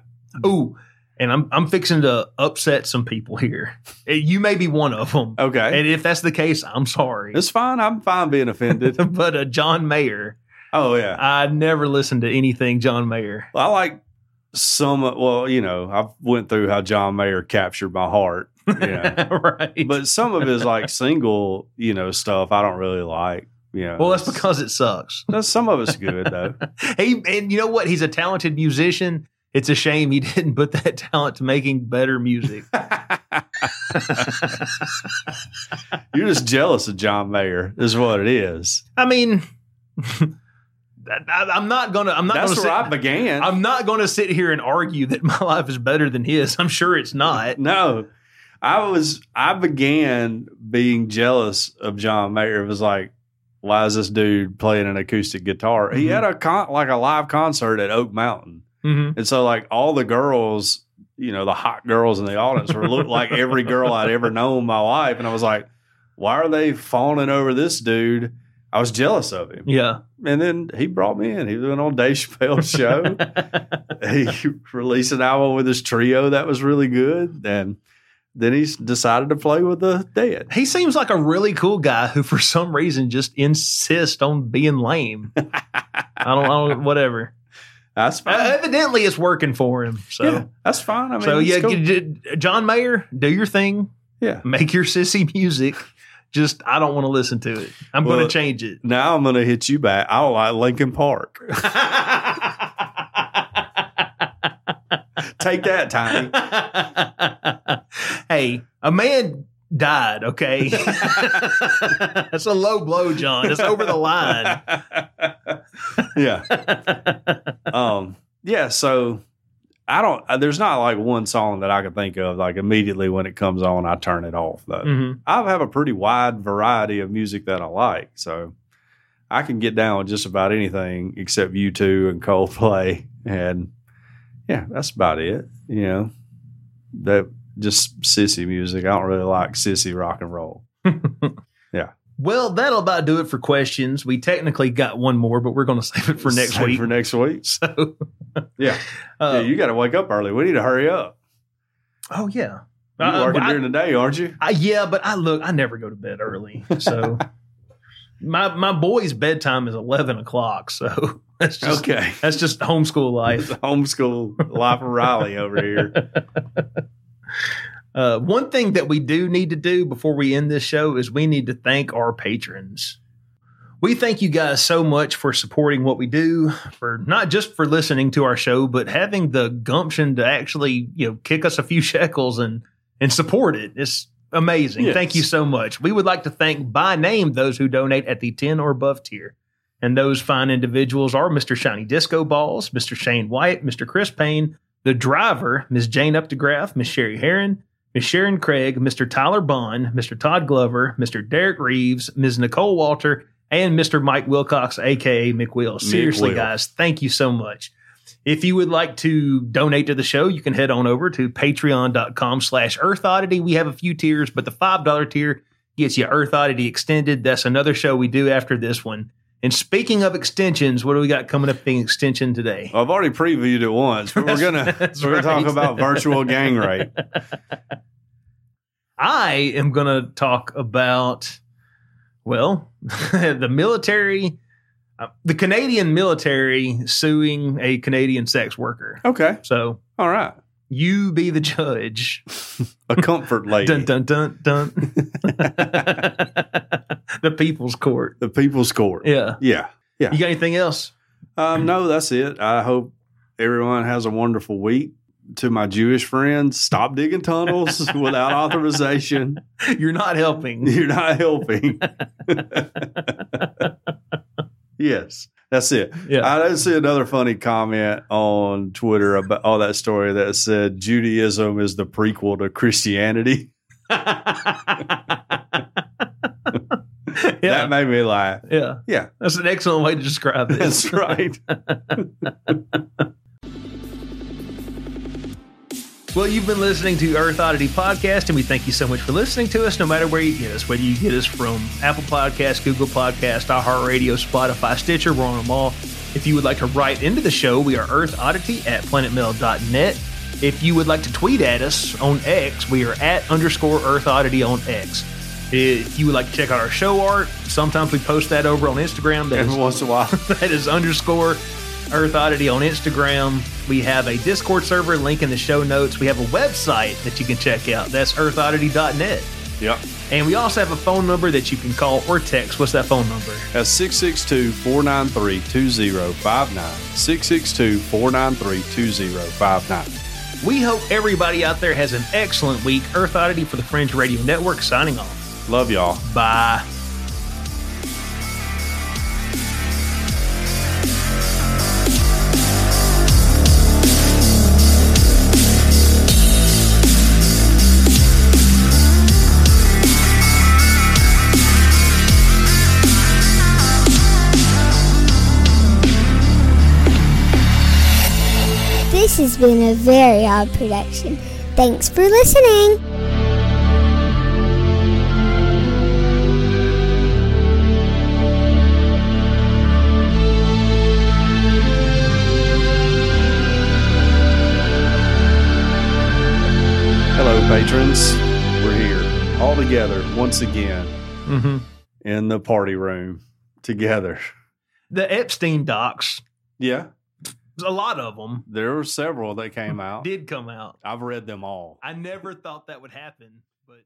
[SPEAKER 2] Ooh, and I'm I'm fixing to upset some people here. Eh, You may be one of them,
[SPEAKER 3] Okay.
[SPEAKER 2] and if that's the case, I'm sorry.
[SPEAKER 3] it's fine. I'm fine being offended.
[SPEAKER 2] but uh, John Mayer,
[SPEAKER 3] oh, yeah.
[SPEAKER 2] I never listened to anything John Mayer.
[SPEAKER 3] I like some, well, you know, I've went through how John Mayer captured my heart. Yeah.
[SPEAKER 2] right.
[SPEAKER 3] but some of his like single, you know, stuff I don't really like. You know,
[SPEAKER 2] Well, that's
[SPEAKER 3] It's-
[SPEAKER 2] because it sucks.
[SPEAKER 3] that's- some of it's good though.
[SPEAKER 2] He and you know what? He's a talented musician. It's a shame he didn't put that talent to making better music.
[SPEAKER 3] You're just jealous of John Mayer, is what it is.
[SPEAKER 2] I mean, I, I- I'm not gonna. I'm not
[SPEAKER 3] That's
[SPEAKER 2] gonna.
[SPEAKER 3] where I
[SPEAKER 2] Sit,
[SPEAKER 3] began.
[SPEAKER 2] I'm not gonna sit here and argue that my life is better than his. I'm sure it's not.
[SPEAKER 3] No, I was. I began being jealous of John Mayer. It was like, why is this dude playing an acoustic guitar? He
[SPEAKER 2] Mhm.
[SPEAKER 3] had a con- like a live concert at Oak Mountain,
[SPEAKER 2] Mhm.
[SPEAKER 3] and so like all the girls, you know, the hot girls in the audience were looked like every girl I'd ever known in my life, and I was like, why are they fawning over this dude? I was jealous of him,
[SPEAKER 2] Yeah.
[SPEAKER 3] and then he brought me in. He was on Dave Chappelle's show he released an album with his trio that was really good, and then he's decided to play with the dead.
[SPEAKER 2] he seems like a really cool guy who, for some reason, just insists on being lame. I don't. I don't. Whatever.
[SPEAKER 3] That's
[SPEAKER 2] Uh,
[SPEAKER 3] fine.
[SPEAKER 2] evidently, it's working for him. So.
[SPEAKER 3] yeah, that's fine. I mean,
[SPEAKER 2] so
[SPEAKER 3] it's
[SPEAKER 2] yeah,
[SPEAKER 3] cool.
[SPEAKER 2] you- you- John Mayer, do your thing.
[SPEAKER 3] Yeah.
[SPEAKER 2] make your sissy music. Just I don't want to listen to it. I'm
[SPEAKER 3] Well-
[SPEAKER 2] going to change it.
[SPEAKER 3] now I'm gonna hit you back. I don't like Lincoln Park. Take that, Tiny.
[SPEAKER 2] hey, a man died. Okay, that's a low blow, John. It's over the line.
[SPEAKER 3] yeah. Um. Yeah. So I don't. uh, There's not like one song that I can think of. Like immediately when it comes on, I turn it off. Though.
[SPEAKER 2] Mhm.
[SPEAKER 3] I have a pretty wide variety of music that I like, so I can get down with just about anything except U two and Coldplay, and yeah, that's about it. You know, that just sissy music. I don't really like sissy rock and roll.
[SPEAKER 2] Well, that'll about do it for questions. We technically got one more, but we're going to save it for next
[SPEAKER 3] Save
[SPEAKER 2] week.
[SPEAKER 3] For next week.
[SPEAKER 2] so,
[SPEAKER 3] Yeah. yeah
[SPEAKER 2] uh,
[SPEAKER 3] you got to wake up early. We need to hurry up.
[SPEAKER 2] oh yeah,
[SPEAKER 3] You're
[SPEAKER 2] Uh,
[SPEAKER 3] working
[SPEAKER 2] I-
[SPEAKER 3] during the day, aren't you?
[SPEAKER 2] I, yeah, but I look, I never go to bed early, so my my boy's bedtime is eleven o'clock. So that's just
[SPEAKER 3] Okay.
[SPEAKER 2] that's just homeschool life.
[SPEAKER 3] Homeschool life of Riley over here.
[SPEAKER 2] Uh, one thing that we do need to do before we end this show is we need to thank our patrons. We thank you guys so much for supporting what we do, for not just for listening to our show, but having the gumption to actually, you know, kick us a few shekels and and support it. It's amazing.
[SPEAKER 3] Yes.
[SPEAKER 2] Thank you so much. We would like to thank by name those who donate at the 10 or above tier. And those fine individuals are Mr. Shiny Disco Balls, Mr. Shane White, Mr. Chris Payne, the driver, Ms. Jane Updegraff, Ms. Sherry Heron, Ms. Sharon Craig, Mr. Tyler Bond, Mr. Todd Glover, Mr. Derek Reeves, Ms. Nicole Walter, and Mr. Mike Wilcox, aka McWill. Seriously,
[SPEAKER 3] Will.
[SPEAKER 2] guys, thank you so much. If you would like to donate to the show, you can head on over to patreon.com slash Earth Oddity. We have a few tiers, but the $5 tier gets you Earth Oddity Extended. That's another show we do after this one. And speaking of extensions, what do we got coming up being extension today?
[SPEAKER 3] I've already previewed it once, but we're gonna
[SPEAKER 2] That's
[SPEAKER 3] we're gonna
[SPEAKER 2] right.
[SPEAKER 3] talk about virtual gang rape.
[SPEAKER 2] I am going to talk about, well, the military, uh, the Canadian military suing a Canadian sex worker.
[SPEAKER 3] Okay,
[SPEAKER 2] So
[SPEAKER 3] all right.
[SPEAKER 2] you be the judge.
[SPEAKER 3] A comfort lady,
[SPEAKER 2] Dun, dun, dun, dun. the people's court.
[SPEAKER 3] the people's court.
[SPEAKER 2] Yeah.
[SPEAKER 3] Yeah.
[SPEAKER 2] You got anything else?
[SPEAKER 3] Um, no, that's it. I hope everyone has a wonderful week. To my Jewish friends, stop digging tunnels without authorization.
[SPEAKER 2] You're not helping.
[SPEAKER 3] You're not helping. yes, that's it.
[SPEAKER 2] Yeah.
[SPEAKER 3] I did see another funny comment on Twitter about all that story that said Judaism is the prequel to Christianity.
[SPEAKER 2] yeah.
[SPEAKER 3] That made me laugh.
[SPEAKER 2] yeah.
[SPEAKER 3] Yeah.
[SPEAKER 2] That's an excellent way to describe it.
[SPEAKER 3] That's right.
[SPEAKER 2] Well, you've been listening to Earth Oddity Podcast, and we thank you so much for listening to us, no matter where you get us, whether you get us from Apple Podcasts, Google Podcasts, iHeartRadio, Spotify, Stitcher, we're on them all. If you would like to write into the show, we are Earth Oddity at planetmail.net. If you would like to tweet at us on X, we are at underscore Earth Oddity on X. If you would like to check out our show art, sometimes we post that over on Instagram. That is
[SPEAKER 3] Every once in a while.
[SPEAKER 2] that is underscore Earth Oddity on Instagram. We have a Discord server, link in the show notes. We have a website that you can check out. That's earthoddity.net.
[SPEAKER 3] Yep.
[SPEAKER 2] And we also have a phone number that you can call or text. What's that phone number?
[SPEAKER 3] That's 662 493 2059. 662 493 2059.
[SPEAKER 2] We hope everybody out there has an excellent week. Earth Oddity for the Fringe Radio Network signing off.
[SPEAKER 3] Love y'all.
[SPEAKER 2] Bye.
[SPEAKER 6] This has been a very odd production. Thanks for listening.
[SPEAKER 3] Hello, patrons. We're here all together once again
[SPEAKER 2] Mm-hmm.
[SPEAKER 3] in the party room together.
[SPEAKER 2] The Epstein docs,
[SPEAKER 3] Yeah.
[SPEAKER 2] a lot of them
[SPEAKER 3] There were several that came out.
[SPEAKER 2] did come out.
[SPEAKER 3] I've read them all.
[SPEAKER 2] I never thought that would happen, but.